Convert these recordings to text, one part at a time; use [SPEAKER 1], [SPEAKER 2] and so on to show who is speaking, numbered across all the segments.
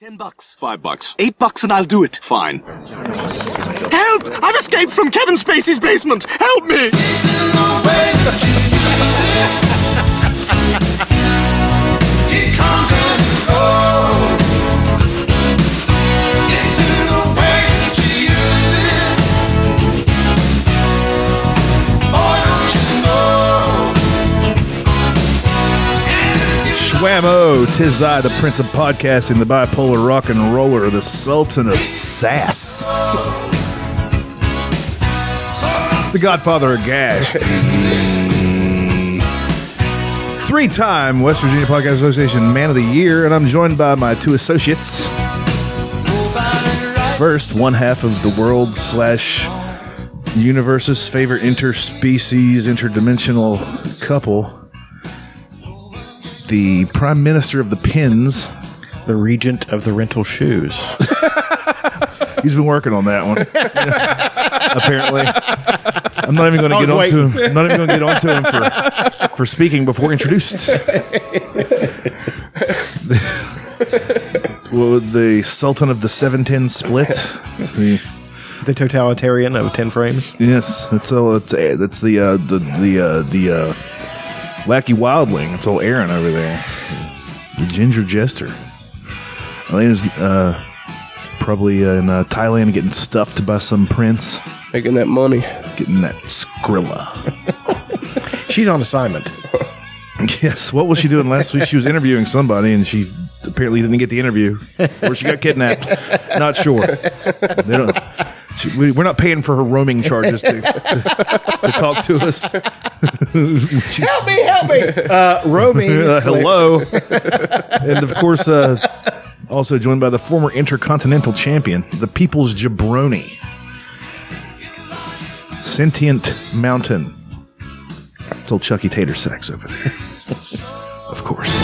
[SPEAKER 1] Ten bucks.
[SPEAKER 2] Five bucks.
[SPEAKER 1] Eight bucks and I'll do it.
[SPEAKER 2] Fine.
[SPEAKER 1] Help! I've escaped from Kevin Spacey's basement! Help me!
[SPEAKER 3] Schwammo, tis I, the prince of podcasting, the bipolar rock and roller, the sultan of sass. The godfather of gash. Three time West Virginia Podcast Association Man of the Year, and I'm joined by my two associates. First, one half of the world slash universe's favorite interspecies, interdimensional couple the prime minister of the pins.
[SPEAKER 4] The regent of the rental shoes.
[SPEAKER 3] He's been working on that one. Apparently, I'm not even going to get on to him. I'm not even going to get on to him for for speaking before introduced. well, the Sultan of the Seven Ten Split. The-
[SPEAKER 4] the totalitarian of 10 frames.
[SPEAKER 3] yes, that's all. It's that's the uh, the the uh, the uh, wacky wildling. It's old Aaron over there, the ginger jester. Elena's uh, probably uh, in uh, Thailand getting stuffed by some prince.
[SPEAKER 5] Making that money.
[SPEAKER 3] getting that Skrilla.
[SPEAKER 4] She's on assignment.
[SPEAKER 3] Yes. What was she doing last week? She was interviewing somebody, and she apparently didn't get the interview, or she got kidnapped. Not sure. They don't. She, we, we're not paying for her roaming charges to, to, to talk to us. She-
[SPEAKER 4] Help me, help me. Uh,
[SPEAKER 3] uh,
[SPEAKER 4] roaming.
[SPEAKER 3] hello, and of course, uh, also joined by the former intercontinental champion, the People's Jabroni, Sentient Mountain. It's old Chucky Tater Sacks over there, of course.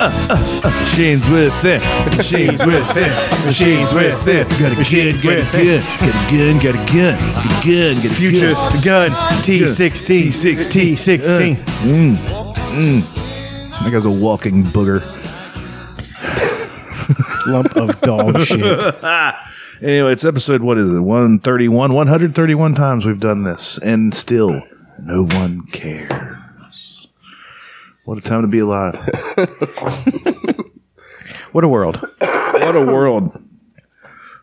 [SPEAKER 3] Machines within, machines within, machines within. Got a gun, got a gun, got a gun, got a gun, got a gun, got a
[SPEAKER 4] Future
[SPEAKER 3] gun.
[SPEAKER 4] gun T16.
[SPEAKER 3] E T16.
[SPEAKER 4] T16.
[SPEAKER 3] Uh, mm, mm. That guy's a walking booger.
[SPEAKER 4] Lump of dog shit.
[SPEAKER 3] Anyway, it's episode, what is it? 131. 131 times we've done this, and still no one cares. What a time to be alive.
[SPEAKER 4] What a world.
[SPEAKER 3] what a world.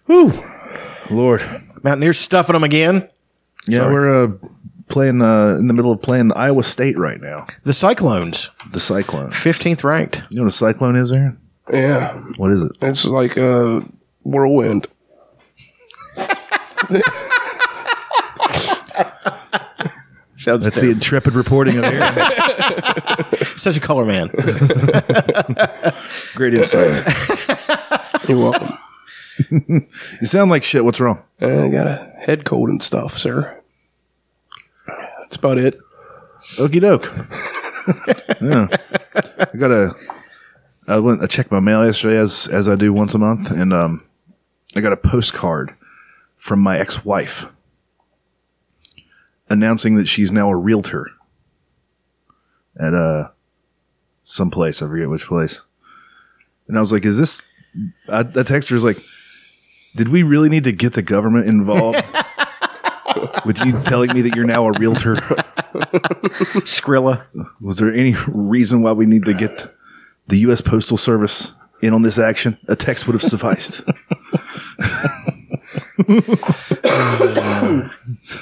[SPEAKER 3] Whew. Lord.
[SPEAKER 4] Mountaineers stuffing them again.
[SPEAKER 3] Yeah,
[SPEAKER 4] Sorry.
[SPEAKER 3] we're uh, playing uh, in the middle of playing the Iowa State right now.
[SPEAKER 4] The Cyclones,
[SPEAKER 3] The Cyclone.
[SPEAKER 4] 15th ranked.
[SPEAKER 3] You know what a cyclone is, Aaron?
[SPEAKER 5] Yeah.
[SPEAKER 3] What is it?
[SPEAKER 5] It's like a whirlwind.
[SPEAKER 4] Sounds
[SPEAKER 3] That's the intrepid reporting of Aaron.
[SPEAKER 4] such a color man.
[SPEAKER 3] Great insight.
[SPEAKER 5] You're welcome.
[SPEAKER 3] You sound like shit. What's wrong?
[SPEAKER 5] I got a head cold and stuff, sir. That's about it.
[SPEAKER 3] Okie doke. yeah. I got a. I went. I checked my mail yesterday, as as I do once a month, and um, I got a postcard from my ex wife announcing that she's now a realtor at uh some place. I forget which place. And I was like, "Is this?" I, I texted her I was like, "Did we really need to get the government involved?" With you telling me that you're now a realtor.
[SPEAKER 4] Skrilla.
[SPEAKER 3] Was there any reason why we need to get the U.S. Postal Service in on this action? A text would have sufficed.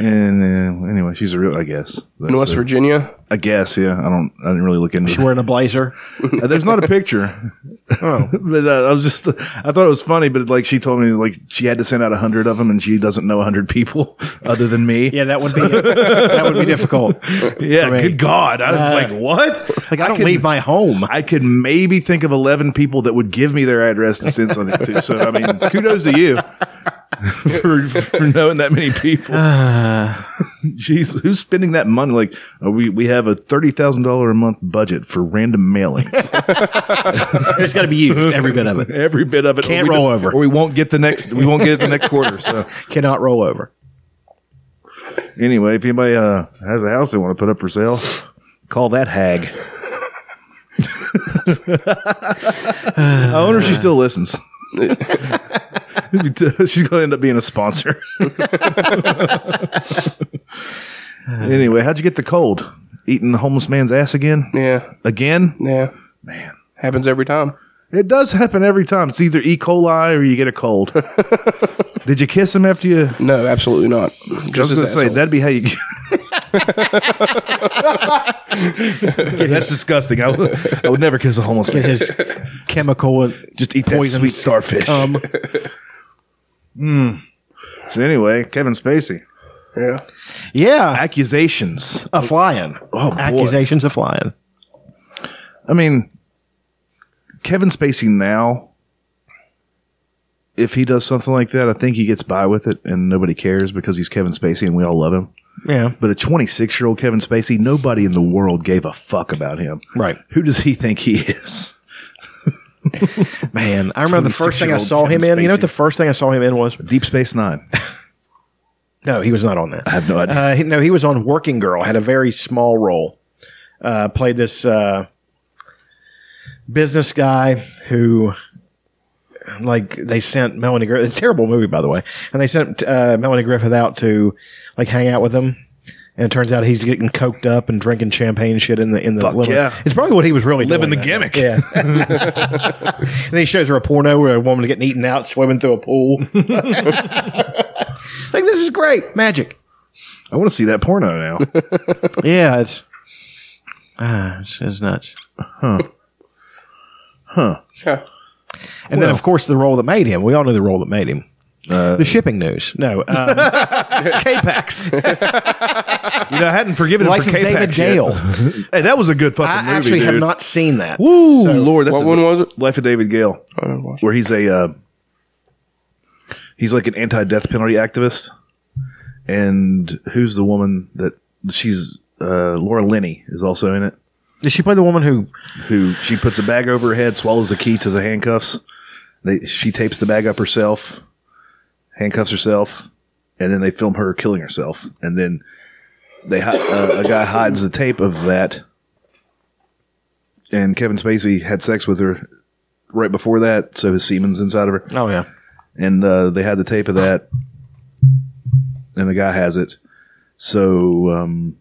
[SPEAKER 3] and uh, anyway, she's a real, I guess.
[SPEAKER 5] In West Virginia,
[SPEAKER 3] I guess, yeah. I don't. I didn't really look into.
[SPEAKER 4] She wearing a blazer.
[SPEAKER 3] Uh, There's not a picture. but uh, I was just. I thought it was funny, but like she told me, like she had to send out a hundred of them, and she doesn't know a hundred people other than me.
[SPEAKER 4] Yeah, that would be that would be difficult.
[SPEAKER 3] Yeah,
[SPEAKER 4] Great.
[SPEAKER 3] good God. I was
[SPEAKER 4] Uh,
[SPEAKER 3] like, what?
[SPEAKER 4] Like I don't
[SPEAKER 3] can-
[SPEAKER 4] leave my home.
[SPEAKER 3] I could maybe think of 11 people that would give me their address to send something to. So, I mean, kudos to you for, for knowing that many people. Jeez, who's spending that money? Like, uh, we, we have a $30,000 a month budget for random mailings.
[SPEAKER 4] It's got to be used. Every bit of it
[SPEAKER 3] Every bit of it. or
[SPEAKER 4] Can't
[SPEAKER 3] we
[SPEAKER 4] roll
[SPEAKER 3] don't-
[SPEAKER 4] over.
[SPEAKER 3] Or we won't get the next, we won't get it the next quarter. So,
[SPEAKER 4] cannot roll over.
[SPEAKER 3] anyway, if anybody uh, has a house they want to put up for sale, Call that hag. I wonder if she still listens. She's going to end up being a sponsor. anyway, how'd you get the cold? Eating the homeless man's ass again?
[SPEAKER 5] Yeah.
[SPEAKER 3] Again?
[SPEAKER 5] Yeah.
[SPEAKER 3] Man.
[SPEAKER 5] Happens every time.
[SPEAKER 3] It does happen every time. It's either E. coli or you get a cold. Did you kiss him after you?
[SPEAKER 5] No, absolutely not.
[SPEAKER 3] I was
[SPEAKER 5] Just
[SPEAKER 3] going to
[SPEAKER 5] as
[SPEAKER 3] say
[SPEAKER 5] asshole.
[SPEAKER 3] that'd be how you. get- Yeah, that's disgusting. I would, I would never kiss a homeless man.
[SPEAKER 4] His chemical
[SPEAKER 3] Just eat that
[SPEAKER 4] Poison
[SPEAKER 3] sweet starfish.
[SPEAKER 4] um,
[SPEAKER 3] so anyway, Kevin Spacey
[SPEAKER 5] Yeah.
[SPEAKER 4] yeah,
[SPEAKER 3] accusations.
[SPEAKER 4] a flying.
[SPEAKER 3] Oh, boy.
[SPEAKER 4] accusations of flying.
[SPEAKER 3] I mean, Kevin Spacey now. If he does something like that, I think he gets by with it, and nobody cares because he's Kevin Spacey, and we all love him.
[SPEAKER 4] Yeah,
[SPEAKER 3] But a 26 year old Kevin Spacey, nobody in the world gave a fuck about him.
[SPEAKER 4] Right.
[SPEAKER 3] Who does he think he is?
[SPEAKER 4] man. I remember the first thing I
[SPEAKER 3] 26-year-old
[SPEAKER 4] saw him
[SPEAKER 3] Kevin
[SPEAKER 4] in. You know what
[SPEAKER 3] Spacey.
[SPEAKER 4] the first thing I saw him in was?
[SPEAKER 3] Deep Space Nine.
[SPEAKER 4] No, he was not on that.
[SPEAKER 3] I have no idea.
[SPEAKER 4] Uh, he- no, he was on Working Girl. Had a very small role. Uh, played this uh, business guy who, like, they sent Melanie Griffith. A terrible movie, by the way. And they sent uh, Melanie Griffith out to like hang out with him. And it turns out he's getting coked up and drinking champagne and shit in the in the
[SPEAKER 3] Fuck
[SPEAKER 4] living-
[SPEAKER 3] yeah.
[SPEAKER 4] It's probably what he was really
[SPEAKER 3] Living
[SPEAKER 4] doing
[SPEAKER 3] the
[SPEAKER 4] that
[SPEAKER 3] gimmick.
[SPEAKER 4] night. Yeah. and then he shows her a porno where a woman's getting eaten out, swimming through a pool. like this is great magic.
[SPEAKER 3] I want to see that porno now.
[SPEAKER 4] Yeah, it's ah, it's, it's nuts.
[SPEAKER 5] Yeah.
[SPEAKER 4] And then, of course, the role that made him. We all know the role that made him. the shipping news. No, um,
[SPEAKER 3] K-Pax. you know, I hadn't forgiven him
[SPEAKER 4] Life
[SPEAKER 3] for
[SPEAKER 4] of
[SPEAKER 3] K-Pax
[SPEAKER 4] David
[SPEAKER 3] yet.
[SPEAKER 4] Dale.
[SPEAKER 3] hey, that was a good fucking
[SPEAKER 4] I
[SPEAKER 3] movie,
[SPEAKER 4] actually have
[SPEAKER 3] dude.
[SPEAKER 4] not seen that.
[SPEAKER 3] Woo, Lord. That's
[SPEAKER 5] What
[SPEAKER 3] a-
[SPEAKER 5] one was it?
[SPEAKER 3] Life of David Gale,
[SPEAKER 5] I didn't watch
[SPEAKER 3] where he's a... Uh, he's like an anti-death penalty activist. And who's the woman that... She's... Uh, Laura Linney is also in it.
[SPEAKER 4] Did she play the woman who?
[SPEAKER 3] who she puts a bag over her head, swallows the key to the handcuffs. They, she tapes the bag up herself, handcuffs herself, and then they film her killing herself. And then they hi- uh, a guy hides the tape of that, and Kevin Spacey had sex with her right before that, so his semen's inside of her
[SPEAKER 4] Oh yeah,
[SPEAKER 3] and uh, they had the tape of that, and the guy has it. So um,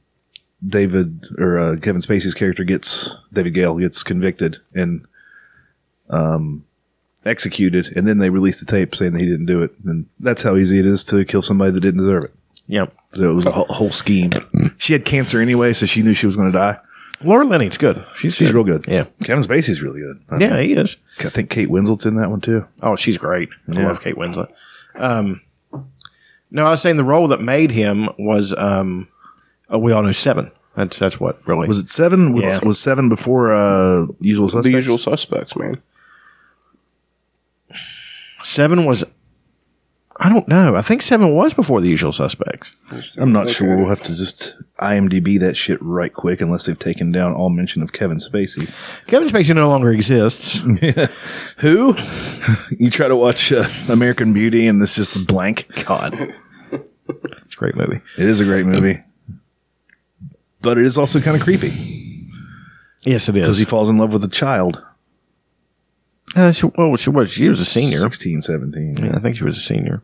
[SPEAKER 3] David or uh, Kevin Spacey's character gets David Gale gets convicted and um, executed, and then they release the tape saying that he didn't do it, and that's how easy it is to kill somebody that didn't deserve it.
[SPEAKER 4] yeah.
[SPEAKER 3] So it was a whole, whole scheme. She had cancer anyway, so she knew she was going to die.
[SPEAKER 4] Laura Linney's good. She's
[SPEAKER 3] She's
[SPEAKER 4] good.
[SPEAKER 3] real good.
[SPEAKER 4] Yeah.
[SPEAKER 3] Kevin Spacey's really good. I,
[SPEAKER 4] Yeah, he is.
[SPEAKER 3] I think Kate Winslet's in that one too.
[SPEAKER 4] Oh, she's great. I love Kate Winslet. Um, no, I was saying the role that made him was um, oh, we all know Seven. That's that's what really
[SPEAKER 3] Was it seven? Was,
[SPEAKER 4] Yeah.
[SPEAKER 3] was seven before uh, Usual Suspects?
[SPEAKER 5] The usual suspects, man.
[SPEAKER 4] Seven was. I don't know. I think Seven was before The Usual Suspects.
[SPEAKER 3] I'm not sure. We'll have to just IMDb that shit right quick, unless they've taken down all mention of Kevin Spacey.
[SPEAKER 4] Kevin Spacey no longer exists.
[SPEAKER 3] Who? you try to watch uh, American Beauty, and it's just blank. God,
[SPEAKER 4] It's a great movie.
[SPEAKER 3] it is a great movie, but it is also kind of creepy
[SPEAKER 4] Yes, it
[SPEAKER 3] because
[SPEAKER 4] is.
[SPEAKER 3] he falls in love with a child,
[SPEAKER 4] Uh, she, well, she was. She was a senior.
[SPEAKER 3] 16, 17.
[SPEAKER 4] Yeah, I think she was a senior.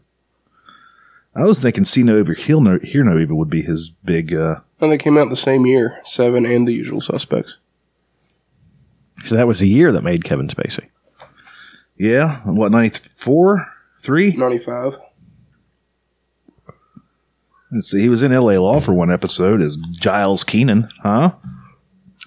[SPEAKER 3] I was thinking "See No Evil, Hear No, Hear no Evil" would be his big. Uh,
[SPEAKER 5] And they came out the same year, Seven and The Usual Suspects.
[SPEAKER 4] So that was the year that made Kevin Spacey.
[SPEAKER 3] yeah, what ninety four, three?
[SPEAKER 5] Ninety-five.
[SPEAKER 3] Let's see, he was in L.A. Law for one episode as Giles Keenan, huh?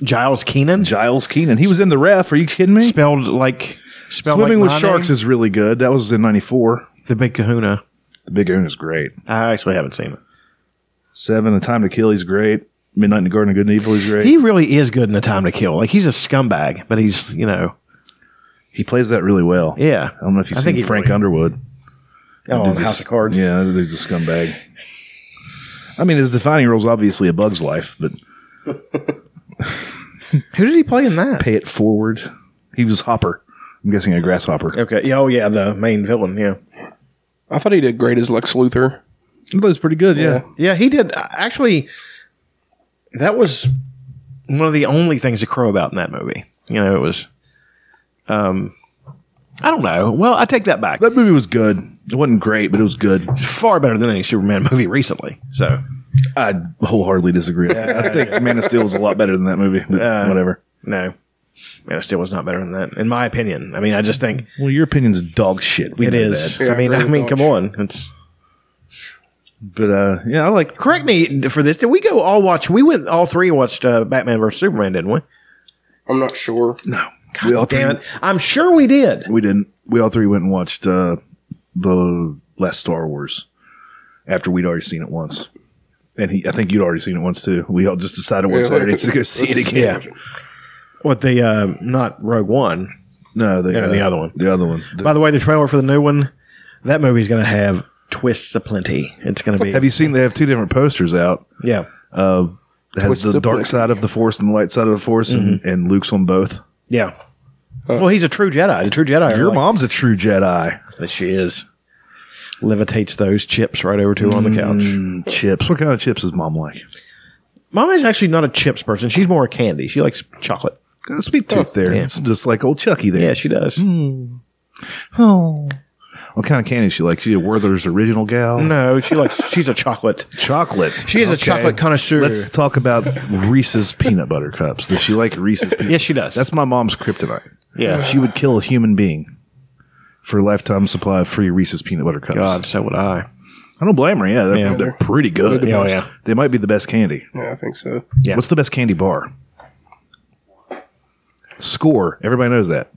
[SPEAKER 4] Giles Keenan,
[SPEAKER 3] Giles Keenan. He was in the ref. Are you kidding me?
[SPEAKER 4] spelled like spelled
[SPEAKER 3] Swimming
[SPEAKER 4] like
[SPEAKER 3] with
[SPEAKER 4] my
[SPEAKER 3] Sharks
[SPEAKER 4] name.
[SPEAKER 3] is really good. That was in '94.
[SPEAKER 4] the Big Kahuna.
[SPEAKER 3] The Big Oon is great.
[SPEAKER 4] I actually haven't seen it.
[SPEAKER 3] Seven, A Time to Kill, he's great. Midnight in the Garden of Good and Evil, he's great. He,
[SPEAKER 4] He really is good in the time to kill. Like he's a scumbag, but he's you know
[SPEAKER 3] plays that really well.
[SPEAKER 4] yeah.
[SPEAKER 3] I don't know if you've
[SPEAKER 4] I think
[SPEAKER 3] seen
[SPEAKER 4] he
[SPEAKER 3] Frank
[SPEAKER 4] really-
[SPEAKER 3] Underwood.
[SPEAKER 4] Oh,
[SPEAKER 3] He's a-
[SPEAKER 4] House of Cards.
[SPEAKER 3] Yeah, that dude's a scumbag. I mean, his defining role is obviously A Bug's Life, but
[SPEAKER 4] Who did he play in that?
[SPEAKER 3] pay it forward. He was Hopper. I'm guessing a grasshopper.
[SPEAKER 4] Okay. Yeah, oh yeah, the main villain. Yeah.
[SPEAKER 5] I thought he did great as Lex Luthor.
[SPEAKER 3] That was pretty good, yeah.
[SPEAKER 4] Yeah, he did. Actually, that Uh, was one of the only things to crow about in that movie. You know, it was. Um, I don't know. Well, I take that back.
[SPEAKER 3] That movie was good. It wasn't great, but it was good.
[SPEAKER 4] Far better than any Superman movie recently. So
[SPEAKER 3] I wholeheartedly disagree. I think Man of Steel was a lot better than that movie. But
[SPEAKER 4] Uh,
[SPEAKER 3] whatever.
[SPEAKER 4] no, Man of Steel was not better than that, in my opinion. I mean, I just think
[SPEAKER 3] Well, your opinion's dog shit. We
[SPEAKER 4] it
[SPEAKER 3] know
[SPEAKER 4] is.
[SPEAKER 3] that.
[SPEAKER 5] Yeah,
[SPEAKER 4] I mean,
[SPEAKER 5] I
[SPEAKER 4] I
[SPEAKER 5] agree
[SPEAKER 4] mean,
[SPEAKER 5] with
[SPEAKER 4] come
[SPEAKER 5] Dodge.
[SPEAKER 4] on. It's
[SPEAKER 3] But uh, yeah, I like.
[SPEAKER 4] correct me for this. Did we go all watch? We went all three watched uh, Batman versus Superman, didn't we?
[SPEAKER 5] I'm not sure.
[SPEAKER 3] No, we all three,
[SPEAKER 4] Damn it! I'm sure we did.
[SPEAKER 3] We didn't. We all three went and watched uh, the last Star Wars after we'd already seen it once. And he, I think you'd already seen it once too. We all just decided one
[SPEAKER 5] Yeah.
[SPEAKER 3] Saturday to go see it again.
[SPEAKER 4] Yeah. What the uh, not Rogue One?
[SPEAKER 3] No, the, uh,
[SPEAKER 4] Yeah, the other one.
[SPEAKER 3] The other one.
[SPEAKER 4] By the way, the trailer for the new one, that movie's going to have twists aplenty. It's going to be.
[SPEAKER 3] Have you seen? They have two different posters out.
[SPEAKER 4] Yeah.
[SPEAKER 3] It has
[SPEAKER 5] What's
[SPEAKER 3] the,
[SPEAKER 5] the
[SPEAKER 3] dark
[SPEAKER 5] book?
[SPEAKER 3] side of the force and the light side of the force, and,
[SPEAKER 4] Mm-hmm.
[SPEAKER 3] and Luke's on both.
[SPEAKER 4] Yeah. well, he's a true Jedi. The true Jedi. are
[SPEAKER 3] Uh, Your
[SPEAKER 4] like-
[SPEAKER 3] mom's a true Jedi.
[SPEAKER 4] She is. Levitates those chips right over to her on
[SPEAKER 3] Mm.
[SPEAKER 4] the couch.
[SPEAKER 3] Chips. What kind of chips is mom like?
[SPEAKER 4] Mom is actually not a chips person. She's more a candy. She likes chocolate.
[SPEAKER 3] Got a sweet tooth there.
[SPEAKER 4] yeah.
[SPEAKER 3] It's just like old Chucky there.
[SPEAKER 4] Yeah, she does.
[SPEAKER 3] Mm. Oh. What kind of candy she like? She a Werther's original gal?
[SPEAKER 4] No, she likes. She's a chocolate.
[SPEAKER 3] Chocolate.
[SPEAKER 4] She is a chocolate connoisseur.
[SPEAKER 3] Let's talk about Reese's peanut butter cups. Does she like Reese's peanut
[SPEAKER 4] Yes, she does.
[SPEAKER 3] That's my mom's kryptonite.
[SPEAKER 4] Yeah.
[SPEAKER 3] She would kill a human being for a lifetime supply of free Reese's peanut butter cups.
[SPEAKER 4] God, so would I.
[SPEAKER 3] I don't blame her. Yeah, they're,
[SPEAKER 4] Yeah.
[SPEAKER 3] they're pretty good.
[SPEAKER 4] the Oh, best. yeah.
[SPEAKER 3] They might be the best candy.
[SPEAKER 5] Yeah, I think so.
[SPEAKER 4] Yeah.
[SPEAKER 3] What's the best candy bar? Score. Everybody knows that.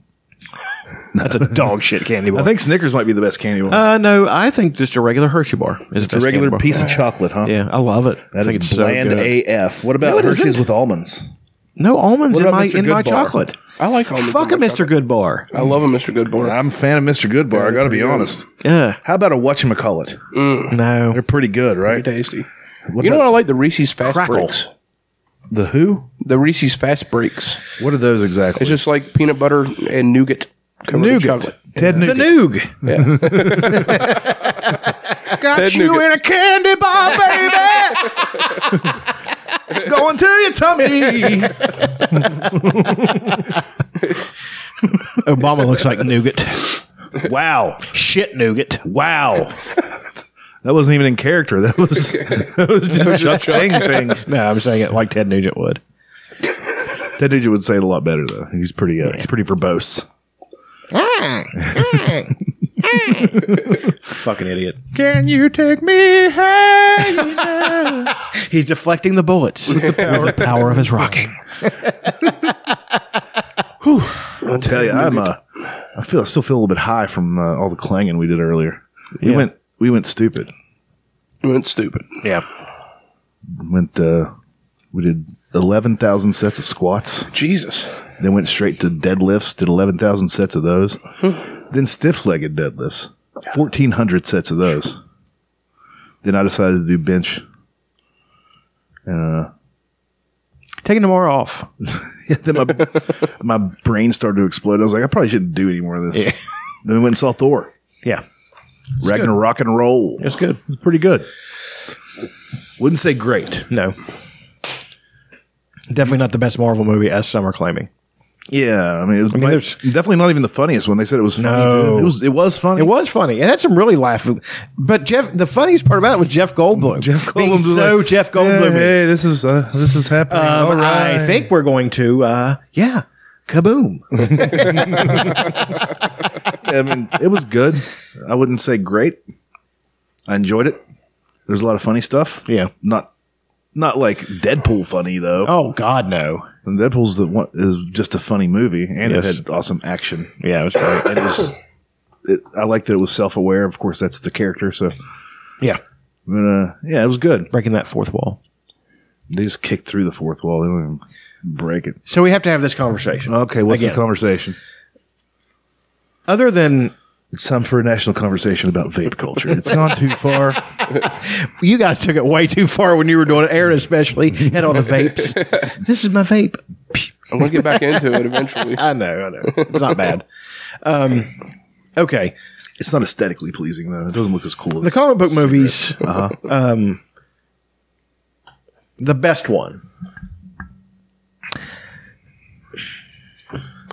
[SPEAKER 4] That's a dog shit candy bar.
[SPEAKER 3] I think Snickers might be the best candy bar.
[SPEAKER 4] Uh, no, I think just a regular Hershey bar. Is
[SPEAKER 3] it's a regular piece of chocolate, huh?
[SPEAKER 4] Yeah, I love it. I
[SPEAKER 3] That
[SPEAKER 4] think
[SPEAKER 3] is
[SPEAKER 4] it's so
[SPEAKER 3] bland
[SPEAKER 4] good.
[SPEAKER 3] AF. What about
[SPEAKER 4] No, it
[SPEAKER 3] Hershey's
[SPEAKER 4] isn't.
[SPEAKER 3] with almonds?
[SPEAKER 4] No almonds
[SPEAKER 3] What
[SPEAKER 4] in
[SPEAKER 3] about
[SPEAKER 4] my
[SPEAKER 3] Mr.
[SPEAKER 4] in my
[SPEAKER 3] Goodbar?
[SPEAKER 4] chocolate.
[SPEAKER 5] I like almonds.
[SPEAKER 4] Fuck a
[SPEAKER 5] on my
[SPEAKER 4] Mr.
[SPEAKER 5] chocolate.
[SPEAKER 4] Good Bar.
[SPEAKER 5] I love a Mr. Goodbar.
[SPEAKER 3] I'm a fan of Mr. Goodbar. I got to be honest.
[SPEAKER 4] Yeah.
[SPEAKER 3] How about a Whatchamacallit?
[SPEAKER 4] No.
[SPEAKER 3] They're pretty good, right?
[SPEAKER 5] Very tasty. you know what I like? The Reese's Fast
[SPEAKER 4] Crackle.
[SPEAKER 5] Breaks.
[SPEAKER 3] The who?
[SPEAKER 5] The Reese's Fast Breaks.
[SPEAKER 3] What are those
[SPEAKER 5] It's
[SPEAKER 3] exactly?
[SPEAKER 5] just like peanut butter and nougat covered in chocolate.
[SPEAKER 3] Ted
[SPEAKER 4] The
[SPEAKER 3] Nugent.
[SPEAKER 4] Noog.
[SPEAKER 5] Yeah.
[SPEAKER 4] Got
[SPEAKER 5] Ted you Nugent.
[SPEAKER 4] in a candy bar, baby.
[SPEAKER 3] Going to your tummy.
[SPEAKER 4] Obama looks like nougat.
[SPEAKER 3] wow.
[SPEAKER 4] Shit nougat.
[SPEAKER 3] Wow. Oh. That wasn't even in character. That was, that was just Chuck saying things.
[SPEAKER 4] No, I'm saying it like Ted Nugent would.
[SPEAKER 3] Ted Nugent would say it a lot better though. He's pretty. Uh, He's pretty verbose.
[SPEAKER 4] Fucking idiot.
[SPEAKER 3] Can you take me high?
[SPEAKER 4] He's deflecting the bullets with the power, of his rocking.
[SPEAKER 3] I'll tell you, I'm. Uh, I feel. I still feel a little bit high from uh, all the clanging we did earlier. We
[SPEAKER 4] Yeah.
[SPEAKER 3] went. We went stupid.
[SPEAKER 5] It's stupid.
[SPEAKER 4] Yeah.
[SPEAKER 3] Went. Uh, we did eleven thousand sets of squats.
[SPEAKER 5] Jesus.
[SPEAKER 3] Then went straight to deadlifts. Did eleven thousand sets of those. then stiff legged deadlifts. Fourteen hundred sets of those. Then I decided to do bench.
[SPEAKER 4] Taking tomorrow off.
[SPEAKER 3] then my my brain started to explode. I was like, I probably shouldn't do any more of this. Then we went and saw Thor.
[SPEAKER 4] Yeah.
[SPEAKER 3] Ragnarok rock and roll.
[SPEAKER 4] It's good.
[SPEAKER 3] pretty good. Wouldn't say great.
[SPEAKER 4] No. Definitely not the best Marvel movie, as some are claiming.
[SPEAKER 3] Yeah, I mean, it was
[SPEAKER 4] mean,
[SPEAKER 3] like-
[SPEAKER 4] there's-
[SPEAKER 3] definitely not even the funniest one. They said it was funny.
[SPEAKER 4] No.
[SPEAKER 3] too. It was it was funny.
[SPEAKER 4] It was funny. It had some really laughing. But Jeff, the funniest part about it was Jeff Goldblum. Jeff Being
[SPEAKER 3] was
[SPEAKER 4] so
[SPEAKER 3] like,
[SPEAKER 4] Jeff Goldblum.
[SPEAKER 3] Hey, hey, this is uh, this is happening.
[SPEAKER 4] Um,
[SPEAKER 3] All right.
[SPEAKER 4] I think we're going to, uh, yeah, kaboom.
[SPEAKER 3] I mean, it was good. I wouldn't say great. I enjoyed it. There's a lot of funny stuff.
[SPEAKER 4] Yeah.
[SPEAKER 3] Not not like Deadpool funny though.
[SPEAKER 4] Oh God, no.
[SPEAKER 3] And Deadpool's the one is just a funny movie, and it
[SPEAKER 4] Yes.
[SPEAKER 3] had awesome action.
[SPEAKER 4] Yeah, it was great.
[SPEAKER 3] And it was, it, I like that it was self aware. Of course, that's the character. So,
[SPEAKER 4] yeah,
[SPEAKER 3] but uh, yeah, it was good.
[SPEAKER 4] breaking that fourth wall.
[SPEAKER 3] They just kicked through the fourth wall. They don't even break it.
[SPEAKER 4] So we have to have this conversation.
[SPEAKER 3] Okay, what's
[SPEAKER 4] Again.
[SPEAKER 3] the conversation?
[SPEAKER 4] Other than
[SPEAKER 3] It's time for a national conversation about vape culture. It's gone too far.
[SPEAKER 4] you guys took it way too far when you were doing it, Aaron especially had all the vapes. this is my vape.
[SPEAKER 5] I'm going to get back into it eventually.
[SPEAKER 4] I know, I know. It's not bad. Um, okay,
[SPEAKER 3] It's not aesthetically pleasing though. It doesn't look as cool. As
[SPEAKER 4] the comic book movies. Um, the best one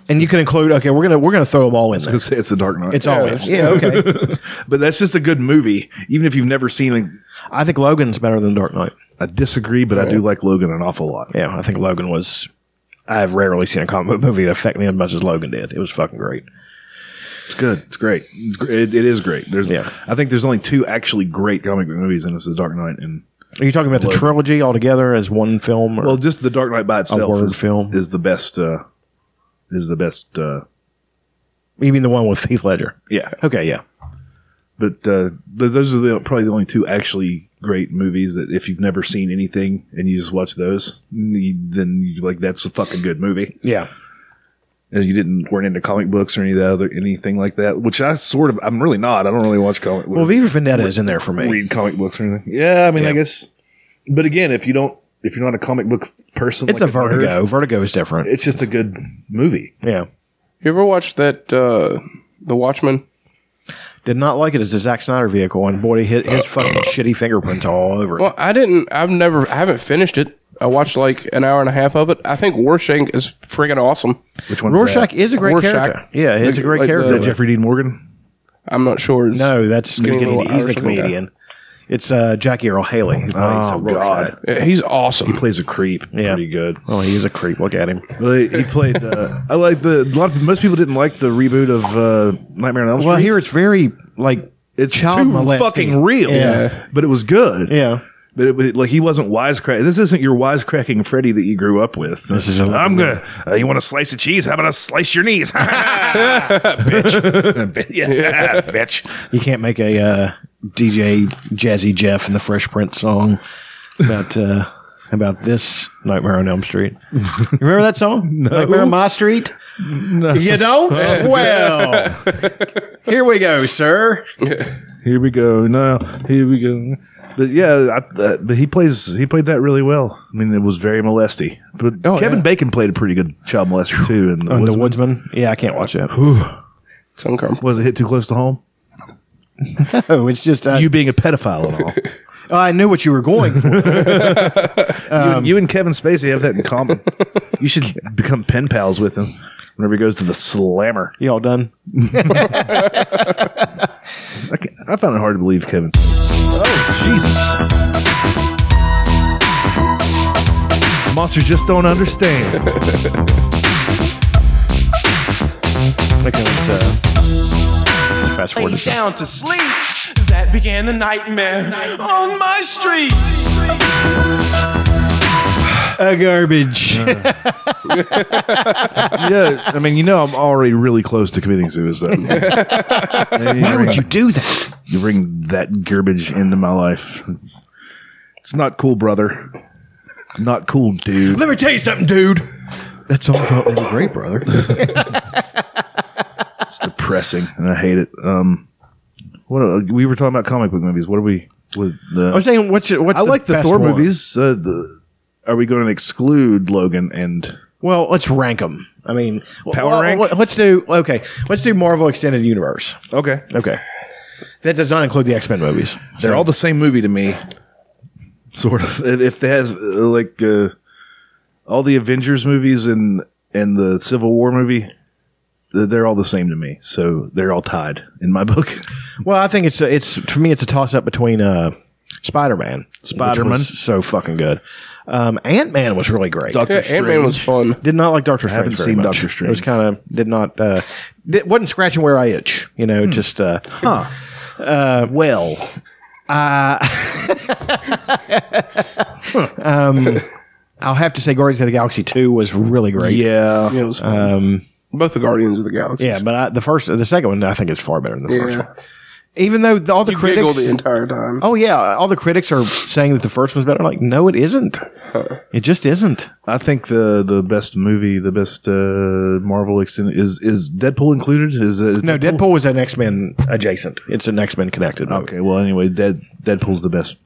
[SPEAKER 4] and you can include. Okay, we're gonna we're gonna throw them all in
[SPEAKER 3] I
[SPEAKER 4] there.
[SPEAKER 3] was gonna say it's the Dark Knight.
[SPEAKER 4] It's all in. Yeah, okay.
[SPEAKER 3] but that's just a good movie, even if you've never seen it.
[SPEAKER 4] I think Logan's better than Dark Knight.
[SPEAKER 3] I disagree, but I do like Logan an awful lot.
[SPEAKER 4] Yeah, I think Logan was. I've rarely seen a comic book movie that affect me as much as Logan did. It was fucking great.
[SPEAKER 3] It's good. It's great. It's gr- It, it is great. There's,
[SPEAKER 4] Yeah.
[SPEAKER 3] I think there's only two actually great comic book movies, and it's the Dark Knight and
[SPEAKER 4] Are you talking about the trilogy altogether as one film? Or,
[SPEAKER 3] well, just the Dark Knight by itself
[SPEAKER 4] word
[SPEAKER 3] is,
[SPEAKER 4] film.
[SPEAKER 3] is the best. Uh, is the best. Uh,
[SPEAKER 4] you mean the one with Heath Ledger?
[SPEAKER 3] yeah,
[SPEAKER 4] Okay, yeah.
[SPEAKER 3] but uh, th- those are the, probably the only two actually great movies that if you've never seen anything and you just watch those, you, then you like that's a fucking good movie.
[SPEAKER 4] Yeah.
[SPEAKER 3] And you didn't weren't into comic books or any of the other anything like that, which I sort of I'm really not. I don't really watch comic.
[SPEAKER 4] Well, Viva Vendetta is in there for me.
[SPEAKER 3] read comic books or anything. Yeah, I mean,
[SPEAKER 4] Yeah.
[SPEAKER 3] I guess. But again, if you don't, if you're not a comic book person,
[SPEAKER 4] It's
[SPEAKER 3] like
[SPEAKER 4] a
[SPEAKER 3] nerd,
[SPEAKER 4] Vertigo. Vertigo is different.
[SPEAKER 3] It's just a good movie.
[SPEAKER 4] yeah.
[SPEAKER 5] You ever watched that uh, The Watchmen?
[SPEAKER 4] Did not like it as a Zack Snyder vehicle, and boy, his, his fucking shitty fingerprints are all over it.
[SPEAKER 5] Well, I didn't. I've never. I haven't finished it. I watched like an hour and a half of it. I think Warshank is friggin' awesome.
[SPEAKER 3] Which one's
[SPEAKER 4] Rorschach is a great
[SPEAKER 5] Rorschach.
[SPEAKER 4] character. Yeah, he's
[SPEAKER 5] Like-
[SPEAKER 4] a great
[SPEAKER 5] like the-
[SPEAKER 4] character.
[SPEAKER 5] Is that
[SPEAKER 3] Jeffrey Dean Morgan.
[SPEAKER 5] I'm not sure. It's,
[SPEAKER 4] no, that's
[SPEAKER 5] Skinny little
[SPEAKER 4] he's the
[SPEAKER 5] Irishman guy.
[SPEAKER 4] comedian. It's uh, Jackie Earl Haley. who plays
[SPEAKER 3] Oh
[SPEAKER 4] Rorschach.
[SPEAKER 3] God,
[SPEAKER 5] Uh, he's awesome.
[SPEAKER 3] he plays a creep.
[SPEAKER 4] Yeah.
[SPEAKER 3] pretty good.
[SPEAKER 4] Oh, he is a creep. Look at him.
[SPEAKER 3] Well, he he played. Uh, I like the a lot. Of, most people didn't like the reboot of uh, Nightmare on Elm Street.
[SPEAKER 4] Well, here it's very like
[SPEAKER 3] it's
[SPEAKER 4] child
[SPEAKER 3] too
[SPEAKER 4] molesting.
[SPEAKER 3] fucking real.
[SPEAKER 4] Yeah.
[SPEAKER 3] but it was good.
[SPEAKER 4] yeah.
[SPEAKER 3] But it, was- like he wasn't wisecrack. This isn't your wisecracking Freddy that you grew up with. This
[SPEAKER 4] is a-
[SPEAKER 3] I'm gonna. Uh, you want a slice of cheese? How about I slice your knees? bitch. yeah, bitch.
[SPEAKER 4] You can't make a uh, DJ Jazzy Jeff and the Fresh Prince song about uh, about this Nightmare on Elm Street. You remember that song? Nightmare on My Street. You don't? well, here we go, sir.
[SPEAKER 3] Here we go. Now here we go. But yeah, I, uh, but he plays. He played that really well. I mean, it was very molesty. But
[SPEAKER 5] Oh,
[SPEAKER 3] Kevin
[SPEAKER 5] yeah.
[SPEAKER 3] Bacon played a pretty good child molester too. And
[SPEAKER 4] On the
[SPEAKER 3] was,
[SPEAKER 4] Woodsman. Yeah, I can't watch that.
[SPEAKER 5] It's uncomfortable.
[SPEAKER 3] was it hit too close to home?
[SPEAKER 4] Oh, it's just uh,
[SPEAKER 3] You being a pedophile and all.
[SPEAKER 4] I knew what you were going. for. Um,
[SPEAKER 3] you, you and Kevin Spacey have that in common. you should become pen pals with him whenever he goes to the slammer.
[SPEAKER 4] you all done?
[SPEAKER 3] I, ca- I found it hard to believe Kevin. Oh, Jesus.
[SPEAKER 4] Oh,
[SPEAKER 3] Monsters just don't understand.
[SPEAKER 4] Okay, let's uh, fast forward.
[SPEAKER 2] Lay
[SPEAKER 4] to-
[SPEAKER 2] down to sleep. That began the nightmare on my street.
[SPEAKER 4] A garbage.
[SPEAKER 3] yeah, I mean, you know, I'm already really close to committing suicide. And you,
[SPEAKER 4] Why would
[SPEAKER 3] bring,
[SPEAKER 4] you do that?
[SPEAKER 3] you bring that garbage into my life. It's not cool, brother. Not cool, dude.
[SPEAKER 4] Let me tell you something, dude. That song felt really great, brother.
[SPEAKER 3] It's depressing, and I hate it. Um, what uh, we were talking about comic book movies. What are we? What, uh,
[SPEAKER 4] I was saying, what's your, what's
[SPEAKER 3] I like the
[SPEAKER 4] best
[SPEAKER 3] Thor
[SPEAKER 4] one?
[SPEAKER 3] movies. Uh, the, are we going to exclude Logan and
[SPEAKER 4] Well, let's rank them. I mean,
[SPEAKER 3] Power
[SPEAKER 4] well,
[SPEAKER 3] rank?
[SPEAKER 4] well, Let's do okay. Let's do Marvel Extended Universe.
[SPEAKER 3] okay?
[SPEAKER 4] Okay, that does not include the X Men movies.
[SPEAKER 3] They're all the same movie to me, sort of. If- If they has uh, like uh, all the Avengers movies and and the Civil War movie, th- they're all the same to me. So they're all tied in my book.
[SPEAKER 4] Well, I think it's a, it's for me, it's a toss up between uh, Spider Man,
[SPEAKER 3] Spider-Man.
[SPEAKER 4] so fucking good. Um, Ant Man was really great.
[SPEAKER 3] Doctor
[SPEAKER 5] Yeah, Ant Man was fun.
[SPEAKER 4] did not like Doctor Strange.
[SPEAKER 3] haven't
[SPEAKER 4] very
[SPEAKER 3] seen
[SPEAKER 4] much.
[SPEAKER 3] Doctor Strange.
[SPEAKER 4] It was kind of did not uh, it wasn't scratching where I itch. You know, just uh,
[SPEAKER 3] Hmm. well,
[SPEAKER 4] Uh, um, I'll have to say Guardians of the Galaxy Two was really great.
[SPEAKER 3] yeah.
[SPEAKER 5] Yeah, it was fun. Both the Guardians of the Galaxy.
[SPEAKER 4] Um, Yeah, but I, the first, the second one, I think is far better than the first
[SPEAKER 5] Yeah.
[SPEAKER 4] one. Even though the, all the
[SPEAKER 5] You giggle
[SPEAKER 4] critics,
[SPEAKER 5] the entire time.
[SPEAKER 4] oh yeah, all the critics are saying that the first one's better. Like, no, it isn't. It just isn't.
[SPEAKER 3] I think the the best movie, the best uh, Marvel extended is is Deadpool included. Is, is
[SPEAKER 4] No, Deadpool was an X Men adjacent. It's an X Men connected. Movie.
[SPEAKER 3] Okay, well, anyway, Dead Deadpool's the best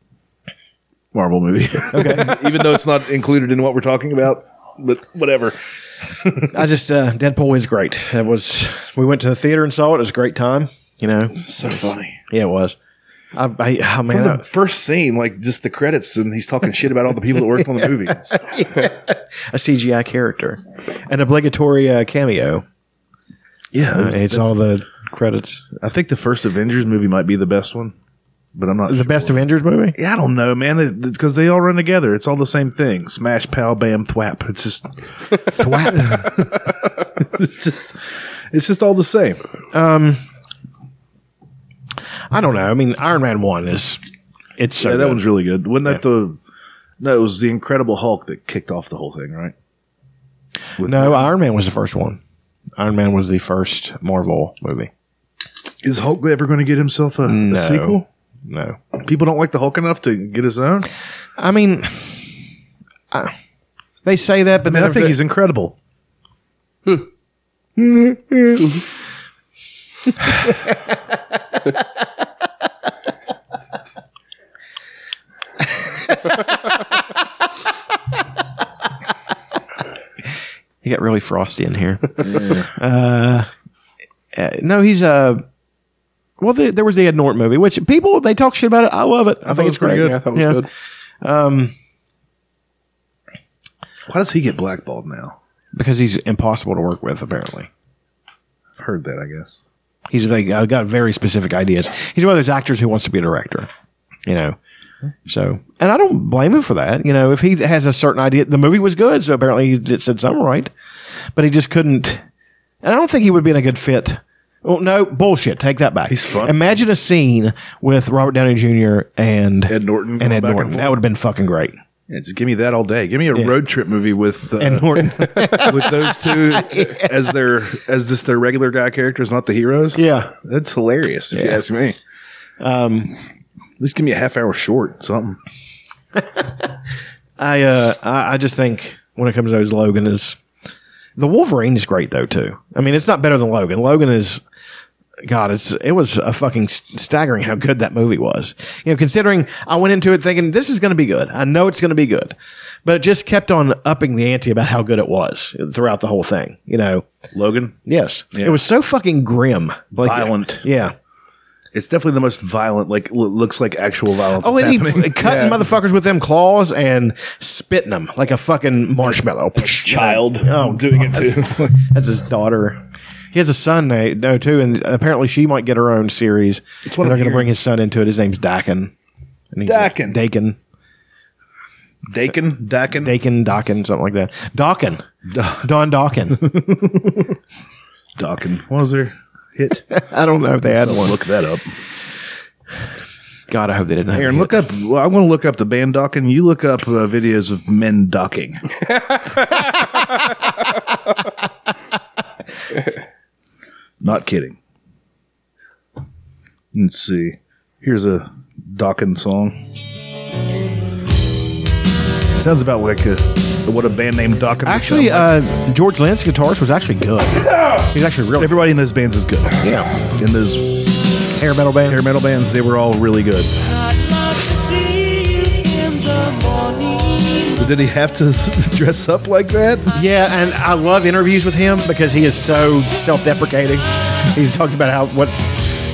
[SPEAKER 3] Marvel movie. Okay, even though it's not included in what we're talking about, but whatever.
[SPEAKER 4] I just uh, Deadpool is great. It was we went to the theater and saw it. It was a great time. You know,
[SPEAKER 3] So funny.
[SPEAKER 4] yeah, it was. I, I oh,
[SPEAKER 3] From
[SPEAKER 4] man, I,
[SPEAKER 3] the first scene, like just the credits, and he's talking shit about all the people that worked on the movie. It's
[SPEAKER 4] a CGI character, an obligatory uh, cameo
[SPEAKER 3] Yeah,
[SPEAKER 4] Uh, it's all the credits.
[SPEAKER 3] I think the first Avengers movie might be the best one, but I'm not
[SPEAKER 4] The
[SPEAKER 3] sure.
[SPEAKER 4] best Avengers movie?
[SPEAKER 3] Yeah, I don't know, man, because they all run together. It's all the same thing: smash, pow, bam, thwap. It's just
[SPEAKER 4] Thwap.
[SPEAKER 3] it's just it's just all the same.
[SPEAKER 4] I don't know. I mean, Iron Man one is it's so
[SPEAKER 3] yeah, that
[SPEAKER 4] good.
[SPEAKER 3] one's really good. Wasn't that the? No, it was the Incredible Hulk that kicked off the whole thing, right?
[SPEAKER 4] no Iron Man was the first one. Iron Man was the first Marvel movie.
[SPEAKER 3] Is Hulk ever going to get himself a, a
[SPEAKER 4] No.
[SPEAKER 3] sequel?
[SPEAKER 4] No,
[SPEAKER 3] People don't like the Hulk enough to get his own. I
[SPEAKER 4] I mean, I, they say that, but
[SPEAKER 3] mean,
[SPEAKER 4] then
[SPEAKER 3] I think he's incredible.
[SPEAKER 4] he got really frosty in here. uh, uh, no, he's Uh, well, the, there was the Ed Norton movie, which people they talk shit about it. I love it. I, think
[SPEAKER 3] it was
[SPEAKER 4] it's
[SPEAKER 3] pretty
[SPEAKER 4] great.
[SPEAKER 3] good.
[SPEAKER 5] Yeah, I thought it was
[SPEAKER 4] Yeah.
[SPEAKER 5] good.
[SPEAKER 3] Why does he get blackballed now?
[SPEAKER 4] because he's impossible to work with. Apparently,
[SPEAKER 3] I've heard that. I guess.
[SPEAKER 4] he's like uh, got very specific ideas. He's one of those actors who wants to be a director, you know. So, and I don't blame him for that. You know, if he has a certain idea, the movie was good, so apparently he did, said something right, but he just couldn't. And I don't think he would be in a good fit. Well, no bullshit. Take that back.
[SPEAKER 3] He's fun.
[SPEAKER 4] Imagine a scene with Robert Downey Jr. and
[SPEAKER 3] Ed Norton
[SPEAKER 4] and
[SPEAKER 3] going
[SPEAKER 4] Ed
[SPEAKER 3] back and
[SPEAKER 4] Norton.
[SPEAKER 3] forth.
[SPEAKER 4] that would have been fucking great.
[SPEAKER 3] Yeah, just give me that all day. Give me a road trip movie with uh,
[SPEAKER 4] Ed Norton.
[SPEAKER 3] with those two as their as just their regular guy characters, not the heroes.
[SPEAKER 4] yeah.
[SPEAKER 3] that's hilarious if you ask me. Um,
[SPEAKER 4] Um,
[SPEAKER 3] at least give me a half hour short something.
[SPEAKER 4] I uh I, I just think when it comes to those Logan is the Wolverine is great though too. I mean it's not better than Logan. Logan is God, it's it was a fucking st- staggering how good that movie was. You know, considering I went into it thinking this is going to be good. I know it's going to be good, but it just kept on upping the ante about how good it was throughout the whole thing. You know,
[SPEAKER 3] Logan,
[SPEAKER 4] yes, it was so fucking grim, like,
[SPEAKER 3] Violent.
[SPEAKER 4] Yeah.
[SPEAKER 3] it's definitely the most violent. Like l- looks like actual violence.
[SPEAKER 4] Oh,
[SPEAKER 3] is
[SPEAKER 4] and he
[SPEAKER 3] happening.
[SPEAKER 4] f- cutting motherfuckers with them claws and spitting them like a fucking marshmallow.
[SPEAKER 3] child.
[SPEAKER 4] Oh,
[SPEAKER 3] doing it too.
[SPEAKER 4] That's his daughter. He has a son now, no, too, and apparently she might get her own series. It's
[SPEAKER 3] what
[SPEAKER 4] they're
[SPEAKER 3] I'm
[SPEAKER 4] going to
[SPEAKER 3] hearing.
[SPEAKER 4] bring his son into it. His name's Dakin. And he's
[SPEAKER 3] Dakin.
[SPEAKER 4] Dakin.
[SPEAKER 3] Dakin, Dakin.
[SPEAKER 4] Dakin, Dakin, something like that. Dawkin. Don Dawkin.
[SPEAKER 3] Dakin. What was their hit?
[SPEAKER 4] I don't know if they had one.
[SPEAKER 3] Look that up.
[SPEAKER 4] God, I hope they didn't. have
[SPEAKER 3] Aaron,
[SPEAKER 4] it.
[SPEAKER 3] look up. Well, I want to look up the band Docking. You look up uh, videos of men docking. Not kidding. Let's see. Here's a Docking song. Sounds about like a, what a band named Docking.
[SPEAKER 4] Actually, uh, George Lance guitarist was actually good. He's actually really
[SPEAKER 3] everybody in those bands is good.
[SPEAKER 4] yeah.
[SPEAKER 3] In those
[SPEAKER 4] hair metal band.
[SPEAKER 3] hair metal bands, they were all really good.
[SPEAKER 2] I'd love to see you in the morning.
[SPEAKER 3] But did he have to dress up like that?
[SPEAKER 4] Yeah, and I love interviews with him because he is so self-deprecating. He talks about how what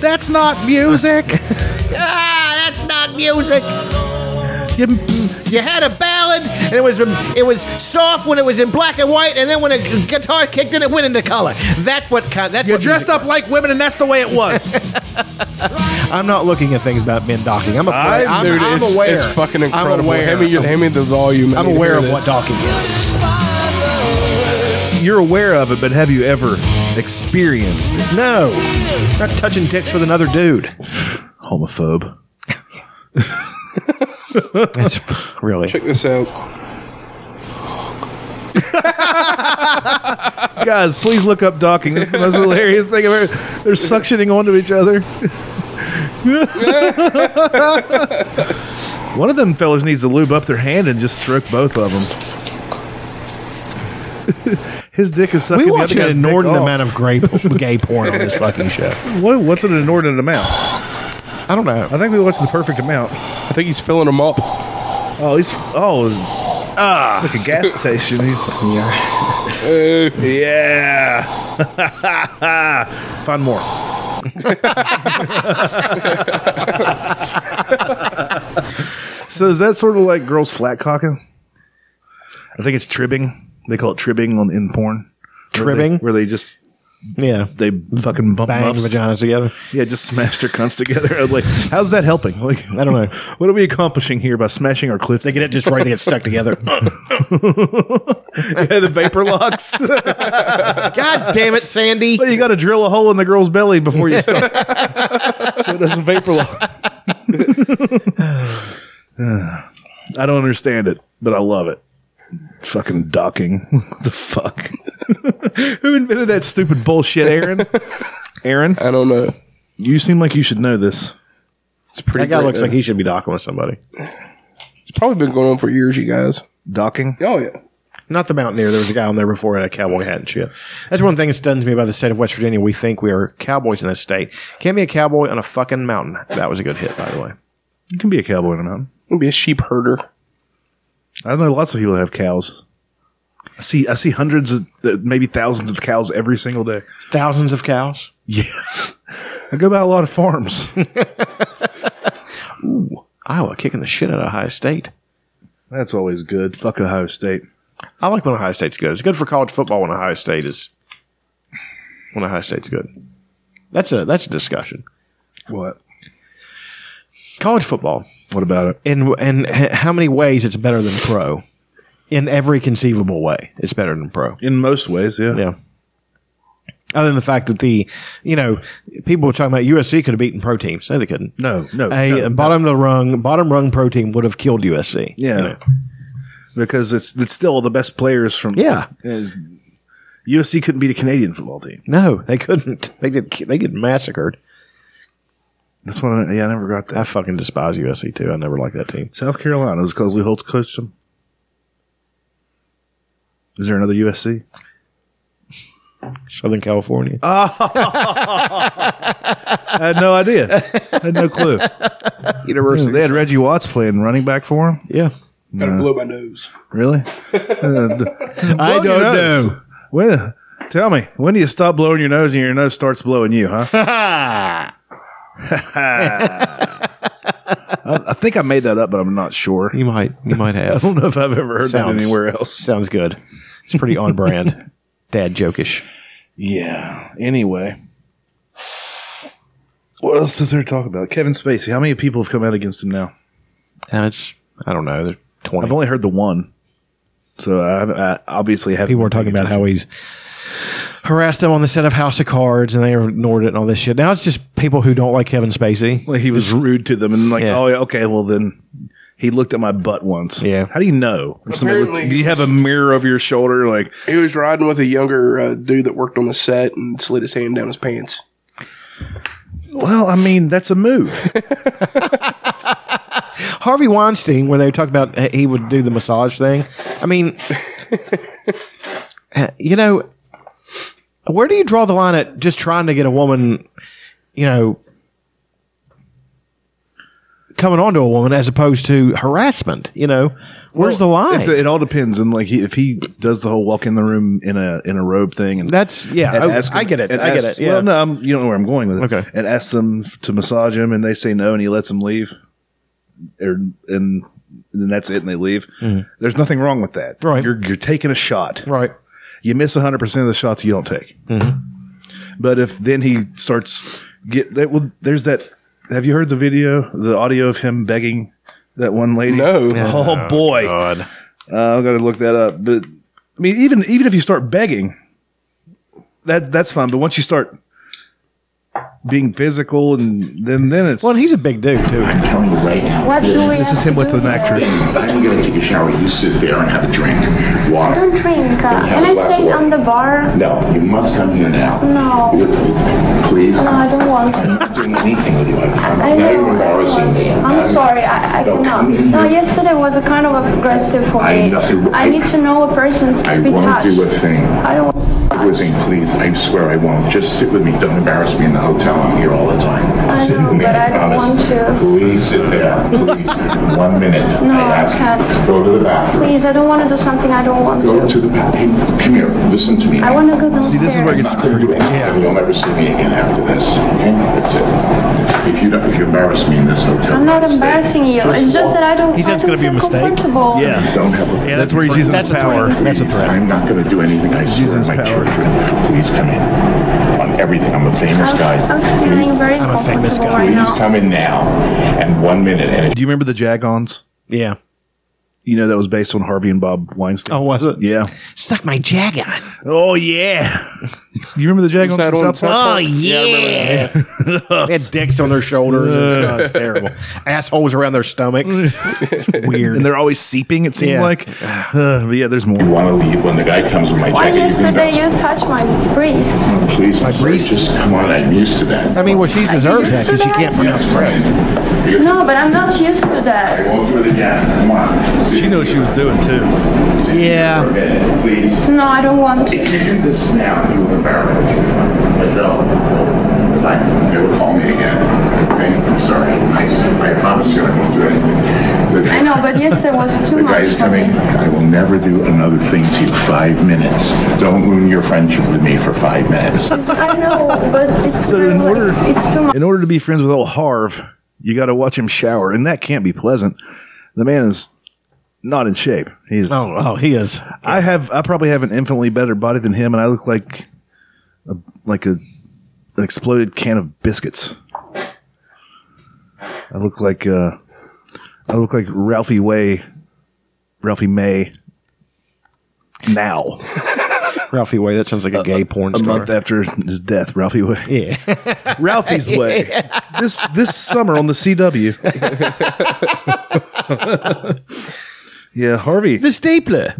[SPEAKER 4] that's not music. ah, that's not music. You, you had a ballad, and it was it was soft when it was in black and white, and then when a g- guitar kicked in, it went into color. That's what kind. That's you dressed up like women, and that's the way it was. I'm not looking at things about men docking. I'm afraid. I'm,
[SPEAKER 5] Dude,
[SPEAKER 4] I'm
[SPEAKER 5] it's,
[SPEAKER 4] aware.
[SPEAKER 5] It's fucking incredible.
[SPEAKER 4] I'm aware.
[SPEAKER 5] Hand me, your- hand me the volume. I
[SPEAKER 4] I'm
[SPEAKER 5] need to
[SPEAKER 4] aware
[SPEAKER 5] hear
[SPEAKER 4] of
[SPEAKER 5] this.
[SPEAKER 4] what docking is.
[SPEAKER 3] You're aware of it, but have you ever experienced it?
[SPEAKER 4] No, not touching dicks with another dude.
[SPEAKER 3] Homophobe.
[SPEAKER 4] That's really.
[SPEAKER 5] Check this out.
[SPEAKER 3] Guys, please look up docking. It's the most hilarious thing I've ever. They're suctioning onto each other. One of them fellas needs to lube up their hand and just stroke both of them. His dick is sucking
[SPEAKER 4] We
[SPEAKER 3] the
[SPEAKER 4] watch
[SPEAKER 3] other
[SPEAKER 4] an
[SPEAKER 3] guy's dick
[SPEAKER 4] inordinate
[SPEAKER 3] off.
[SPEAKER 4] amount of gay, gay porn on this fucking show.
[SPEAKER 3] What, what's an inordinate amount?
[SPEAKER 4] I don't know.
[SPEAKER 3] I think we watched the perfect amount.
[SPEAKER 5] I think he's filling them up.
[SPEAKER 3] Oh, he's oh, ah, like a gas station. He's
[SPEAKER 5] Uh,
[SPEAKER 3] Yeah. Find more. so is that sort of like girls flat cocking? I think it's tribbing. They call it tribbing on in porn. Where they-
[SPEAKER 4] Tribbing?
[SPEAKER 3] where they just
[SPEAKER 4] Yeah.
[SPEAKER 3] They fucking bump
[SPEAKER 4] Bang
[SPEAKER 3] muffs.
[SPEAKER 4] vaginas together.
[SPEAKER 3] Yeah, just smash their cunts together. I'm like, how's that helping? Like,
[SPEAKER 4] I don't know.
[SPEAKER 3] What are we accomplishing here by smashing our cliffs?
[SPEAKER 4] They get it just right. They get stuck together.
[SPEAKER 3] yeah, the vapor locks.
[SPEAKER 4] God damn it, Sandy.
[SPEAKER 3] you got to drill a hole in the girl's belly before you start, so it doesn't vapor lock. I don't understand it, but I love it. Fucking docking. What the fuck? Who invented that stupid bullshit, Aaron? Aaron,
[SPEAKER 5] I don't know.
[SPEAKER 3] you seem like you should know this.
[SPEAKER 5] It's pretty.
[SPEAKER 4] That guy
[SPEAKER 5] great,
[SPEAKER 4] looks
[SPEAKER 5] man.
[SPEAKER 4] like he should be docking with somebody.
[SPEAKER 5] It's probably been going on for years, you guys.
[SPEAKER 3] Docking?
[SPEAKER 5] Oh yeah.
[SPEAKER 4] Not the Mountaineer. There was a guy on there before in a cowboy hat and shit. That's one thing that stuns me about the state of West Virginia. We think we are cowboys in this state. Can't be a cowboy on a fucking mountain. That was a good hit, by the way.
[SPEAKER 3] You can be a cowboy in a mountain.
[SPEAKER 5] It'd be a sheep herder.
[SPEAKER 3] I know lots of people that have cows. I see, I see hundreds, of, uh, maybe thousands of cows every single day.
[SPEAKER 4] Thousands of cows.
[SPEAKER 3] Yeah, I go by a lot of farms.
[SPEAKER 4] Iowa kicking the shit out of Ohio State.
[SPEAKER 3] That's always good. Fuck Ohio State.
[SPEAKER 4] I like when Ohio State's good. It's good for college football when Ohio State is when Ohio State's good. That's a that's a discussion.
[SPEAKER 3] What?
[SPEAKER 4] College football
[SPEAKER 3] What about it?
[SPEAKER 4] in and how many ways it's better than pro. In every conceivable way, it's better than pro.
[SPEAKER 3] In most ways, yeah.
[SPEAKER 4] Yeah. Other than the fact that the, you know, people were talking about USC could have beaten pro teams. No, they couldn't.
[SPEAKER 3] No, no,
[SPEAKER 4] A
[SPEAKER 3] no,
[SPEAKER 4] bottom of the rung, bottom rung pro team would have killed USC.
[SPEAKER 3] Yeah,
[SPEAKER 4] You know?
[SPEAKER 3] because it's it's still the best players from.
[SPEAKER 4] Yeah.
[SPEAKER 3] Is- USC couldn't beat a Canadian football team.
[SPEAKER 4] No, they couldn't. They get they get massacred.
[SPEAKER 3] That's what. I, yeah, I never got that.
[SPEAKER 4] I fucking despise USC too. I never liked that team.
[SPEAKER 3] South Carolina was Cosley Holtz coached them. Is there another USC?
[SPEAKER 4] Southern California.
[SPEAKER 3] Uh, I had no idea. I had no clue.
[SPEAKER 4] University.
[SPEAKER 3] They had Reggie Watts playing running back for him.
[SPEAKER 4] Yeah.
[SPEAKER 5] Gotta blow my nose.
[SPEAKER 3] Really? Uh,
[SPEAKER 4] I don't know.
[SPEAKER 3] When? Tell me, when do you stop blowing your nose and your nose starts blowing you, huh? I, I think I made that up, but I'm not sure. I
[SPEAKER 4] You might you might have.
[SPEAKER 3] don't know if I've ever heard
[SPEAKER 4] Sounds-
[SPEAKER 3] that anywhere else.
[SPEAKER 4] Sounds good. It's pretty on brand. Dad jokish.
[SPEAKER 3] Yeah. Anyway. What else is there to talk about? Kevin Spacey. How many people have come out against him now?
[SPEAKER 4] Uh, it's I don't know. They're
[SPEAKER 3] I've
[SPEAKER 4] Twenty.
[SPEAKER 3] only heard the one. So I, I obviously have
[SPEAKER 4] people were talking about how he's harassed them on the set of House of Cards and they ignored it and all this shit. Now it's just people who don't like Kevin Spacey.
[SPEAKER 3] Like he was rude to them and like,
[SPEAKER 4] Yeah.
[SPEAKER 3] oh, yeah, okay, well then he looked at my butt once.
[SPEAKER 4] Yeah.
[SPEAKER 3] How do you know? If somebody looked-
[SPEAKER 5] Apparently-
[SPEAKER 3] do you have a mirror over your shoulder? Like,
[SPEAKER 5] He was riding with a younger uh, dude that worked on the set and slid his hand down his pants.
[SPEAKER 3] well, I mean, that's a move.
[SPEAKER 4] Harvey Weinstein, where they talk about uh, he would do the massage thing. I mean, uh, you know, where do you draw the line at just trying to get a woman, you know, coming onto a woman as opposed to harassment? You know, where's the line?
[SPEAKER 3] It, it all depends. And like, he, if he does the whole walk in the room in a in a robe thing, and
[SPEAKER 4] That's yeah.
[SPEAKER 3] and
[SPEAKER 4] oh,
[SPEAKER 3] ask
[SPEAKER 4] I
[SPEAKER 3] them-
[SPEAKER 4] get it.
[SPEAKER 3] and
[SPEAKER 4] I get
[SPEAKER 3] ask-
[SPEAKER 4] it. Yeah.
[SPEAKER 3] Well, no, I'm, you don't know where I'm going with it.
[SPEAKER 4] Okay.
[SPEAKER 3] And ask them to massage him, and they say no, and he lets them leave, or and then that's it, and they leave. There's nothing wrong with that.
[SPEAKER 4] Mm-hmm. Right.
[SPEAKER 3] You're you're taking a shot.
[SPEAKER 4] Right.
[SPEAKER 3] you miss 100% of the shots you don't take.
[SPEAKER 4] Mm-hmm.
[SPEAKER 3] But if then he starts get that well there's that have you heard the video the audio of him begging that one lady?
[SPEAKER 5] No.
[SPEAKER 3] Oh, boy.
[SPEAKER 4] God.
[SPEAKER 3] Uh, I got to look that up. But I mean even even if you start begging that that's fine, but once you start being physical and then then it's
[SPEAKER 4] Well, and he's a big dude too.
[SPEAKER 6] I'm telling you right now.
[SPEAKER 7] What do we
[SPEAKER 3] this is
[SPEAKER 7] have
[SPEAKER 3] him
[SPEAKER 7] to
[SPEAKER 3] with
[SPEAKER 7] do?
[SPEAKER 3] an actress.
[SPEAKER 6] I'm gonna take a shower. You sit there and have a drink.
[SPEAKER 7] I
[SPEAKER 6] Water.
[SPEAKER 7] don't drink. Uh, can I stay on the bar?
[SPEAKER 6] No, you must come here now.
[SPEAKER 7] No.
[SPEAKER 6] Please.
[SPEAKER 7] No, I don't want
[SPEAKER 6] I'm
[SPEAKER 7] to.
[SPEAKER 6] not doing anything with you. I
[SPEAKER 7] I
[SPEAKER 6] promise. Now
[SPEAKER 7] know.
[SPEAKER 6] you're embarrassing me.
[SPEAKER 7] I'm sorry. I, I
[SPEAKER 6] No, come
[SPEAKER 7] cannot.
[SPEAKER 6] in
[SPEAKER 7] No,
[SPEAKER 6] here.
[SPEAKER 7] yesterday was a kind of aggressive for
[SPEAKER 6] I
[SPEAKER 7] me.
[SPEAKER 6] know.
[SPEAKER 7] I need to know a person to
[SPEAKER 6] I
[SPEAKER 7] be
[SPEAKER 6] won't
[SPEAKER 7] touched.
[SPEAKER 6] do a thing.
[SPEAKER 7] I don't.
[SPEAKER 6] Do a thing, please. I swear I won't. Just sit with me. Don't embarrass me in the hotel. I'm here all the time.
[SPEAKER 7] I
[SPEAKER 6] sitting there,
[SPEAKER 7] know, but I don't
[SPEAKER 6] promise.
[SPEAKER 7] want to.
[SPEAKER 6] Please sit down. Please, for one minute.
[SPEAKER 7] No,
[SPEAKER 6] I ask
[SPEAKER 7] I can't.
[SPEAKER 6] you. Go to the bathroom.
[SPEAKER 7] Please, I don't want to do something I don't want
[SPEAKER 6] Go
[SPEAKER 7] to.
[SPEAKER 6] to the bathroom. Come here. Listen to me.
[SPEAKER 7] I want to go downstairs.
[SPEAKER 3] See, this is where it gets
[SPEAKER 6] Not gonna do
[SPEAKER 3] freaking.
[SPEAKER 6] anything. You'll never see me again after this. Okay? That's it. If you don't, if you embarrass me in this hotel,
[SPEAKER 7] I'm not
[SPEAKER 6] stay.
[SPEAKER 7] embarrassing you. It's just that I don't.
[SPEAKER 4] He said
[SPEAKER 7] I
[SPEAKER 4] it's
[SPEAKER 7] don't
[SPEAKER 4] gonna be a
[SPEAKER 7] feel
[SPEAKER 4] mistake.
[SPEAKER 7] comfortable.
[SPEAKER 3] Yeah.
[SPEAKER 6] Don't have a.
[SPEAKER 3] That's where he's using his
[SPEAKER 4] that's a
[SPEAKER 3] power.
[SPEAKER 4] threat. That's a threat.
[SPEAKER 6] I'm not going to do anything I see
[SPEAKER 3] Using his
[SPEAKER 6] my
[SPEAKER 3] power.
[SPEAKER 6] children. Please come in. On everything. I'm a famous
[SPEAKER 7] I'm,
[SPEAKER 6] guy.
[SPEAKER 7] I'm feeling very
[SPEAKER 4] I'm a famous
[SPEAKER 7] comfortable
[SPEAKER 4] guy.
[SPEAKER 7] right
[SPEAKER 6] Please
[SPEAKER 7] now.
[SPEAKER 6] come in now. And one minute. And
[SPEAKER 3] Do you remember the Jagons?
[SPEAKER 4] Yeah.
[SPEAKER 3] You know that was based on Harvey and Bob Weinstein.
[SPEAKER 4] Oh, was it?
[SPEAKER 3] yeah.
[SPEAKER 4] Suck my jag on.
[SPEAKER 3] Oh yeah. you remember the Jagons
[SPEAKER 5] that
[SPEAKER 3] from
[SPEAKER 5] on
[SPEAKER 3] South
[SPEAKER 5] South
[SPEAKER 3] Park?
[SPEAKER 4] Oh
[SPEAKER 5] Park? Yeah, I remember
[SPEAKER 4] yeah, they had dicks on their shoulders. and- oh, it's terrible. Assholes around their stomachs. It's weird.
[SPEAKER 3] And they're always seeping. It seems
[SPEAKER 4] Yeah.
[SPEAKER 3] like. Uh, but yeah, there's
[SPEAKER 6] you
[SPEAKER 3] more.
[SPEAKER 6] want to leave when the guy comes with my
[SPEAKER 7] Why
[SPEAKER 6] jacket. You can
[SPEAKER 7] yesterday
[SPEAKER 6] go.
[SPEAKER 7] you touched my breast?
[SPEAKER 6] Please,
[SPEAKER 4] My
[SPEAKER 6] I'm sorry.
[SPEAKER 4] priest?
[SPEAKER 6] Just come on. I'm used to that.
[SPEAKER 4] I mean, well, she deserves that because she can't pronounce breast.
[SPEAKER 6] breast.
[SPEAKER 7] No, but I'm not used to
[SPEAKER 6] I
[SPEAKER 7] that.
[SPEAKER 6] won't do it again. Come on.
[SPEAKER 3] She knows she was doing too.
[SPEAKER 4] Yeah.
[SPEAKER 6] Okay, please.
[SPEAKER 7] No, I don't want to.
[SPEAKER 6] If you do this now, you will embarrass me. I know. Like, they will call me again. Okay? I'm sorry. I, I promise you I won't do anything. The,
[SPEAKER 7] I know, but yesterday was too
[SPEAKER 6] The
[SPEAKER 7] much
[SPEAKER 6] guy's
[SPEAKER 7] for
[SPEAKER 6] coming.
[SPEAKER 7] me.
[SPEAKER 6] I will never do another thing to you. Five minutes. Don't ruin your friendship with me for five minutes.
[SPEAKER 7] I know, but it's
[SPEAKER 3] So
[SPEAKER 7] very
[SPEAKER 3] in
[SPEAKER 7] much-
[SPEAKER 3] order,
[SPEAKER 7] it's too much.
[SPEAKER 3] in order to be friends with old Harv, you got to watch him shower, and that can't be pleasant. The man is not in shape. He's.
[SPEAKER 4] Oh, oh, he is.
[SPEAKER 3] I have. I probably have an infinitely better body than him, and I look like, a, like a, an exploded can of biscuits. I look like. Uh, I look like Ralphie Way, Ralphie May. Now,
[SPEAKER 4] Ralphie Way. That sounds like a gay porn
[SPEAKER 3] a
[SPEAKER 4] star.
[SPEAKER 3] month after his death, Ralphie Way.
[SPEAKER 4] Yeah.
[SPEAKER 3] Ralphie's way. This this summer on the CW. yeah, Harvey.
[SPEAKER 4] the stapler.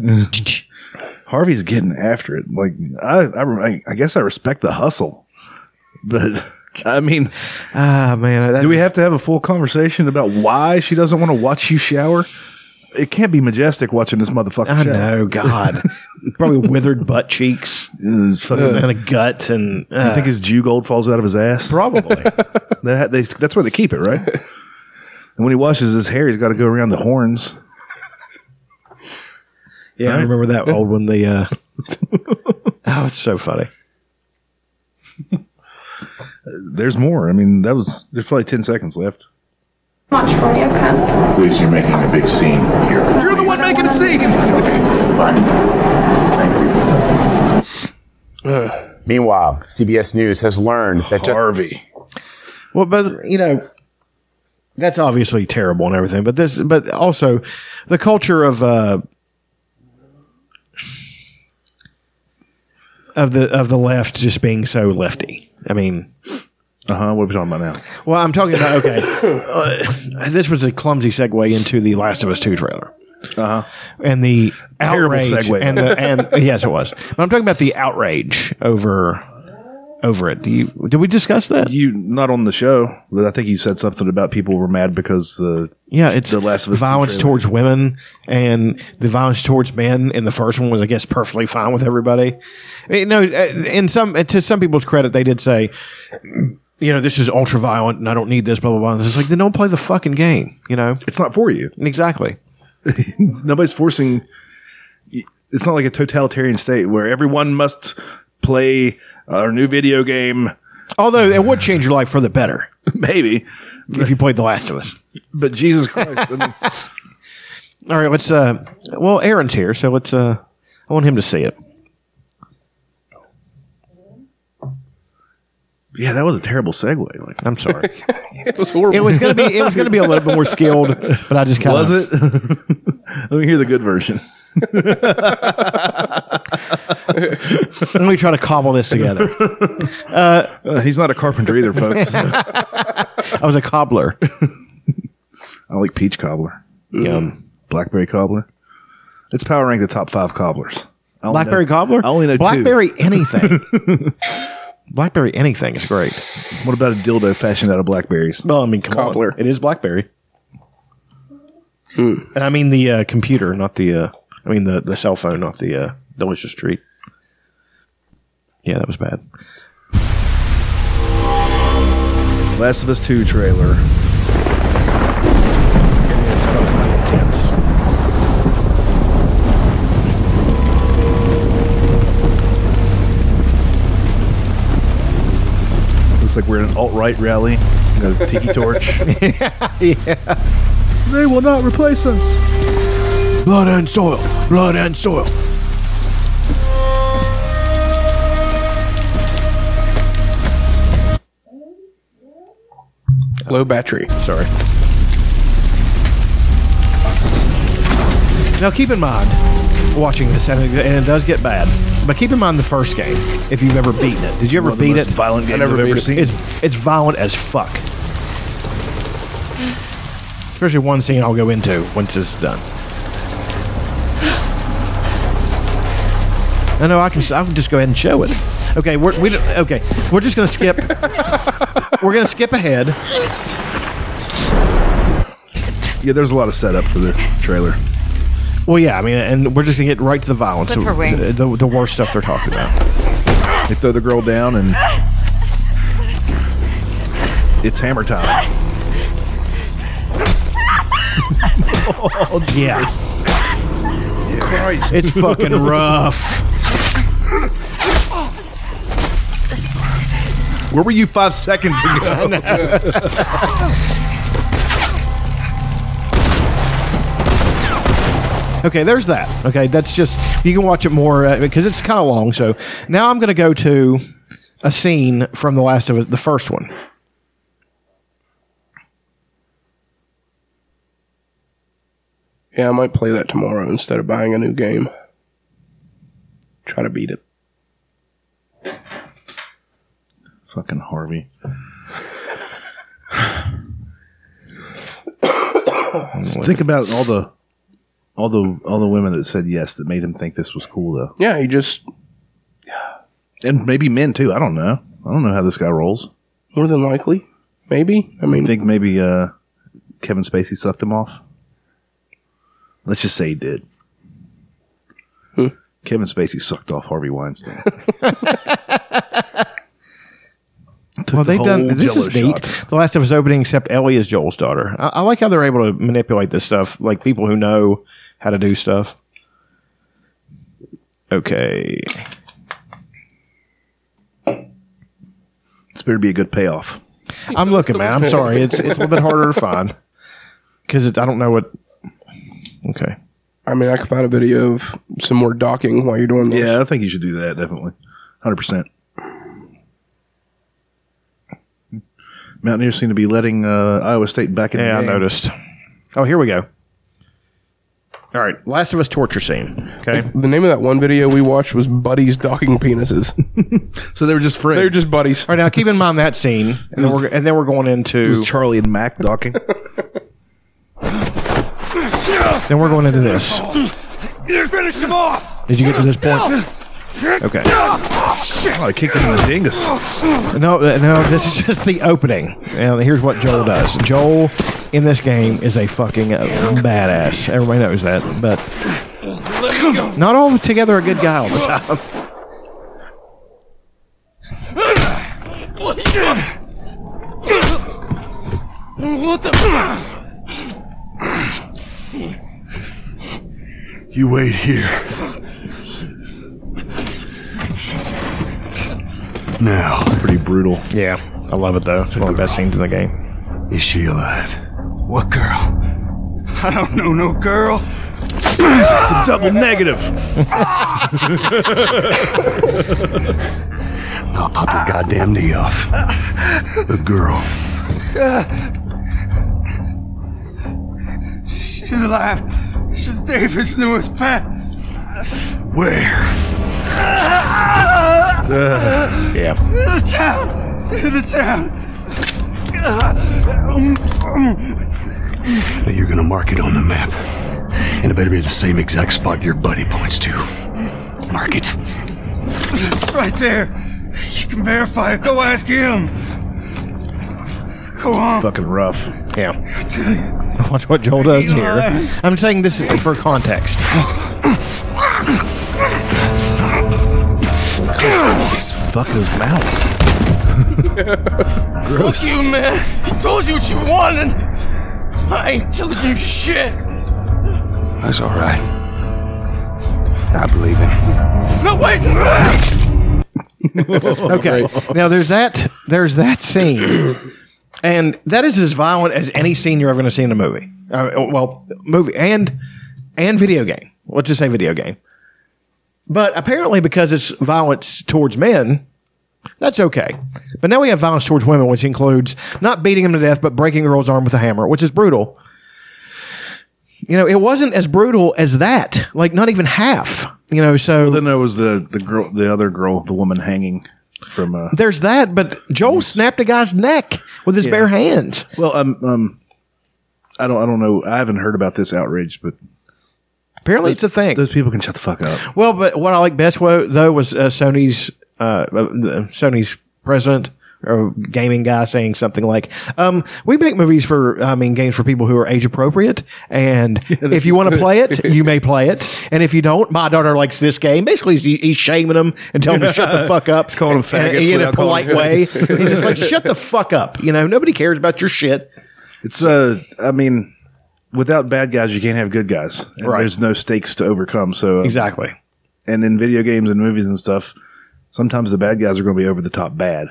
[SPEAKER 3] Harvey's getting after it. Like I, I, I guess I respect the hustle, but I mean,
[SPEAKER 4] Ah man.
[SPEAKER 3] do we have to have a full conversation about why she doesn't want to watch you shower? It can't be majestic watching this motherfucker
[SPEAKER 4] I
[SPEAKER 3] shower.
[SPEAKER 4] know. God. Probably withered butt cheeks
[SPEAKER 3] It's fucking-
[SPEAKER 4] and a gut and.
[SPEAKER 3] Do
[SPEAKER 4] Uh,
[SPEAKER 3] you think his Jew gold falls out of his ass?
[SPEAKER 4] Probably.
[SPEAKER 3] They, ha- they, that's where they keep it, right? and when he washes his hair, he's got to go around the horns.
[SPEAKER 4] Yeah, I remember that old one. The uh, oh, it's so funny.
[SPEAKER 3] There's more. I mean, that was there's probably ten seconds left.
[SPEAKER 7] much for me. I can't.
[SPEAKER 6] Please, you're making a big scene here.
[SPEAKER 3] You're the one making a scene.
[SPEAKER 6] Okay, fine. Thank you.
[SPEAKER 8] Meanwhile, CBS News has learned that just
[SPEAKER 3] Harvey.
[SPEAKER 4] Well, but you know, that's obviously terrible and everything. But this, but also, the culture of uh, of the of the left just being so lefty. I mean,
[SPEAKER 3] Uh huh. What are we talking about now?
[SPEAKER 4] well, I'm talking about okay. uh, this was a clumsy segue into the Last of Us Two trailer. And the
[SPEAKER 3] Uh-huh. Terrible
[SPEAKER 4] outrage,
[SPEAKER 3] segue.
[SPEAKER 4] and the and yes, it was. But I'm talking about the outrage over over it. Do you, did we discuss that?
[SPEAKER 3] You not on the show, but I think you said something about people were mad because the
[SPEAKER 4] Yeah, it's
[SPEAKER 3] the Last of Us two
[SPEAKER 4] violence
[SPEAKER 3] trailer.
[SPEAKER 4] towards women and the violence towards men in the first one was, I guess, perfectly fine with everybody. I mean, No, uh, in some uh, to some people's credit, they did say, you know, this is ultra violent and I don't need this, blah blah blah. And it's like then don't play the fucking game, you know?
[SPEAKER 3] It's not for you.
[SPEAKER 4] Exactly.
[SPEAKER 3] Nobody's forcing. It's not like a totalitarian state where everyone must play our new video game.
[SPEAKER 4] Although it would change your life for the better
[SPEAKER 3] Maybe,
[SPEAKER 4] if you played The Last of Us.
[SPEAKER 3] but Jesus Christ! I mean,
[SPEAKER 4] All right, let's. uh Well, Aaron's here, so let's. uh I want him to see it.
[SPEAKER 3] yeah, that was a terrible segue. Like,
[SPEAKER 4] I'm sorry.
[SPEAKER 5] It was horrible.
[SPEAKER 4] it was gonna be. It was gonna be a little bit more skilled, but I just kind
[SPEAKER 3] was
[SPEAKER 4] of
[SPEAKER 3] it? Let me hear the good version.
[SPEAKER 4] Let me try to cobble this together.
[SPEAKER 3] Uh, he's not a carpenter either, folks. I
[SPEAKER 4] I was a cobbler.
[SPEAKER 3] like peach cobbler, Um,
[SPEAKER 4] Yum.
[SPEAKER 3] blackberry cobbler. Let's power rank the top five cobblers. I only
[SPEAKER 4] Blackberry
[SPEAKER 3] know-
[SPEAKER 4] cobbler?
[SPEAKER 3] I only know two.
[SPEAKER 4] Blackberry anything. Blackberry anything is great.
[SPEAKER 3] What about a dildo fashioned out of blackberries?
[SPEAKER 4] Well, I mean, come on.
[SPEAKER 5] Cobbler.
[SPEAKER 4] It is Blackberry. And I mean the uh, computer, not the. Uh, I mean the the cell phone, not the uh, delicious treat. Yeah, that was bad.
[SPEAKER 3] Last of Us 2 trailer.
[SPEAKER 4] It is fucking intense.
[SPEAKER 3] Looks like we're in an alt right rally. Got a tiki torch. They will not replace us.
[SPEAKER 4] Blood and soil. Blood and soil.
[SPEAKER 5] Low battery.
[SPEAKER 4] Sorry. Now keep in mind, watching this, and it and it does get bad, but keep in mind the first game, if you've ever beaten it. Did you ever
[SPEAKER 3] One of the
[SPEAKER 4] beat it?
[SPEAKER 3] most violent game
[SPEAKER 5] never
[SPEAKER 3] I've ever
[SPEAKER 5] beat it.
[SPEAKER 3] seen.
[SPEAKER 4] It's, it's violent as fuck. Especially one scene I'll go into once this is done. I know I can. s- I can just go ahead and show it. Okay, we're we don't- okay. We're just gonna skip. we're gonna skip ahead.
[SPEAKER 3] Yeah, there's a lot of setup for the trailer.
[SPEAKER 4] Well, yeah, I mean, and we're just gonna get right to the violence,
[SPEAKER 9] Clip her wings.
[SPEAKER 4] the, the worst stuff they're talking about.
[SPEAKER 3] They throw the girl down and it's hammer time.
[SPEAKER 4] Yeah,
[SPEAKER 3] Christ.
[SPEAKER 4] it's fucking rough.
[SPEAKER 3] Where were you five seconds ago?
[SPEAKER 4] Okay, there's that. Okay, that's just you can watch it more uh, because it's kind of long. So now I'm gonna go to a scene from The Last of Us, the first one.
[SPEAKER 5] Yeah, I might play that tomorrow instead of buying a new game. Try to beat it.
[SPEAKER 3] Fucking Harvey. Just think about all the all the all the women that said yes that made him think this was cool though.
[SPEAKER 5] Yeah, you just
[SPEAKER 3] And maybe men too. I don't know. I don't know how this guy rolls.
[SPEAKER 5] more than likely, maybe. I mean,
[SPEAKER 3] You think maybe uh, Kevin Spacey sucked him off? Let's just say he did.
[SPEAKER 4] Hmm.
[SPEAKER 3] Kevin Spacey sucked off Harvey Weinstein. Took the
[SPEAKER 4] Well, they've done
[SPEAKER 3] whole
[SPEAKER 4] this
[SPEAKER 3] Jell-O
[SPEAKER 4] is neat.
[SPEAKER 3] shot.
[SPEAKER 4] The Last of Us opening, except Ellie is Joel's daughter. I, I like how they're able to manipulate this stuff, like people who know how to do stuff. Okay,
[SPEAKER 3] It's better be a good payoff.
[SPEAKER 4] I'm looking, man. I'm sorry. It's it's a little bit harder to find because I don't know what. Okay,
[SPEAKER 5] I mean, I could find a video of some more docking while you're doing this.
[SPEAKER 3] Yeah, I think you should do that definitely, hundred percent. Mountaineers seem to be letting uh, Iowa State back in. the
[SPEAKER 4] yeah, I
[SPEAKER 3] game.
[SPEAKER 4] noticed. Oh, here we go. All right, Last of Us torture scene. Okay,
[SPEAKER 5] The name of that one video we watched was Buddies Docking Penises.
[SPEAKER 3] So they were just friends.
[SPEAKER 5] they were just buddies.
[SPEAKER 4] all right. Now keep in mind that scene, and then we're and then we're going into
[SPEAKER 3] Charlie and Mac docking. Oh,
[SPEAKER 4] then we're going into this.
[SPEAKER 1] Finish him off!
[SPEAKER 4] Did you get to this point? Okay.
[SPEAKER 3] oh, I kicked him in the dingus.
[SPEAKER 4] No, uh, no, this is just the opening. And here's what Joel does. Joel in this game is a fucking uh, badass. Everybody knows that, but not all together a good guy all the time.
[SPEAKER 1] You wait here. Now,
[SPEAKER 3] Pretty brutal.
[SPEAKER 4] Yeah, I love it though. It's one of the best scenes in the game.
[SPEAKER 1] is she alive? What girl? I don't know no girl.
[SPEAKER 3] Double negative.
[SPEAKER 1] I'll pop your goddamn knee off. The girl. She's alive. She's David's newest pet. Where?
[SPEAKER 4] Yeah.
[SPEAKER 1] In the town. In the town. Now you're gonna mark it on the map. And it better be the same exact spot your buddy points to. Mark it. It's right there. You can verify it. Go ask him. Go on.
[SPEAKER 3] Fucking rough.
[SPEAKER 4] Yeah. Watch what Joel does here. I'm saying this for context.
[SPEAKER 3] He's fucking his mouth. Gross.
[SPEAKER 9] You man, I told you what you wanted. I ain't telling you shit.
[SPEAKER 1] That's all right. I believe him.
[SPEAKER 9] No wait. no.
[SPEAKER 4] Okay. Now there's that there's that scene, and that is as violent as any scene you're ever going to see in a movie. Uh, well, movie and and video game. Let's just say video game. But apparently, because it's violence towards men, that's okay. But now we have violence towards women, which includes not beating them to death, but breaking a girl's arm with a hammer, which is brutal. You know, it wasn't as brutal as that. Like, not even half. You know, so
[SPEAKER 3] Then there was the the girl, the other girl, the woman hanging from. Uh,
[SPEAKER 4] There's that, but Joel snapped a guy's neck with his bare hands.
[SPEAKER 3] well, um, um, I don't, I don't know. I haven't heard about this outrage, but
[SPEAKER 4] Apparently, it's a thing.
[SPEAKER 3] those people can shut the fuck up.
[SPEAKER 4] well, but what I like best wo- though was uh, Sony's uh, uh, the- Sony's president or gaming guy saying something like, um, "We make movies for, I mean, games for people who are age appropriate, and if you want to play it, you may play it, and if you don't, my daughter likes this game." Basically, he's, he's shaming them and telling them to shut the fuck up. He's
[SPEAKER 3] calling 'em faggots
[SPEAKER 4] in a
[SPEAKER 3] without calling
[SPEAKER 4] polite
[SPEAKER 3] 'em
[SPEAKER 4] way. He's
[SPEAKER 3] faggots.
[SPEAKER 4] just like, "Shut the fuck up," you know. Nobody cares about your shit.
[SPEAKER 3] It's uh, I mean, without bad guys, you can't have good guys. And
[SPEAKER 4] Right.
[SPEAKER 3] There's no stakes to overcome. So uh,
[SPEAKER 4] Exactly.
[SPEAKER 3] and in video games and movies and stuff, sometimes the bad guys are going to be over the top bad.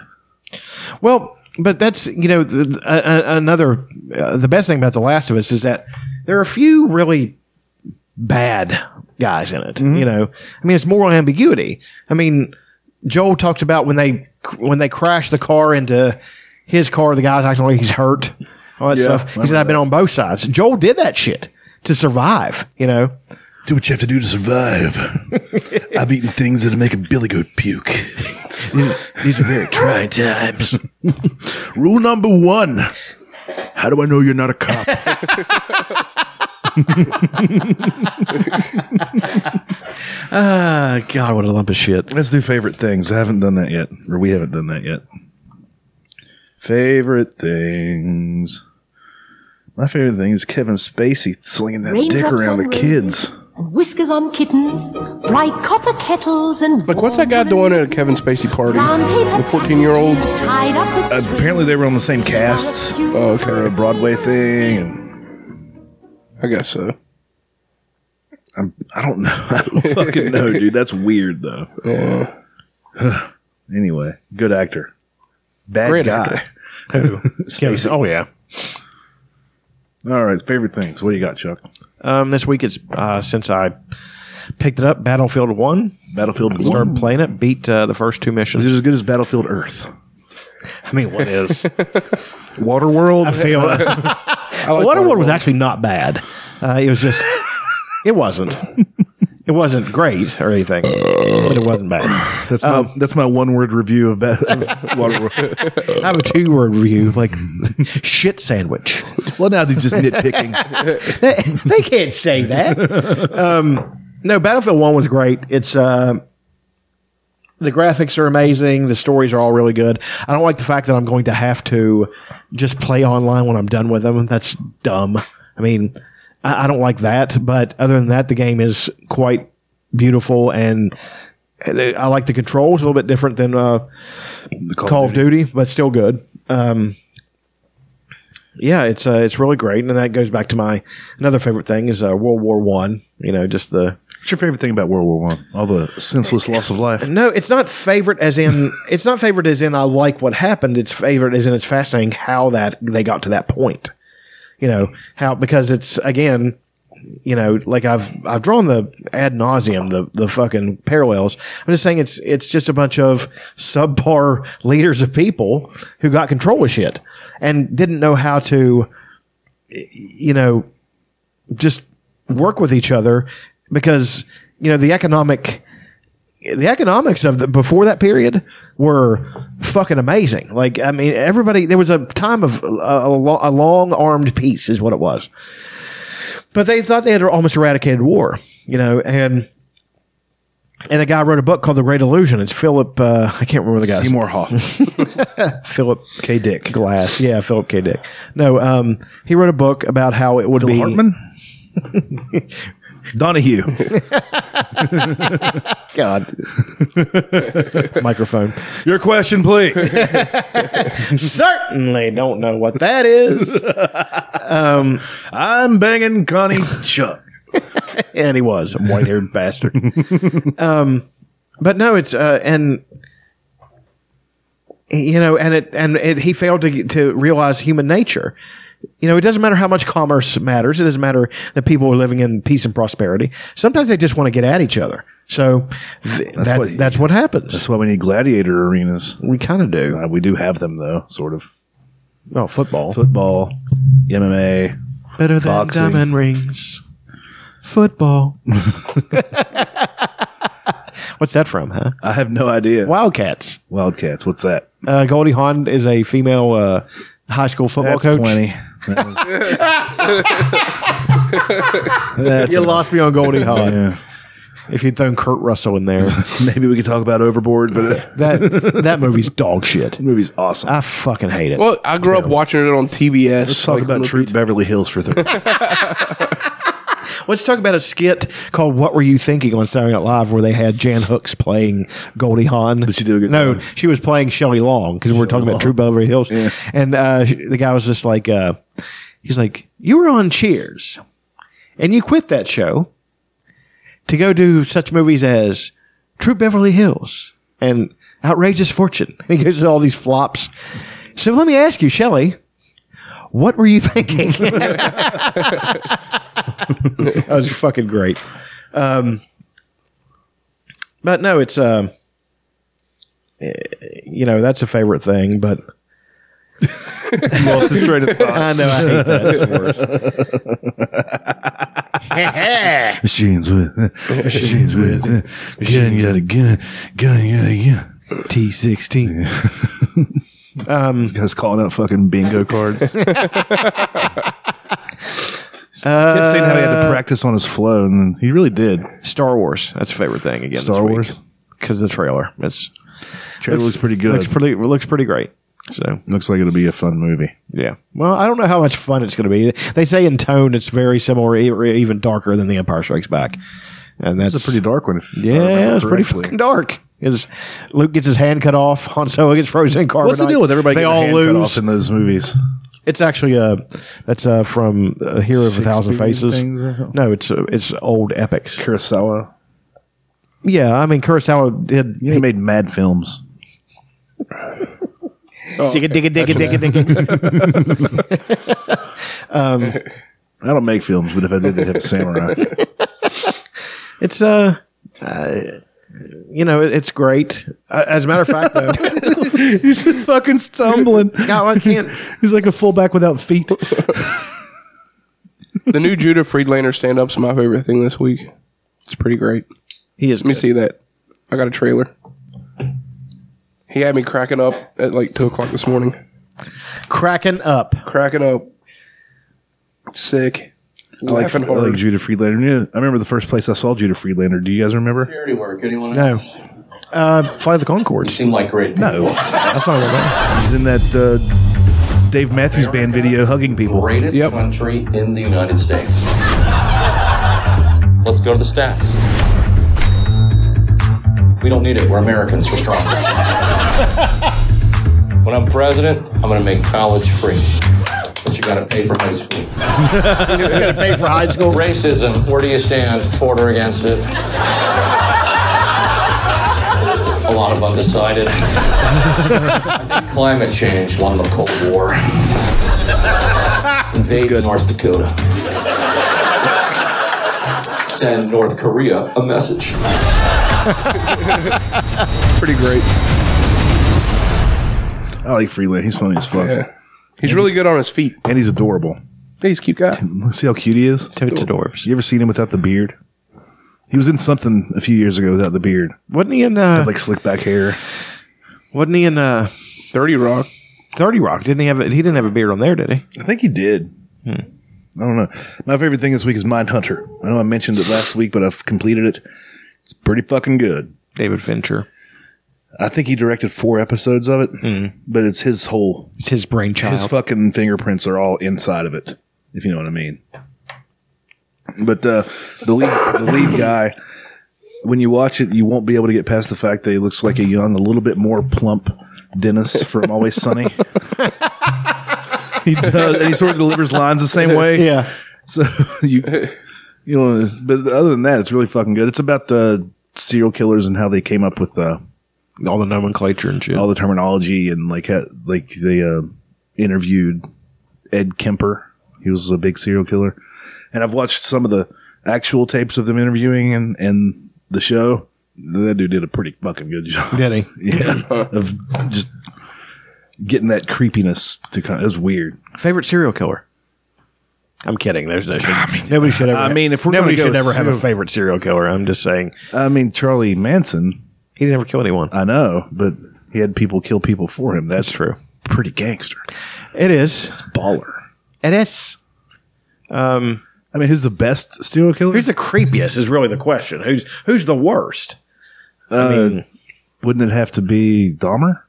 [SPEAKER 4] Well, but that's you know th th- a- a- another uh, the best thing about The Last of Us is that there are a few really bad guys in it. You know, I mean, it's moral ambiguity. I mean, Joel talks about when they when they crash the car into his car, the guy's acting like he's hurt, all that
[SPEAKER 3] Yeah,
[SPEAKER 4] stuff. He
[SPEAKER 3] remember
[SPEAKER 4] said, "I've been
[SPEAKER 3] that.
[SPEAKER 4] on both sides." Joel did that shit to survive. You know,
[SPEAKER 3] Do what you have to do to survive. I've eaten things that make a billy goat puke. These are very trying times. Rule number one How do I know you're not a cop? Ah,
[SPEAKER 4] uh, God, what a lump of shit.
[SPEAKER 3] Let's do favorite things. I haven't done that yet, or we haven't done that yet. Favorite things. My favorite thing is Kevin Spacey slinging that dick
[SPEAKER 10] Raindrops
[SPEAKER 3] around
[SPEAKER 10] on
[SPEAKER 3] the
[SPEAKER 10] roses.
[SPEAKER 3] kids.
[SPEAKER 10] and whiskers on kittens, bright copper kettles, and
[SPEAKER 5] Like, what's that guy doing at a Kevin Spacey party?
[SPEAKER 10] brown paper
[SPEAKER 5] The 14-year-old?
[SPEAKER 10] packages tied up with strings.
[SPEAKER 3] Apparently, they were on the same cast
[SPEAKER 5] Oh,
[SPEAKER 3] for a
[SPEAKER 5] okay.
[SPEAKER 3] Broadway thing, and
[SPEAKER 5] I guess so.
[SPEAKER 3] I'm, I don't know. I don't fucking know, dude. That's weird, though. anyway, good actor. Bad
[SPEAKER 5] Great
[SPEAKER 3] guy.
[SPEAKER 5] actor.
[SPEAKER 3] Spacey.
[SPEAKER 4] Oh yeah.
[SPEAKER 3] All right, favorite things. What do you got, Chuck?
[SPEAKER 4] Um, this week it's uh, since I picked it up, Battlefield One.
[SPEAKER 3] Battlefield
[SPEAKER 4] started
[SPEAKER 3] One.
[SPEAKER 4] playing it, beat uh, the first two missions.
[SPEAKER 3] Is it as good as Battlefield Earth?
[SPEAKER 4] I mean, what is?
[SPEAKER 3] Waterworld?
[SPEAKER 4] I feel
[SPEAKER 5] I like
[SPEAKER 4] Waterworld
[SPEAKER 5] Waterworld.
[SPEAKER 4] was actually not bad. Uh, it was just, it wasn't. It wasn't great or anything, but it wasn't bad.
[SPEAKER 3] That's my, that's my one word review of, ba- of Waterworld.
[SPEAKER 4] I have a two word review, like shit sandwich.
[SPEAKER 3] well, now they're just nitpicking.
[SPEAKER 4] They, they can't say that. Um, no, Battlefield One was great. It's uh, the graphics are amazing. The stories are all really good. I don't like the fact that I'm going to have to just play online when I'm done with them. That's dumb. I mean, I, I don't like that. But other than that, the game is quite beautiful and. uh, I like the controls a little bit different than uh, Call, of Duty. but still good. Um, yeah, it's uh, it's really great, and that goes back to my another favorite thing is uh, World War One. You know, just the
[SPEAKER 3] What's your favorite thing about World War One? All the senseless loss of life.
[SPEAKER 4] no, it's not favorite as in it's not favorite as in I like what happened. It's favorite as in it's fascinating how that they got to that point. You know how because it's again, you know, like I've I've drawn the ad nauseum the the fucking parallels. I'm just saying it's it's just a bunch of subpar leaders of people who got control of shit and didn't know how to, you know, just work with each other because you know the economic the economics of the before that period were fucking amazing. Like, I mean, everybody, there was a time of a, a, lo- a long armed peace, is what it was. But they thought they had almost eradicated war, you know, and. And a guy wrote a book called The Great Illusion. It's Philip, uh, I can't remember the guy's
[SPEAKER 3] Seymour Hoffman.
[SPEAKER 4] Philip
[SPEAKER 3] K. Dick.
[SPEAKER 4] Glass. Yeah, Philip K. Dick. No, um, he wrote a book about how it would
[SPEAKER 3] Phil
[SPEAKER 4] be.
[SPEAKER 3] Hartman? Donahue.
[SPEAKER 4] God. Microphone.
[SPEAKER 3] Your question, please.
[SPEAKER 4] Certainly don't know what that is. um,
[SPEAKER 3] I'm banging Connie Chuck.
[SPEAKER 4] and he was a white haired bastard. um, but no, it's uh, and you know, and it and it, he failed to to realize human nature. You know, it doesn't matter how much commerce matters. It doesn't matter that people are living in peace and prosperity. Sometimes they just want to get at each other. So th- that's, that,
[SPEAKER 3] what-
[SPEAKER 4] that's what happens.
[SPEAKER 3] That's why we need gladiator arenas.
[SPEAKER 4] we kind of do.
[SPEAKER 3] Uh, we do have them though, sort of.
[SPEAKER 4] Oh, football.
[SPEAKER 3] Football, MMA.
[SPEAKER 4] Better than
[SPEAKER 3] boxing.
[SPEAKER 4] diamond rings. Football. What's that from, huh?
[SPEAKER 3] I have no idea.
[SPEAKER 4] Wildcats.
[SPEAKER 3] Wildcats. What's that?
[SPEAKER 4] Uh, Goldie Hawn is a female uh, high school football
[SPEAKER 3] That's
[SPEAKER 4] coach.
[SPEAKER 3] plenty. That was- That's
[SPEAKER 4] You lost me on Goldie Hawn.
[SPEAKER 3] yeah.
[SPEAKER 4] If you'd thrown Kurt Russell in there,
[SPEAKER 3] Maybe we could talk about Overboard, but that
[SPEAKER 4] that that movie's dog shit.
[SPEAKER 3] movie's awesome.
[SPEAKER 4] I fucking hate it.
[SPEAKER 5] Well, I grew up watching it on TBS.
[SPEAKER 3] Let's talk
[SPEAKER 5] like,
[SPEAKER 3] about
[SPEAKER 5] little-
[SPEAKER 3] Troop Beverly Hills for the
[SPEAKER 4] Let's talk about a skit called "What Were You Thinking" on Saturday Night Live, where they had Jan Hooks playing Goldie Hawn. Did
[SPEAKER 3] she do a good
[SPEAKER 4] No,
[SPEAKER 3] job?
[SPEAKER 4] she was playing Shelley Long because we were talking about True Beverly Hills, and uh, sh- the guy was just like, uh, he's like, "You were on Cheers, and you quit that show to go do such movies as True Beverly Hills and Outrageous Fortune." And he goes to all these flops. So let me ask you, Shelley. What were you thinking? that was fucking great. Um, but no, it's um, eh, you know that's a favorite thing. But
[SPEAKER 3] lost his train of thought.
[SPEAKER 4] I know I hate that. It's the worst.
[SPEAKER 3] Machines with machines with gun yada gun gun yada gun.
[SPEAKER 4] T sixteen.
[SPEAKER 3] This guy's calling out fucking bingo cards. Kept saying how he had to practice on his flow, and he really did.
[SPEAKER 4] Star Wars. That's a favorite thing again.
[SPEAKER 3] Star Wars?
[SPEAKER 4] because the trailer. It's
[SPEAKER 3] Trailer looks pretty good.
[SPEAKER 4] looks pretty looks pretty great. So
[SPEAKER 3] Looks like it'll be a fun movie.
[SPEAKER 4] yeah. Well, I don't know how much fun it's going to be. They say in tone it's very similar, e- or even darker than The Empire Strikes Back, and that's
[SPEAKER 3] It's a pretty dark one. If I
[SPEAKER 4] Yeah,
[SPEAKER 3] remember
[SPEAKER 4] it's pretty
[SPEAKER 3] correctly.
[SPEAKER 4] fucking dark. Is Luke gets his hand cut off? Han Solo gets frozen in carbonite.
[SPEAKER 3] What's the deal with everybody
[SPEAKER 4] They
[SPEAKER 3] getting
[SPEAKER 4] all
[SPEAKER 3] their hand
[SPEAKER 4] lose.
[SPEAKER 3] cut off in those movies?
[SPEAKER 4] It's actually uh that's uh from uh, Hero of a Thousand
[SPEAKER 3] Shakespearean
[SPEAKER 4] Faces.
[SPEAKER 3] things or something?
[SPEAKER 4] No, it's uh, it's old epics.
[SPEAKER 3] Kurosawa.
[SPEAKER 4] Yeah, I mean Kurosawa did.
[SPEAKER 3] Yeah, he made mad films.
[SPEAKER 4] Digga, digga, digga, digga, digga.
[SPEAKER 3] I don't make films, but if I did, they'd have samurai.
[SPEAKER 4] It's uh, uh, you know, it, it's great. Uh, as a matter of fact, though,
[SPEAKER 3] He's fucking stumbling.
[SPEAKER 4] no, I can't.
[SPEAKER 3] He's like a fullback without feet.
[SPEAKER 5] The new Judah Friedlander stand up's my favorite thing this week. It's pretty great.
[SPEAKER 4] He is.
[SPEAKER 5] Let me see that. I got a trailer. He had me cracking up at like two o'clock this morning.
[SPEAKER 4] cracking up.
[SPEAKER 5] Cracking up. Sick.
[SPEAKER 3] I like, I
[SPEAKER 5] Laughing hard.
[SPEAKER 3] like Judah Friedlander. Yeah, I remember the first place I saw Judah Friedlander. Do you guys remember?
[SPEAKER 11] Charity work. Anyone?
[SPEAKER 4] No, uh, fly the Concords.
[SPEAKER 11] Seem like great.
[SPEAKER 3] No.
[SPEAKER 4] That's not what I
[SPEAKER 3] He's in that uh, Dave Matthews Band video hugging people.
[SPEAKER 11] Greatest
[SPEAKER 5] Yep.
[SPEAKER 11] country in the United States. Let's go to the stats. We don't need it. We're Americans. We're strong. when I'm president, I'm going to make college free. But you got to pay for high school.
[SPEAKER 4] meant. Pay for high school.
[SPEAKER 11] Racism. Where do you stand? For or against it? A lot of undecided. I think climate change won the Cold War. Invade North Dakota. Send North Korea a message.
[SPEAKER 5] Pretty great.
[SPEAKER 3] I like Friedlander. He's funny as fuck.
[SPEAKER 5] Yeah. He's really good on his feet.
[SPEAKER 3] And he's adorable.
[SPEAKER 5] Yeah, He's a cute guy.
[SPEAKER 3] See how cute he is?
[SPEAKER 4] So it's adorbs.
[SPEAKER 3] You ever seen him without the beard? He was in something a few years ago without the beard.
[SPEAKER 4] Wasn't he in? Uh,
[SPEAKER 3] Like slick back hair.
[SPEAKER 4] wasn't he in? Uh,
[SPEAKER 5] Dirty Rock.
[SPEAKER 4] Thirty Rock didn't he have? A, he didn't have a beard on there, did he?
[SPEAKER 3] I think he did.
[SPEAKER 4] Hmm.
[SPEAKER 3] I don't know. My favorite thing this week is Mindhunter. I know I mentioned it last week, but I've completed it. It's pretty fucking good.
[SPEAKER 4] David Fincher.
[SPEAKER 3] I think he directed four episodes of it, but it's his whole
[SPEAKER 4] It's his brainchild.
[SPEAKER 3] his fucking fingerprints are all inside of it. If you know what I mean. But uh, the lead the lead guy, when you watch it, you won't be able to get past the fact that he looks like a young, a little bit more plump Dennis from Always Sunny. he does, and he sort of delivers lines the same way.
[SPEAKER 4] Yeah.
[SPEAKER 3] So you you know, but other than that, it's really fucking good. It's about the serial killers and how they came up with uh,
[SPEAKER 4] all the nomenclature and shit,
[SPEAKER 3] all the terminology, and like ha- like they uh, interviewed Ed Kemper. He was a big serial killer, and I've watched some of the actual tapes of them interviewing and and the show. That dude did a pretty fucking good job.
[SPEAKER 4] Did he?
[SPEAKER 3] Yeah, of just getting that creepiness to kind. Of, it was weird.
[SPEAKER 4] Favorite serial killer? I'm kidding. There's no. Should, nobody should ever.
[SPEAKER 3] I mean, if we're
[SPEAKER 4] nobody
[SPEAKER 3] gonna go
[SPEAKER 4] should ever have a
[SPEAKER 3] serial-
[SPEAKER 4] favorite serial killer. I'm just saying
[SPEAKER 3] I mean, Charlie Manson.
[SPEAKER 4] he never killed anyone.
[SPEAKER 3] I know, but he had people kill people for him. That's
[SPEAKER 4] That's true.
[SPEAKER 3] pretty gangster.
[SPEAKER 4] It is.
[SPEAKER 3] Baller.
[SPEAKER 4] It is. Um,
[SPEAKER 3] I mean, who's the best serial killer?
[SPEAKER 4] who's the creepiest is really the question. Who's who's the worst? I mean,
[SPEAKER 3] Wouldn't it have to be Dahmer?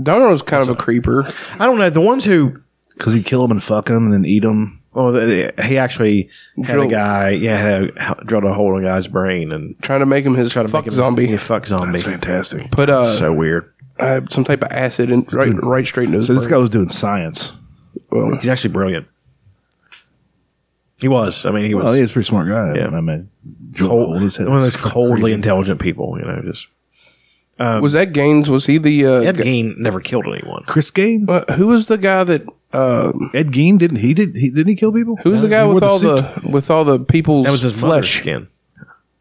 [SPEAKER 5] Donald was kind of a creeper.
[SPEAKER 4] I don't know. The ones who
[SPEAKER 3] Because he'd kill him and fuck him and then eat him.
[SPEAKER 4] Well, the, the, he actually had a
[SPEAKER 5] Drilled-
[SPEAKER 4] guy, yeah, had a, drilled a hole in a guy's brain and
[SPEAKER 5] Trying to make him his fuck
[SPEAKER 4] him-
[SPEAKER 5] zombie.
[SPEAKER 4] Yeah, fuck zombie.
[SPEAKER 3] That's fantastic.
[SPEAKER 5] Put uh,
[SPEAKER 4] so weird.
[SPEAKER 5] uh, some type of acid and right, right straight into his
[SPEAKER 3] So this guy
[SPEAKER 5] brain.
[SPEAKER 3] was doing science.
[SPEAKER 5] Well,
[SPEAKER 4] He's actually brilliant. He was. I mean, he was
[SPEAKER 3] Oh, he's a pretty smart guy.
[SPEAKER 4] Yeah.
[SPEAKER 3] I mean,
[SPEAKER 4] cold,
[SPEAKER 3] his head
[SPEAKER 4] one of
[SPEAKER 3] is
[SPEAKER 4] those
[SPEAKER 3] fucking
[SPEAKER 4] coldly
[SPEAKER 3] crazy.
[SPEAKER 4] intelligent people. You know, just
[SPEAKER 5] was that Gaines? Was he the uh,
[SPEAKER 4] Ed
[SPEAKER 5] gu-
[SPEAKER 4] Gein never killed anyone.
[SPEAKER 3] Chris Gaines,
[SPEAKER 5] uh, who was the guy that uh,
[SPEAKER 3] Ed Gein didn't he did he didn't he kill people? Uh,
[SPEAKER 5] who was the guy
[SPEAKER 3] He wore
[SPEAKER 5] with all
[SPEAKER 3] suit.
[SPEAKER 5] the with all the people's
[SPEAKER 4] That was his mother's
[SPEAKER 5] flesh?
[SPEAKER 4] skin.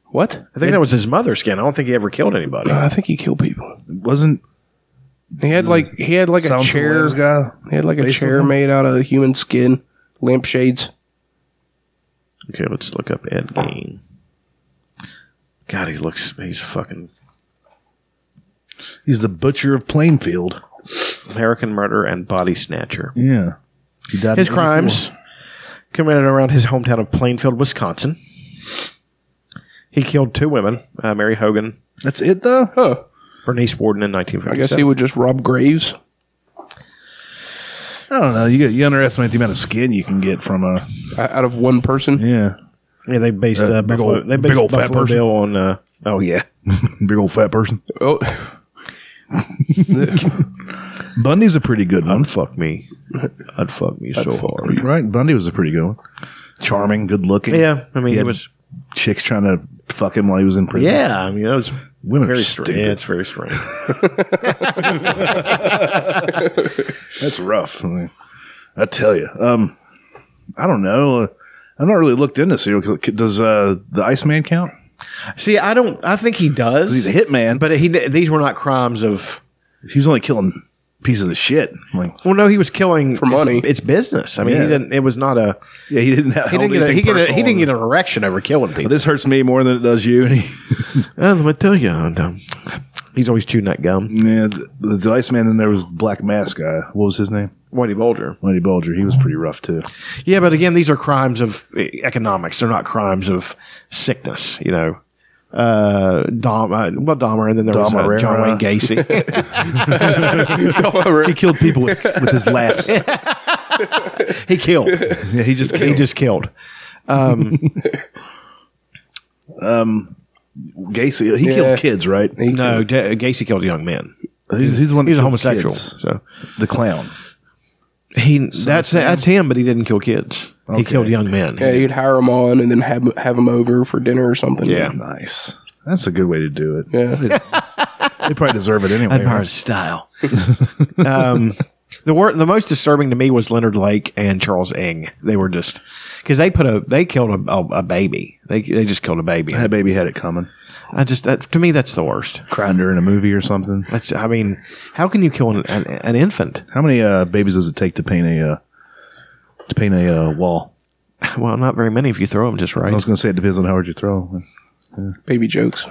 [SPEAKER 5] What? Uh,
[SPEAKER 4] I think that was his mother's skin. I don't think he ever killed anybody.
[SPEAKER 3] Uh.
[SPEAKER 5] I think he killed people.
[SPEAKER 3] wasn't
[SPEAKER 5] He had like he had like a
[SPEAKER 3] Silence of the
[SPEAKER 5] chair.
[SPEAKER 3] Lambs guy?
[SPEAKER 5] He had like a
[SPEAKER 3] based on
[SPEAKER 5] chair
[SPEAKER 3] that?
[SPEAKER 5] made out of human skin, lampshades.
[SPEAKER 4] Okay, let's look up Ed Gein. God, he looks. He's fucking
[SPEAKER 3] He's the butcher of Plainfield.
[SPEAKER 4] American murderer and body snatcher.
[SPEAKER 3] Yeah, he died.
[SPEAKER 4] His
[SPEAKER 3] in 84.
[SPEAKER 4] crimes committed around his hometown of Plainfield, Wisconsin. He killed two women, uh, Mary Hogan,
[SPEAKER 3] That's it though.
[SPEAKER 5] Huh.
[SPEAKER 4] Bernice Warden in
[SPEAKER 5] I guess
[SPEAKER 4] 1957.
[SPEAKER 5] he would just rob graves.
[SPEAKER 3] I don't know. You get you underestimate the amount of skin you can get from a
[SPEAKER 5] uh, out of one person.
[SPEAKER 3] yeah
[SPEAKER 4] yeah, they based uh,
[SPEAKER 3] big
[SPEAKER 4] Buffalo,
[SPEAKER 3] old-
[SPEAKER 4] they
[SPEAKER 3] big
[SPEAKER 4] based
[SPEAKER 3] old fat
[SPEAKER 4] Buffalo
[SPEAKER 3] person.
[SPEAKER 4] Bill on. Uh, oh yeah,
[SPEAKER 3] big old fat person.
[SPEAKER 5] Oh,
[SPEAKER 3] Bundy's a pretty good one.
[SPEAKER 4] fuck me, I'd fuck me so hard.
[SPEAKER 3] Right, Bundy was a pretty good one. Charming, good looking.
[SPEAKER 4] Yeah, I mean
[SPEAKER 3] He
[SPEAKER 4] he
[SPEAKER 3] had
[SPEAKER 4] was.
[SPEAKER 3] chicks trying to fuck him while he was in prison.
[SPEAKER 4] Yeah, I mean that was
[SPEAKER 3] women are
[SPEAKER 4] very strange.
[SPEAKER 3] stupid.
[SPEAKER 4] Yeah, it's very strange.
[SPEAKER 3] That's rough. I, mean, I tell you. Um, I don't know. Uh, I've not really looked into serial killer. Does uh, the Iceman count?
[SPEAKER 4] See, I don't. I think he does.
[SPEAKER 3] He's a hitman, but
[SPEAKER 4] but he these were not crimes of.
[SPEAKER 3] he was only killing pieces of shit. Like,
[SPEAKER 4] Well, no, he was killing for
[SPEAKER 5] money.
[SPEAKER 4] It's, business. I mean,
[SPEAKER 3] Yeah.
[SPEAKER 4] he didn't. It was not a.
[SPEAKER 3] yeah, he didn't. Have,
[SPEAKER 4] He didn't,
[SPEAKER 3] get
[SPEAKER 4] get a, he, get a, he didn't get an erection over killing people.
[SPEAKER 3] This hurts me more than it does you. And he,
[SPEAKER 4] Uh, let me tell you, uh, um, he's always chewing that gum.
[SPEAKER 3] yeah, the, the Iceman. Then there was the Black Mask guy. What was his name?
[SPEAKER 4] Whitey Bulger.
[SPEAKER 3] Lenny Bulger. He was pretty rough too.
[SPEAKER 4] Yeah, but again, these are crimes of uh, economics. They're not crimes of sickness. You know, uh, Dom, uh, well, Dahmer, and then there was uh,
[SPEAKER 3] Dahmer.
[SPEAKER 4] John Wayne Gacy.
[SPEAKER 3] he killed people with, with his laughs. Yeah,
[SPEAKER 4] he killed.
[SPEAKER 3] he just
[SPEAKER 4] He just killed.
[SPEAKER 3] Gacy. He killed kids, right?
[SPEAKER 4] No, J- Gacy killed young men.
[SPEAKER 3] He's, he's the one. that
[SPEAKER 4] He was a
[SPEAKER 3] killed
[SPEAKER 4] homosexual.
[SPEAKER 3] kids.
[SPEAKER 4] So
[SPEAKER 3] The clown.
[SPEAKER 4] he that's that's him, but he didn't kill kids. He
[SPEAKER 3] Okay.
[SPEAKER 4] killed young men.
[SPEAKER 5] yeah, you'd hire him on and then have have him over for dinner or something.
[SPEAKER 4] Yeah.
[SPEAKER 3] Nice. That's a good way to do it.
[SPEAKER 5] yeah.
[SPEAKER 3] They probably deserve it anyway.
[SPEAKER 4] admire
[SPEAKER 3] right?
[SPEAKER 4] his style. um, the wor- the most disturbing to me was Leonard Lake and Charles Ng. They were just because they put a they killed a, a, a baby. They they just killed a baby.
[SPEAKER 3] That baby had it coming.
[SPEAKER 4] I just that, to me that's the worst.
[SPEAKER 3] Crying during a movie or something.
[SPEAKER 4] That's I mean, how can you kill an, an, an infant?
[SPEAKER 3] How many uh, babies does it take to paint a uh, to paint a uh, wall?
[SPEAKER 4] Well, not very many if you throw them just
[SPEAKER 3] I
[SPEAKER 4] right.
[SPEAKER 3] was going to say it depends on how hard you throw.
[SPEAKER 5] Baby jokes.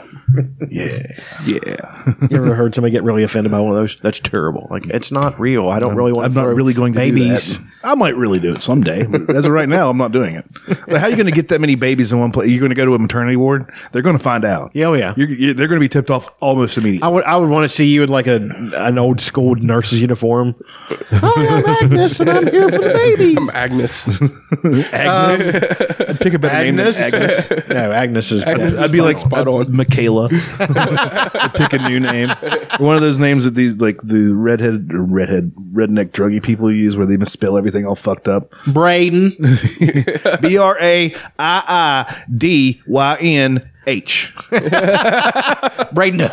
[SPEAKER 3] Yeah.
[SPEAKER 5] Yeah.
[SPEAKER 4] you ever heard somebody get really offended by one of those? That's terrible. Like it's not real. I don't really want.
[SPEAKER 3] I'm
[SPEAKER 4] to
[SPEAKER 3] not
[SPEAKER 4] throw
[SPEAKER 3] really going to do
[SPEAKER 4] babies.
[SPEAKER 3] that. I might really do it someday. but as of right now, I'm not doing it. But how are you going to get that many babies in one place? You're going to go to a maternity ward. They're going to find out.
[SPEAKER 4] Yeah, oh yeah.
[SPEAKER 3] You're, you're, they're going to be tipped off almost immediately.
[SPEAKER 4] I would. I would want to see you in like a an old school nurse's uniform. Hi, I'm Agnes, Oh, and I'm here for the babies.
[SPEAKER 5] I'm Agnes.
[SPEAKER 4] Oh,
[SPEAKER 3] Agnes.
[SPEAKER 4] uh,
[SPEAKER 3] I'd pick a better name than Agnes.
[SPEAKER 4] no, Agnes is.
[SPEAKER 5] Agnes
[SPEAKER 4] best.
[SPEAKER 3] I'd be like
[SPEAKER 5] Spot
[SPEAKER 3] uh,
[SPEAKER 5] on.
[SPEAKER 3] Michaela. I'd pick a new name. Or One of those names that these like the redhead or redhead redneck druggy people use where they misspell everything all fucked up.
[SPEAKER 4] Braden.
[SPEAKER 3] B R A I I D Y N H.
[SPEAKER 4] Braden.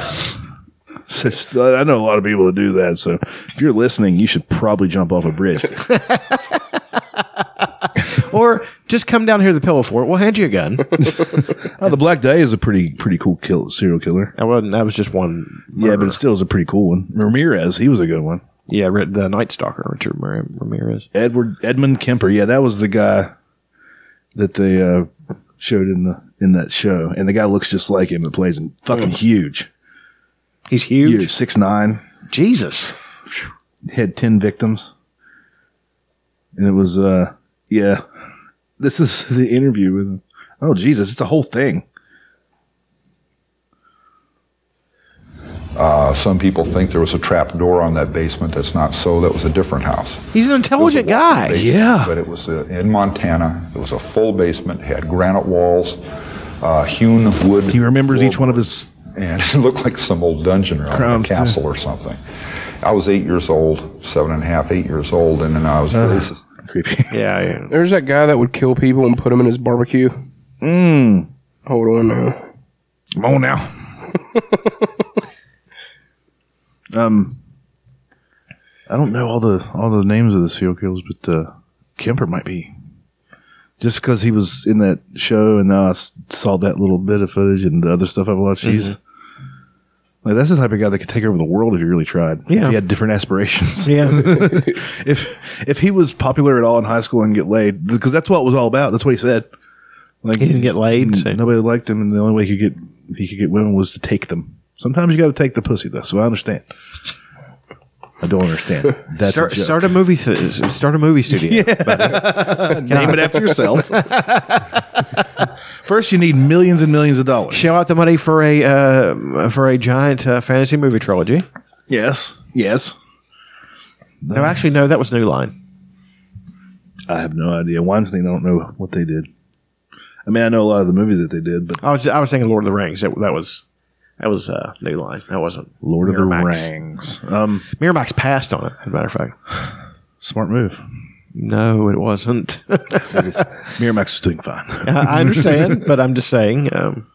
[SPEAKER 3] So, st- I know a lot of people that do that. So if you're listening, you should probably jump off a bridge.
[SPEAKER 4] Or just come down here to the pillow fort. We'll hand you a gun.
[SPEAKER 3] oh, the Black Day is a pretty pretty cool kill, serial killer.
[SPEAKER 4] I wasn't. That was just one.
[SPEAKER 3] Yeah, but it still is a pretty cool one. Ramirez, he was a good one.
[SPEAKER 4] Yeah, Ri- the Night Stalker, Richard Mar- Ramirez.
[SPEAKER 3] Edward Edmund Kemper. Yeah, that was the guy that they uh, showed in the in that show, and the guy looks just like him and plays him. Fucking huge,
[SPEAKER 4] He's huge.
[SPEAKER 3] huge, six nine.
[SPEAKER 4] Jesus.
[SPEAKER 3] had 10 victims and it was uh yeah this is the interview with him oh jesus it's a whole thing
[SPEAKER 12] Uh, some people think there was a trap door on that basement. That's not so. That was a different house.
[SPEAKER 4] He's an intelligent guy.
[SPEAKER 3] yeah.
[SPEAKER 12] But it was uh, in Montana. It was a full basement. It had granite walls, uh, hewn wood.
[SPEAKER 3] he remembers each one of his
[SPEAKER 12] And it looked like some old dungeon or a
[SPEAKER 3] Crumbs, yeah.
[SPEAKER 12] castle or something. I was eight years old, seven and a half, eight years old, and then I was. this is-
[SPEAKER 3] creepy
[SPEAKER 4] Yeah, yeah.
[SPEAKER 5] There's that guy that would kill people and put them in his barbecue. Mm. Hold on now.
[SPEAKER 3] come on now um i don't know all the all the names of the serial killers but uh kemper might be just because he was in that show and now i s- saw that little bit of footage and the other stuff i've watched
[SPEAKER 4] Mm-hmm.
[SPEAKER 3] he's like that's the type of guy that could take over the world if he really tried if
[SPEAKER 4] Yeah.
[SPEAKER 3] he had different aspirations
[SPEAKER 4] Yeah.
[SPEAKER 3] if if he was popular at all in high school and get laid, because that's what it was all about. That's what he said. Like
[SPEAKER 4] He didn't get laid, so-
[SPEAKER 3] Mm. Nobody liked him, and the only way he could get he could get women was to take them. Sometimes you got to take the pussy though. So I understand. I don't understand. That's
[SPEAKER 4] start,
[SPEAKER 3] a joke.
[SPEAKER 4] start a movie. th- Start a movie studio.
[SPEAKER 3] Name it after yourself. First, you need millions and millions of dollars.
[SPEAKER 4] Shell out the money for a uh, for a giant uh, fantasy movie trilogy.
[SPEAKER 3] Yes, yes.
[SPEAKER 4] No, actually, no. That was New Line.
[SPEAKER 3] I have no idea. Weinstein, I don't know what they did. I mean, I know a lot of the movies that they did, but
[SPEAKER 4] I was I was thinking Lord of the Rings. That, that was that was uh, New Line. That wasn't
[SPEAKER 3] Lord of
[SPEAKER 4] Miramax.
[SPEAKER 3] the Rings. Um,
[SPEAKER 4] Miramax passed on it. As a matter of fact,
[SPEAKER 3] smart move.
[SPEAKER 4] no, it wasn't. I,
[SPEAKER 3] Miramax was doing fine.
[SPEAKER 4] I understand, but I'm just saying. Um,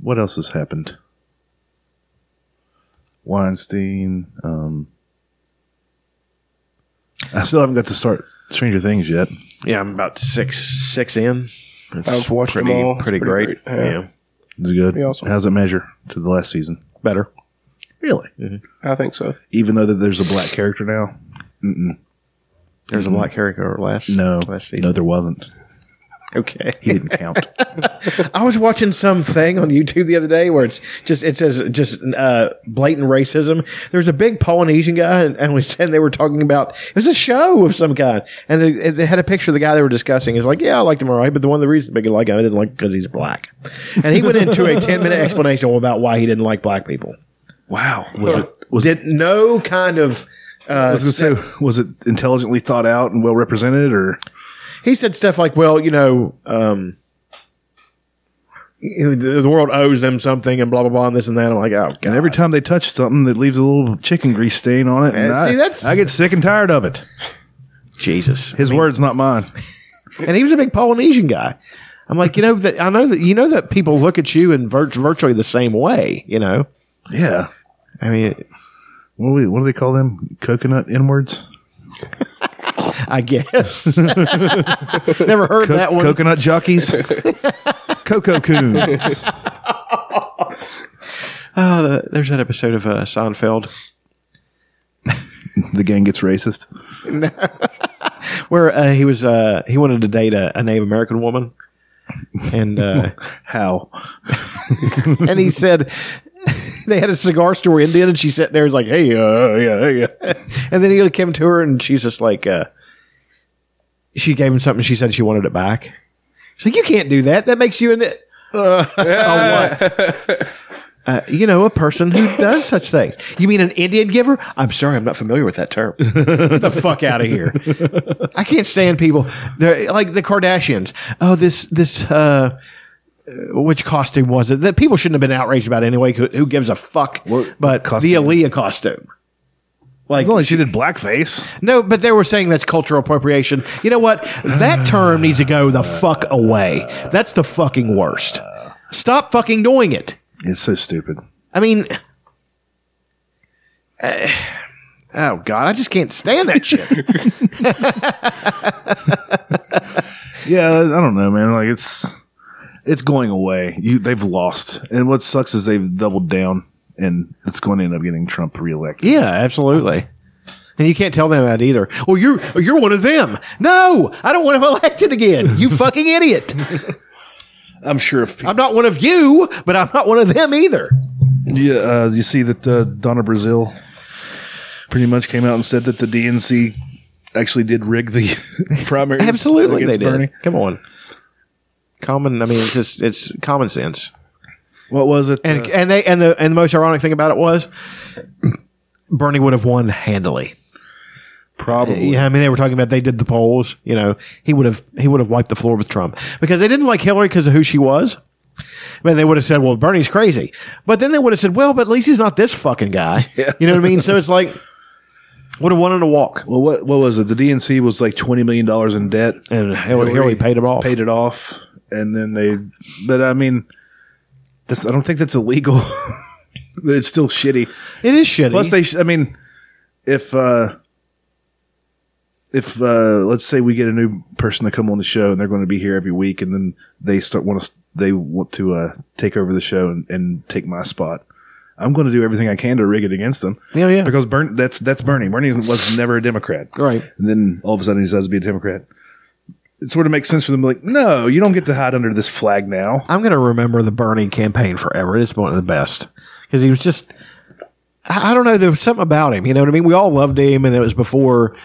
[SPEAKER 3] what else has happened? Weinstein. Um, I still haven't got to start Stranger Things yet.
[SPEAKER 4] yeah, I'm about six six in. It's
[SPEAKER 5] I've watched them
[SPEAKER 4] pretty,
[SPEAKER 5] all.
[SPEAKER 4] Pretty,
[SPEAKER 5] Pretty
[SPEAKER 4] great.
[SPEAKER 5] great, yeah.
[SPEAKER 4] yeah,
[SPEAKER 3] It's good.
[SPEAKER 5] Pretty awesome.
[SPEAKER 3] How's it measure to the last season?
[SPEAKER 4] better.
[SPEAKER 3] Really?
[SPEAKER 4] Mm-hmm.
[SPEAKER 5] I think so.
[SPEAKER 3] Even though that there's a black character now?
[SPEAKER 4] There's a black character last
[SPEAKER 3] No.
[SPEAKER 4] last
[SPEAKER 3] No,
[SPEAKER 4] season.
[SPEAKER 3] there wasn't.
[SPEAKER 4] Okay,
[SPEAKER 3] He didn't count.
[SPEAKER 4] I was watching some thing on YouTube the other day where it's just it says just uh, blatant racism. There was a big Polynesian guy, and, and we said they were talking about it was a show of some kind, and they, they had a picture of the guy they were discussing. He's like, "Yeah, I liked him alright, but the one of the reason I like him, I didn't like because he's black." And he went into a ten minute explanation about why he didn't like black people.
[SPEAKER 3] wow. Was it was it
[SPEAKER 4] Did no kind of.
[SPEAKER 3] I
[SPEAKER 4] Uh,
[SPEAKER 3] was, gonna say, was it intelligently thought out and well represented or
[SPEAKER 4] he said stuff like, "Well, you know, um, you know, the, the world owes them something, and blah blah blah, and this and that." I'm like, "Oh, God.
[SPEAKER 3] and every time they touch something that leaves a little chicken grease stain on it and
[SPEAKER 4] Uh,
[SPEAKER 3] I,
[SPEAKER 4] see, that's-
[SPEAKER 3] I get sick and tired of it.
[SPEAKER 4] Jesus.
[SPEAKER 3] His words not mine.
[SPEAKER 4] and he was a big Polynesian guy. I'm like, you know that I know that you know that people look at you in vir- virtually the same way. You know,
[SPEAKER 3] Yeah.
[SPEAKER 4] I mean,
[SPEAKER 3] What do, we, what do they call them? Coconut inwards?
[SPEAKER 4] I guess never heard that one.
[SPEAKER 3] Coconut jockeys? Coco coons.
[SPEAKER 4] Oh, the- there's that episode of uh, Seinfeld
[SPEAKER 3] the gang gets racist.
[SPEAKER 4] where uh, he was uh, he wanted to date a, a Native American woman, and uh, how? and he said they had a cigar store in then, and she sat there and was like, "Hey, uh, yeah, hey, yeah," and then he came to her, and she's just like, uh, she gave him something. She said she wanted it back. She's like, "You can't do that. That makes you an uh, a what?" Uh, you know, a person who does such things. You mean an Indian giver? I'm sorry, I'm not familiar with that term. Get the fuck out of here. I can't stand people. They're like the Kardashians. Oh, this this uh, uh, which costume was it? That people shouldn't have been outraged about anyway. Who, who gives a fuck? but the Aaliyah costume. Like,
[SPEAKER 3] like she did blackface.
[SPEAKER 4] No, but they were saying that's cultural appropriation. You know what? That term needs to go the fuck away. That's the fucking worst. Stop fucking doing it.
[SPEAKER 3] It's so stupid.
[SPEAKER 4] I mean, eh, oh god, I just can't stand that shit.
[SPEAKER 3] Yeah, I don't know, man. Like it's it's going away. You they've lost, and what sucks is they've doubled down, and it's going to end up getting Trump reelected.
[SPEAKER 4] yeah, absolutely. And you can't tell them that either. Well, you're you're one of them. No, I don't want him elected again. You fucking idiot.
[SPEAKER 3] I'm sure if
[SPEAKER 4] I'm not one of you, but I'm not one of them either.
[SPEAKER 3] Yeah, uh, you see that uh, Donna Brazil pretty much came out and said that the DNC actually did rig the primary.
[SPEAKER 4] Absolutely, they did. Come on. Common. I mean, it's just it's common sense.
[SPEAKER 3] What was it? Uh,
[SPEAKER 4] And and they and the and the most ironic thing about it was Bernie would have won handily.
[SPEAKER 3] Probably.
[SPEAKER 4] Yeah, I mean they were talking about they did the polls. You know, he would have he would have wiped the floor with Trump because they didn't like Hillary because of who she was. I mean, they would have said, "Well, Bernie's crazy," but then they would have said, "Well, but at least he's not this fucking guy." You know what I mean? So it's like would have wanted to walk.
[SPEAKER 3] Well, what what was it? The DNC was like twenty million dollars in debt,
[SPEAKER 4] and Hillary, Hillary paid it off.
[SPEAKER 3] Paid it off, and then they. But I mean, that's I don't think that's illegal. it's still shitty.
[SPEAKER 4] It is shitty.
[SPEAKER 3] Plus, they. sh- I mean, if uh, if uh, let's say we get a new person to come on the show, and they're going to be here every week, and then they start want to they want to uh, take over the show and, and take my spot. I'm going to do everything I can to rig it against them.
[SPEAKER 4] Yeah, yeah.
[SPEAKER 3] Because Bern, that's that's Bernie. Bernie was never a Democrat,
[SPEAKER 4] right?
[SPEAKER 3] And then all of a sudden he decides to be a Democrat. It sort of makes sense for them. to be Like, no, you don't get to hide under this flag now.
[SPEAKER 4] I'm going to remember the Bernie campaign forever. It's one of the best because he was just, I I don't know, there was something about him. You know what I mean? We all loved him, and it was before,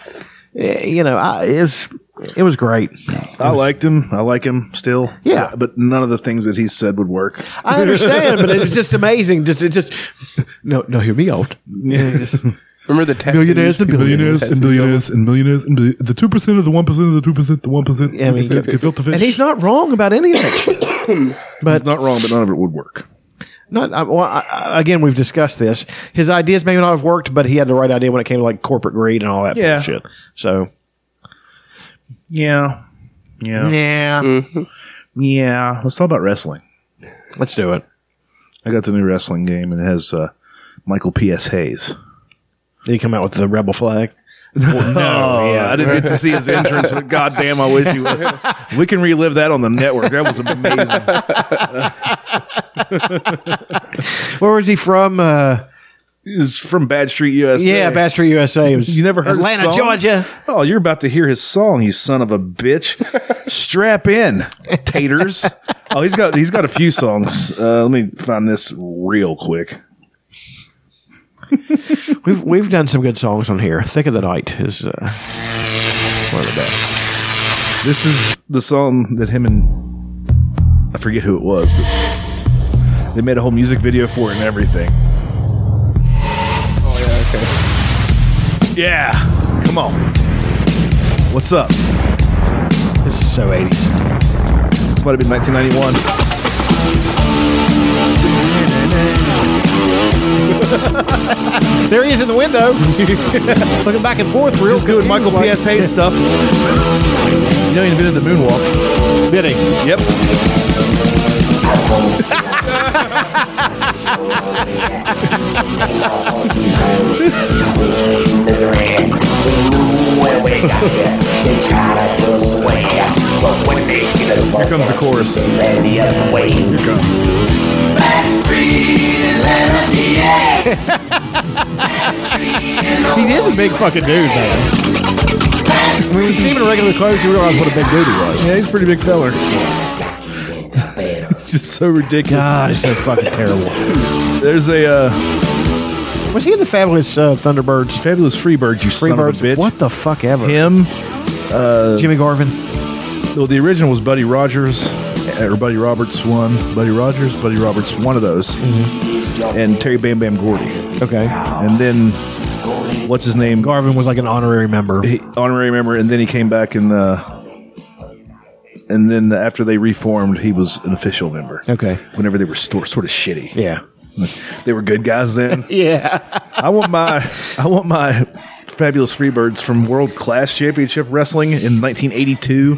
[SPEAKER 4] eh, you know, I, it, was, it was great.
[SPEAKER 3] I liked him. I like him still. Yeah, but none of the things that he said would work.
[SPEAKER 4] I understand, but it was just amazing. Just, it just, no, no, hear me out.
[SPEAKER 5] Remember the tattoos?
[SPEAKER 13] Millionaires and
[SPEAKER 5] people getting
[SPEAKER 13] billionaires
[SPEAKER 5] tattoos
[SPEAKER 13] and billionaires and millionaires and billi- the two percent of the one percent of the two percent the one percent.
[SPEAKER 4] Yeah, I mean, and he's not wrong about any of it. but
[SPEAKER 3] He's not wrong, but none of it would work.
[SPEAKER 4] not I, well, I, I- again, we've discussed this. His ideas may not have worked, but he had the right idea when it came to like corporate greed and all that
[SPEAKER 3] Yeah.
[SPEAKER 4] bullshit. So
[SPEAKER 3] Yeah, yeah,
[SPEAKER 4] yeah,
[SPEAKER 3] yeah. Let's talk about wrestling.
[SPEAKER 4] Let's do it.
[SPEAKER 3] I got the new wrestling game, and it has uh, Michael P. S. Hayes.
[SPEAKER 4] Did he come out with the rebel flag?
[SPEAKER 3] no, Oh, I didn't get to see his entrance, but goddamn, I wish he would. We can relive that on the network. That was amazing.
[SPEAKER 4] Where was he from? Uh,
[SPEAKER 3] It's from Bad Street USA.
[SPEAKER 4] yeah, Bachelor USA. It was
[SPEAKER 3] You never heard
[SPEAKER 4] Atlanta,
[SPEAKER 3] his song?
[SPEAKER 4] Georgia.
[SPEAKER 3] Oh, you're about to hear his song, you son of a bitch. Strap in, taters. oh, he's got he's got a few songs. Uh, let me find this real quick.
[SPEAKER 4] We've we've done some good songs on here. Thick of the Night is uh, one of the best.
[SPEAKER 3] This is the song that him and I forget who it was, but they made a whole music video for it and everything.
[SPEAKER 5] Oh
[SPEAKER 3] Yeah, come on. What's up?
[SPEAKER 4] This is so eighties.
[SPEAKER 3] This might have been 1991.
[SPEAKER 4] There he is in the window, looking back and forth. Real
[SPEAKER 3] Just doing Michael P.S.
[SPEAKER 4] confused,
[SPEAKER 3] Hayes stuff. You know, he'd been in the moonwalk.
[SPEAKER 4] like- Did he?
[SPEAKER 3] Yep. Here comes the chorus. Here comes.
[SPEAKER 4] He is a big fucking dude, man. I mean, when you see him in regular clothes, you realize what a big dude he was.
[SPEAKER 3] Yeah, he's a pretty big feller. it's just so ridiculous.
[SPEAKER 4] Gosh, that's Ah, fucking terrible.
[SPEAKER 3] There's a. Uh,
[SPEAKER 4] was he in the Fabulous uh, Thunderbirds?
[SPEAKER 3] Fabulous Freebirds, you son of a
[SPEAKER 4] Freebirds.
[SPEAKER 3] bitch.
[SPEAKER 4] What the fuck ever?
[SPEAKER 3] Him, uh,
[SPEAKER 4] Jimmy Garvin.
[SPEAKER 3] Well, the original was Buddy Rogers or Buddy Roberts one, Buddy Rogers, Buddy Roberts, one of those,
[SPEAKER 4] Mm-hmm.
[SPEAKER 3] and Terry Bam Bam Gordy.
[SPEAKER 4] Okay,
[SPEAKER 3] and then what's his name?
[SPEAKER 4] Garvin was like an honorary member.
[SPEAKER 3] He, honorary member, and then he came back in the. And then after they reformed, he was an official member.
[SPEAKER 4] Okay.
[SPEAKER 3] Whenever they were sto- sort of shitty.
[SPEAKER 4] Yeah.
[SPEAKER 3] They were good guys then.
[SPEAKER 4] yeah.
[SPEAKER 3] I want my I want my fabulous Freebirds from World Class Championship Wrestling in 1982,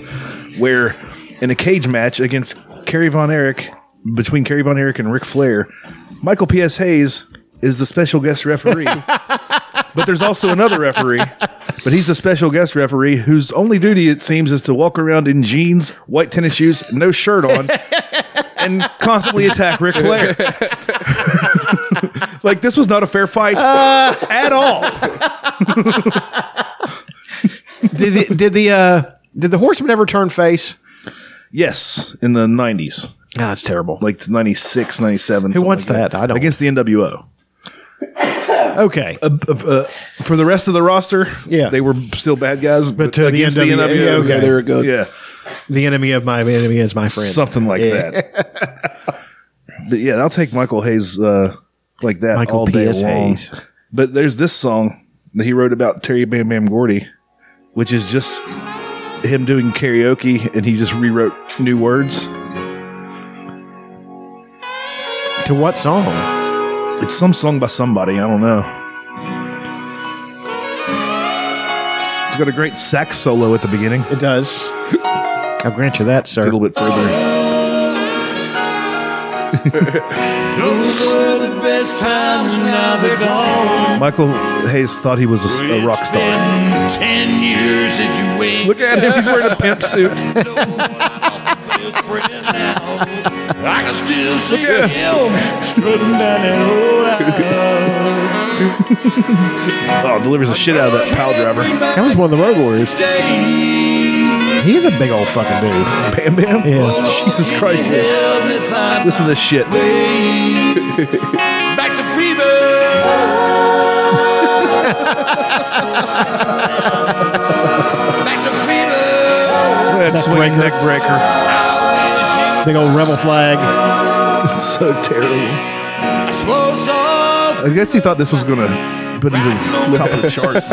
[SPEAKER 3] where in a cage match against Kerry Von Erich between Kerry Von Erich and Ric Flair, Michael P.S. Hayes is the special guest referee. but there's also another referee, but he's the special guest referee whose only duty it seems is to walk around in jeans, white tennis shoes, no shirt on, and constantly attack Ric Flair. like this was not a fair fight
[SPEAKER 4] Uh.
[SPEAKER 3] at all.
[SPEAKER 4] did the, did the uh, did the horseman ever turn face?
[SPEAKER 3] Yes, in the 90s.
[SPEAKER 4] Ah, that's terrible.
[SPEAKER 3] Like 96, 97.
[SPEAKER 4] Who
[SPEAKER 3] something
[SPEAKER 4] wants
[SPEAKER 3] like
[SPEAKER 4] that? I don't.
[SPEAKER 3] Against the NWO.
[SPEAKER 4] Okay.
[SPEAKER 3] Uh, uh, uh, for the rest of the roster,
[SPEAKER 4] Yeah.
[SPEAKER 3] they were still bad guys, but,
[SPEAKER 4] to the
[SPEAKER 3] against the
[SPEAKER 4] NWO,
[SPEAKER 3] NWO,
[SPEAKER 4] okay.
[SPEAKER 3] they were good. Yeah,
[SPEAKER 4] The enemy of my enemy is my friend.
[SPEAKER 3] something like
[SPEAKER 4] Yeah.
[SPEAKER 3] that. but yeah, I'll take Michael Hayes uh, like that
[SPEAKER 4] Michael
[SPEAKER 3] all day
[SPEAKER 4] P.S.
[SPEAKER 3] long.
[SPEAKER 4] Hayes.
[SPEAKER 3] But there's this song that he wrote about Terry Bam Bam Gordy, which is just him doing karaoke, and he just rewrote new words.
[SPEAKER 4] To what song?
[SPEAKER 3] It's some song by somebody. I don't know. It's got a great sax solo at the beginning.
[SPEAKER 4] It does. I'll grant you that,
[SPEAKER 3] A
[SPEAKER 4] sir.
[SPEAKER 3] little bit further.
[SPEAKER 2] Those were the best times, now they're gone.
[SPEAKER 3] Michael Hayes thought he was a, a rock star.
[SPEAKER 2] Been ten years that you waited.
[SPEAKER 3] Look at him. He's wearing a pimp suit.
[SPEAKER 2] I can still see him strutting down that old aisle.
[SPEAKER 3] Oh, delivers the shit out of that pile driver.
[SPEAKER 4] That was one of the Road Warriors.
[SPEAKER 2] Day.
[SPEAKER 4] He's a big old fucking dude.
[SPEAKER 3] Bam Bam?
[SPEAKER 4] Yeah.
[SPEAKER 3] Jesus Christ. man.
[SPEAKER 2] Help me find
[SPEAKER 3] Listen to this shit.
[SPEAKER 2] back to Freebird. back to Freebird.
[SPEAKER 3] That swing neck breaker.
[SPEAKER 2] I wish
[SPEAKER 4] Big old rebel flag.
[SPEAKER 3] It's so terrible.
[SPEAKER 2] I swore soft.
[SPEAKER 3] I guess he thought this was going to put him to the top of the charts.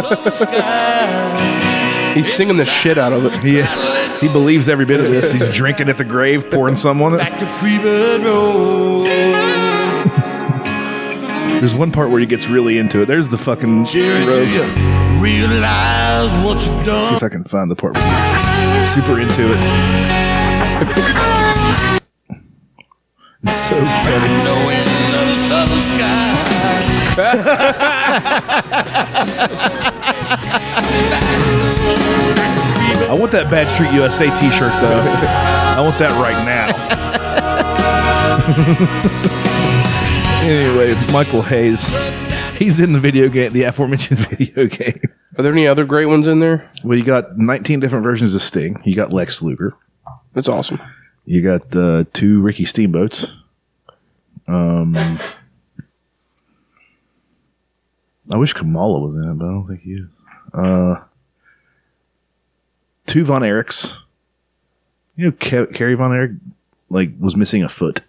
[SPEAKER 5] He's singing the shit out of it.
[SPEAKER 3] Yeah. He believes every bit of this. He's drinking at the grave, pouring some on it.
[SPEAKER 2] Back to Freebird Road.
[SPEAKER 3] There's one part where he gets really into it. There's the fucking
[SPEAKER 2] Jerry, do
[SPEAKER 3] road.
[SPEAKER 2] you realize what you've
[SPEAKER 3] See
[SPEAKER 2] done?
[SPEAKER 3] if I can find the part where he's super into it. It's so funny.
[SPEAKER 2] Knowing the southern sky.
[SPEAKER 3] I want that Bad Street USA T-shirt though. I want that right now. anyway, it's Michael Hayes. He's in the video game, the aforementioned video game.
[SPEAKER 5] Are there any other great ones in there?
[SPEAKER 3] Well, you got 19 different versions of Sting. You got Lex Luger.
[SPEAKER 5] That's awesome.
[SPEAKER 3] You got uh, two Ricky Steamboats. Um, I wish Kamala was in it, but I don't think he is. Uh, two Von Erichs. You know, Ke- Kerry Von Erich like was missing a foot.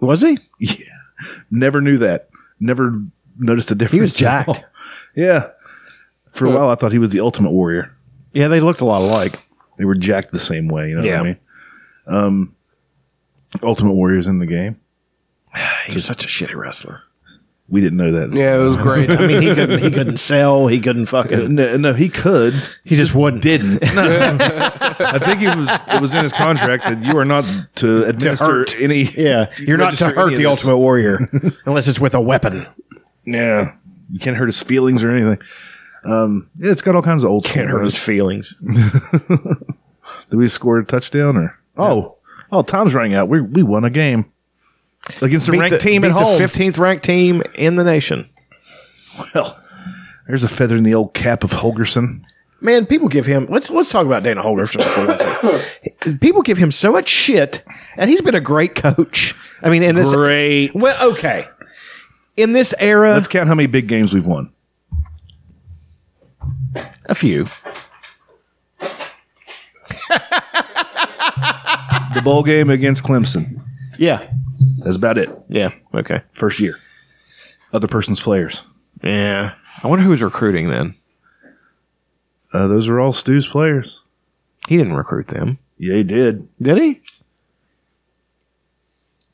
[SPEAKER 4] Was he?
[SPEAKER 3] Never knew that. Never noticed a difference.
[SPEAKER 4] was
[SPEAKER 3] at all.
[SPEAKER 4] jacked.
[SPEAKER 3] Yeah. For a while, I thought he was the Ultimate Warrior.
[SPEAKER 4] Yeah, they looked a lot alike.
[SPEAKER 3] They were jacked the same way. You know what
[SPEAKER 4] Yeah.
[SPEAKER 3] I mean? Um, Ultimate Warrior's in the game.
[SPEAKER 4] He's such a shitty wrestler.
[SPEAKER 3] We didn't know that.
[SPEAKER 5] Yeah, it was great.
[SPEAKER 4] I mean, he couldn't, he couldn't sell. He couldn't fucking.
[SPEAKER 3] Uh, No, no, he could.
[SPEAKER 4] He just wouldn't.
[SPEAKER 3] Didn't. I think it was it was in his contract that you are not to administer
[SPEAKER 4] hurt.
[SPEAKER 3] any.
[SPEAKER 4] Yeah, you're not
[SPEAKER 3] register
[SPEAKER 4] to
[SPEAKER 3] any
[SPEAKER 4] hurt
[SPEAKER 3] of
[SPEAKER 4] the
[SPEAKER 3] this.
[SPEAKER 4] Ultimate Warrior unless it's with a weapon.
[SPEAKER 3] Yeah, you can't hurt his feelings or anything. Um, yeah, it's got all kinds of old.
[SPEAKER 4] Can't hurt his
[SPEAKER 3] stories.
[SPEAKER 4] feelings.
[SPEAKER 3] Did we score a touchdown or? Oh, oh, time's running out. We we won a game against a
[SPEAKER 4] Beat
[SPEAKER 3] ranked
[SPEAKER 4] the-
[SPEAKER 3] team
[SPEAKER 4] beat
[SPEAKER 3] at home.
[SPEAKER 4] the 15th ranked team in the nation.
[SPEAKER 3] Well, there's a feather in the old cap of Holgerson.
[SPEAKER 4] Man, people give him. Let's let's talk about Dana Holger for for one second. people give him so much shit, and he's been a great coach. I mean, in this
[SPEAKER 3] great.
[SPEAKER 4] Well, okay. In this era,
[SPEAKER 3] let's count how many big games we've won.
[SPEAKER 4] A few.
[SPEAKER 3] The bowl game against Clemson.
[SPEAKER 4] Yeah.
[SPEAKER 3] That's about it.
[SPEAKER 4] Yeah. Okay.
[SPEAKER 3] First year. Other person's players.
[SPEAKER 4] Yeah. I wonder who was recruiting then.
[SPEAKER 3] Uh, those were all Stu's players.
[SPEAKER 4] He didn't recruit them.
[SPEAKER 3] Yeah, he did.
[SPEAKER 4] Did he?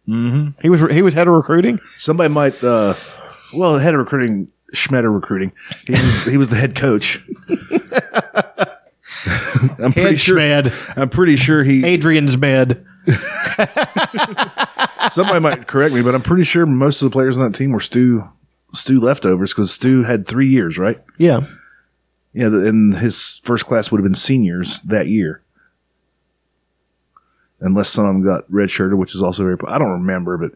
[SPEAKER 3] Mm-hmm.
[SPEAKER 4] He was he was head of recruiting.
[SPEAKER 3] Somebody might. Uh, well, head of recruiting, Schmetter recruiting. He was, he was the head coach. I'm pretty
[SPEAKER 4] Head
[SPEAKER 3] sure.
[SPEAKER 4] Schmed.
[SPEAKER 3] I'm pretty sure he.
[SPEAKER 4] Adrian's med.
[SPEAKER 3] Somebody might correct me, but I'm pretty sure most of the players on that team were Stu Stu leftovers because Stu had three years, right?
[SPEAKER 4] Yeah.
[SPEAKER 3] Yeah, the- and his first class would have been seniors that year, unless some of them got redshirted, which is also very. I don't remember, but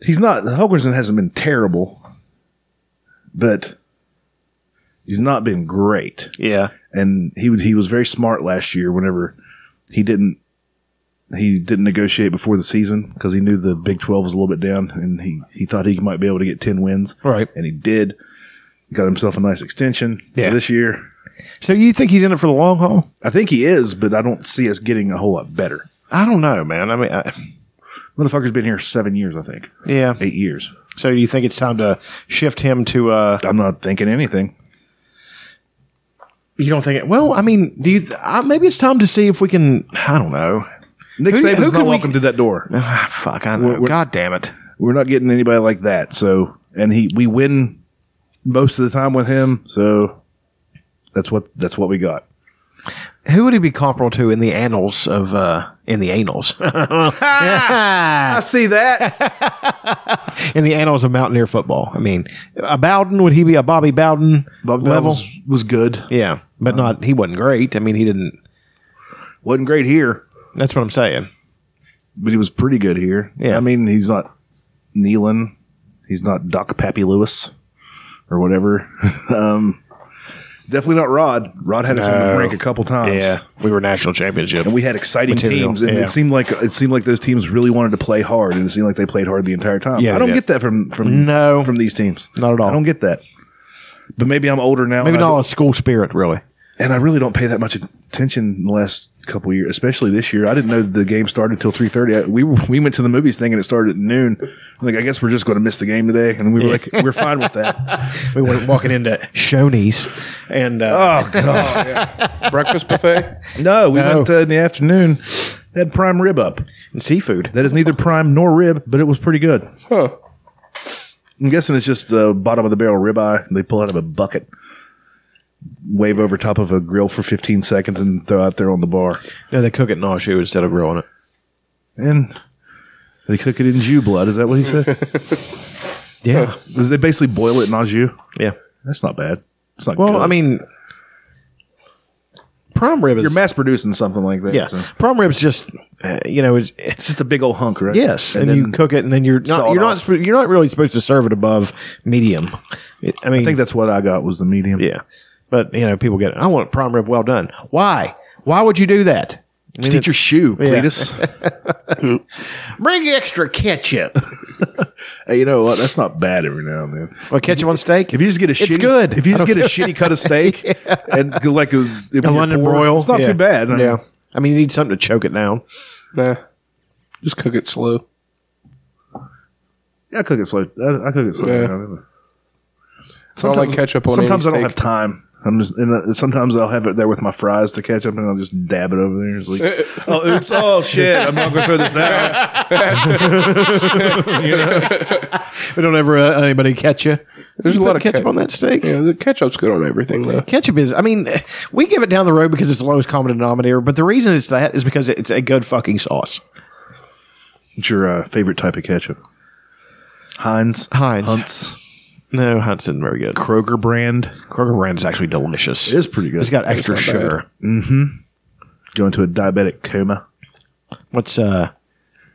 [SPEAKER 3] he's not. Hogerson hasn't been terrible, but he's not been great.
[SPEAKER 4] Yeah.
[SPEAKER 3] and he was- he was very smart last year. Whenever he didn't he didn't negotiate before the season because he knew the Big Twelve was a little bit down, and he he thought he might be able to get ten wins.
[SPEAKER 4] Right.
[SPEAKER 3] and he did. Got himself a nice extension for
[SPEAKER 4] Yeah.
[SPEAKER 3] this year.
[SPEAKER 4] So you think he's in it for the long haul?
[SPEAKER 3] I think he is, but I don't see us getting a whole lot better.
[SPEAKER 4] I don't know, man. I mean, I,
[SPEAKER 3] Motherfucker's been here seven years, I think.
[SPEAKER 4] yeah.
[SPEAKER 3] Eight years.
[SPEAKER 4] So you think it's time to shift him to? uh
[SPEAKER 3] I'm not thinking anything.
[SPEAKER 4] You don't think it? Well, I mean, do you? Th- I, maybe it's time to see if we can. I don't know.
[SPEAKER 3] Nick
[SPEAKER 4] Who- who
[SPEAKER 3] Saban's
[SPEAKER 4] can
[SPEAKER 3] not
[SPEAKER 4] we-
[SPEAKER 3] walking through that door.
[SPEAKER 4] Ah, fuck, I know.
[SPEAKER 3] We're- we're-
[SPEAKER 4] God damn it.
[SPEAKER 3] We're not getting anybody like that. So, and he, we win most of the time with him. So that's what that's what we got.
[SPEAKER 4] Who would he be comparable to in the annals of uh in the annals
[SPEAKER 3] I see that.
[SPEAKER 4] in the annals of Mountaineer football? I mean, a Bowden would he be a Bobby Bowden
[SPEAKER 3] Bob
[SPEAKER 4] level?
[SPEAKER 3] Levels was good.
[SPEAKER 4] yeah, but not he wasn't great. I mean, he didn't.
[SPEAKER 3] Wasn't great here,
[SPEAKER 4] That's what I'm saying.
[SPEAKER 3] but he was pretty good here.
[SPEAKER 4] Yeah.
[SPEAKER 3] I mean, he's not Nealon. He's not Doc Pappy Lewis or whatever. um, definitely not Rod. Rod had us on the
[SPEAKER 4] No.
[SPEAKER 3] break a couple times.
[SPEAKER 4] Yeah, we were national championship.
[SPEAKER 3] and we had exciting
[SPEAKER 4] Material,
[SPEAKER 3] teams, and
[SPEAKER 4] yeah.
[SPEAKER 3] it seemed like it seemed like those teams really wanted to play hard, and it seemed like they played hard the entire time.
[SPEAKER 4] Yeah,
[SPEAKER 3] I don't
[SPEAKER 4] they
[SPEAKER 3] get
[SPEAKER 4] did.
[SPEAKER 3] that from from
[SPEAKER 4] No.
[SPEAKER 3] from these teams,
[SPEAKER 4] Not at all.
[SPEAKER 3] I don't get that. But maybe I'm older now,
[SPEAKER 4] Maybe
[SPEAKER 3] and, I
[SPEAKER 4] not a school spirit, really.
[SPEAKER 3] don't- and I really don't pay that much attention in the last couple years, especially this year. I didn't know the game started till three thirty. We were- we went to the movies thing, and it started at noon. I'm like, I guess we're just going to miss the game today, and we were like, we're fine with that.
[SPEAKER 4] We were walking into Shoney's, and uh,
[SPEAKER 3] Oh god,
[SPEAKER 5] Breakfast buffet.
[SPEAKER 3] no, we
[SPEAKER 4] No.
[SPEAKER 3] went uh, in the afternoon. They had prime rib up.
[SPEAKER 4] and seafood.
[SPEAKER 3] That is neither prime nor rib, but it was pretty good.
[SPEAKER 5] Huh.
[SPEAKER 3] I'm guessing it's just the bottom of the barrel ribeye. They pull out of a bucket, wave over top of a grill for 15 seconds, and throw out there on the bar.
[SPEAKER 4] No, they cook it in Nashu instead of grilling it.
[SPEAKER 3] And they cook it in Jew blood. Is that what he said?
[SPEAKER 4] Yeah,
[SPEAKER 3] Is they basically boil it in au jus?
[SPEAKER 4] yeah.
[SPEAKER 3] That's not bad. It's not
[SPEAKER 4] Well,
[SPEAKER 3] good.
[SPEAKER 4] I mean, prime rib is
[SPEAKER 3] you're mass producing something like that.
[SPEAKER 4] yeah.
[SPEAKER 3] so.
[SPEAKER 4] Prime rib's just uh, you know is
[SPEAKER 3] It's just a big old hunk, right?
[SPEAKER 4] yes, and, you cook it, and then you're
[SPEAKER 3] Saw
[SPEAKER 4] not
[SPEAKER 3] it
[SPEAKER 4] you're not
[SPEAKER 3] off.
[SPEAKER 4] sp- you're not really supposed to serve it above medium. It- I mean,
[SPEAKER 3] I think that's what I got was the medium.
[SPEAKER 4] yeah, but you know people get I want prime rib well done. Why? Why would you do that? I mean,
[SPEAKER 3] Just eat your
[SPEAKER 4] it's-
[SPEAKER 3] shoe,
[SPEAKER 4] Yeah.
[SPEAKER 3] Cletus.
[SPEAKER 4] bring extra ketchup.
[SPEAKER 3] hey, you know what? That's not bad every now and then.
[SPEAKER 4] well, ketchup on steak.
[SPEAKER 3] If you just get a
[SPEAKER 4] It's
[SPEAKER 3] shitty,
[SPEAKER 4] good.
[SPEAKER 3] If you
[SPEAKER 4] I
[SPEAKER 3] just
[SPEAKER 4] don't
[SPEAKER 3] get a shitty cut of steak and go like a, if
[SPEAKER 4] a
[SPEAKER 3] you're
[SPEAKER 4] London
[SPEAKER 3] poor,
[SPEAKER 4] broil,
[SPEAKER 3] it's not
[SPEAKER 4] yeah.
[SPEAKER 3] too bad. I
[SPEAKER 4] Yeah,
[SPEAKER 3] mean,
[SPEAKER 4] I mean you need something to choke it down.
[SPEAKER 5] Nah. Just cook it slow.
[SPEAKER 3] I cook it slow. I, I cook it slow.
[SPEAKER 5] Yeah.
[SPEAKER 3] you know.
[SPEAKER 5] It's not like ketchup on
[SPEAKER 3] Sometimes I
[SPEAKER 5] any
[SPEAKER 3] don't have
[SPEAKER 5] steak.
[SPEAKER 3] time. I'm just, and uh, sometimes I'll have it there with my fries to catch up, and I'll just dab it over there. It's like, oh, oops, oh shit, I'm not gonna throw this out.
[SPEAKER 4] But don't ever uh, anybody catch you.
[SPEAKER 5] There's a lot
[SPEAKER 4] Put
[SPEAKER 5] of
[SPEAKER 4] ketchup
[SPEAKER 5] ke-
[SPEAKER 4] on that steak.
[SPEAKER 5] Yeah, the ketchup's good on everything though.
[SPEAKER 4] Ketchup is. I mean, we give it down the road because it's the lowest common denominator. But the reason it's that is because it's a good fucking sauce.
[SPEAKER 3] What's your uh, favorite type of ketchup? Heinz,
[SPEAKER 4] Heinz.
[SPEAKER 3] Hunt's,
[SPEAKER 4] No, Hunt's isn't very good.
[SPEAKER 3] Kroger brand.
[SPEAKER 4] Kroger brand is actually delicious.
[SPEAKER 3] It is pretty good.
[SPEAKER 4] It's got extra sugar.
[SPEAKER 3] Going to a diabetic coma.
[SPEAKER 4] What's uh,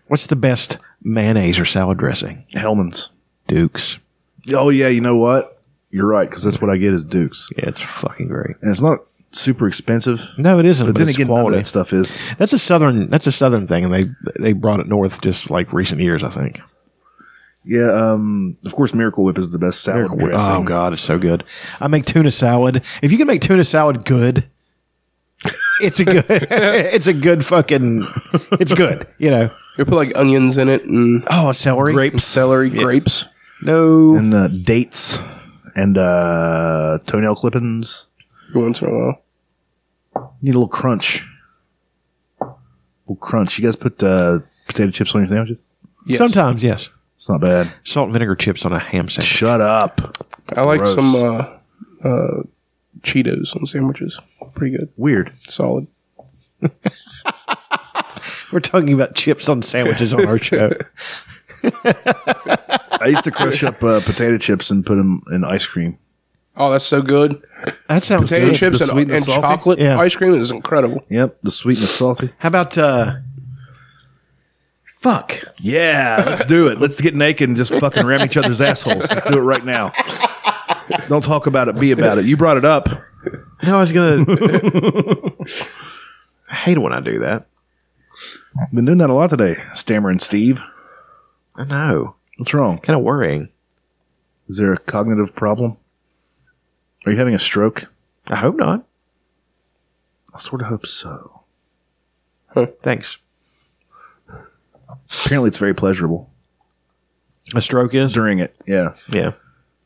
[SPEAKER 4] what's the best mayonnaise or salad dressing?
[SPEAKER 3] Hellman's.
[SPEAKER 4] Duke's.
[SPEAKER 3] Oh yeah, you know what? You're right, because that's what I get is Duke's.
[SPEAKER 4] Yeah, it's fucking great,
[SPEAKER 3] and it's not super expensive.
[SPEAKER 4] No, it isn't.
[SPEAKER 3] But,
[SPEAKER 4] but
[SPEAKER 3] then
[SPEAKER 4] it's
[SPEAKER 3] again, none of
[SPEAKER 4] quality.
[SPEAKER 3] that stuff is.
[SPEAKER 4] That's a southern. That's a southern thing, and they they brought it north just like recent years, I think.
[SPEAKER 3] Yeah, um, of course, Miracle Whip is the best salad
[SPEAKER 4] Miracle Whip.
[SPEAKER 3] dressing.
[SPEAKER 4] Oh god, it's so good. I make tuna salad. If you can make tuna salad good, it's a good. it's a good fucking. It's good. You know.
[SPEAKER 5] You put like onions in it and
[SPEAKER 4] oh celery,
[SPEAKER 5] grapes, celery, grapes.
[SPEAKER 4] No,
[SPEAKER 3] and uh, dates and uh, toenail clippings.
[SPEAKER 5] Once in a while,
[SPEAKER 3] need a little crunch. little crunch. You guys put uh, potato chips on your sandwiches?
[SPEAKER 4] Sometimes, yes.
[SPEAKER 3] It's not bad.
[SPEAKER 4] Salt and vinegar chips on a ham sandwich.
[SPEAKER 3] Shut up.
[SPEAKER 5] I like
[SPEAKER 3] Gross.
[SPEAKER 5] some uh, uh, Cheetos on sandwiches. Pretty good.
[SPEAKER 3] Weird.
[SPEAKER 5] Solid.
[SPEAKER 4] We're talking about chips on sandwiches on our show.
[SPEAKER 3] I used to crush up uh, potato chips and put them in ice cream.
[SPEAKER 5] Oh, that's so good.
[SPEAKER 4] That sounds
[SPEAKER 5] Potato
[SPEAKER 4] good.
[SPEAKER 5] chips
[SPEAKER 4] The sweet
[SPEAKER 5] and,
[SPEAKER 4] and
[SPEAKER 5] and
[SPEAKER 4] salty?
[SPEAKER 5] chocolate
[SPEAKER 4] Yeah.
[SPEAKER 5] ice cream is incredible.
[SPEAKER 3] Yep, the sweet and the salty.
[SPEAKER 4] How about uh fuck?
[SPEAKER 3] Yeah, let's do it. Let's get naked and just fucking ram each other's assholes. Let's do it right now. Don't talk about it. Be about it. You brought it up.
[SPEAKER 4] No, I was gonna. I hate when I do that.
[SPEAKER 3] Been doing that a lot today, stammering Steve.
[SPEAKER 4] I know.
[SPEAKER 3] What's wrong?
[SPEAKER 4] Kind of worrying.
[SPEAKER 3] Is there a cognitive problem? Are you having a stroke?
[SPEAKER 4] I hope not.
[SPEAKER 3] I sort of hope so.
[SPEAKER 4] Thanks.
[SPEAKER 3] Apparently, it's very pleasurable.
[SPEAKER 4] A stroke is
[SPEAKER 3] during it. Yeah,
[SPEAKER 4] yeah.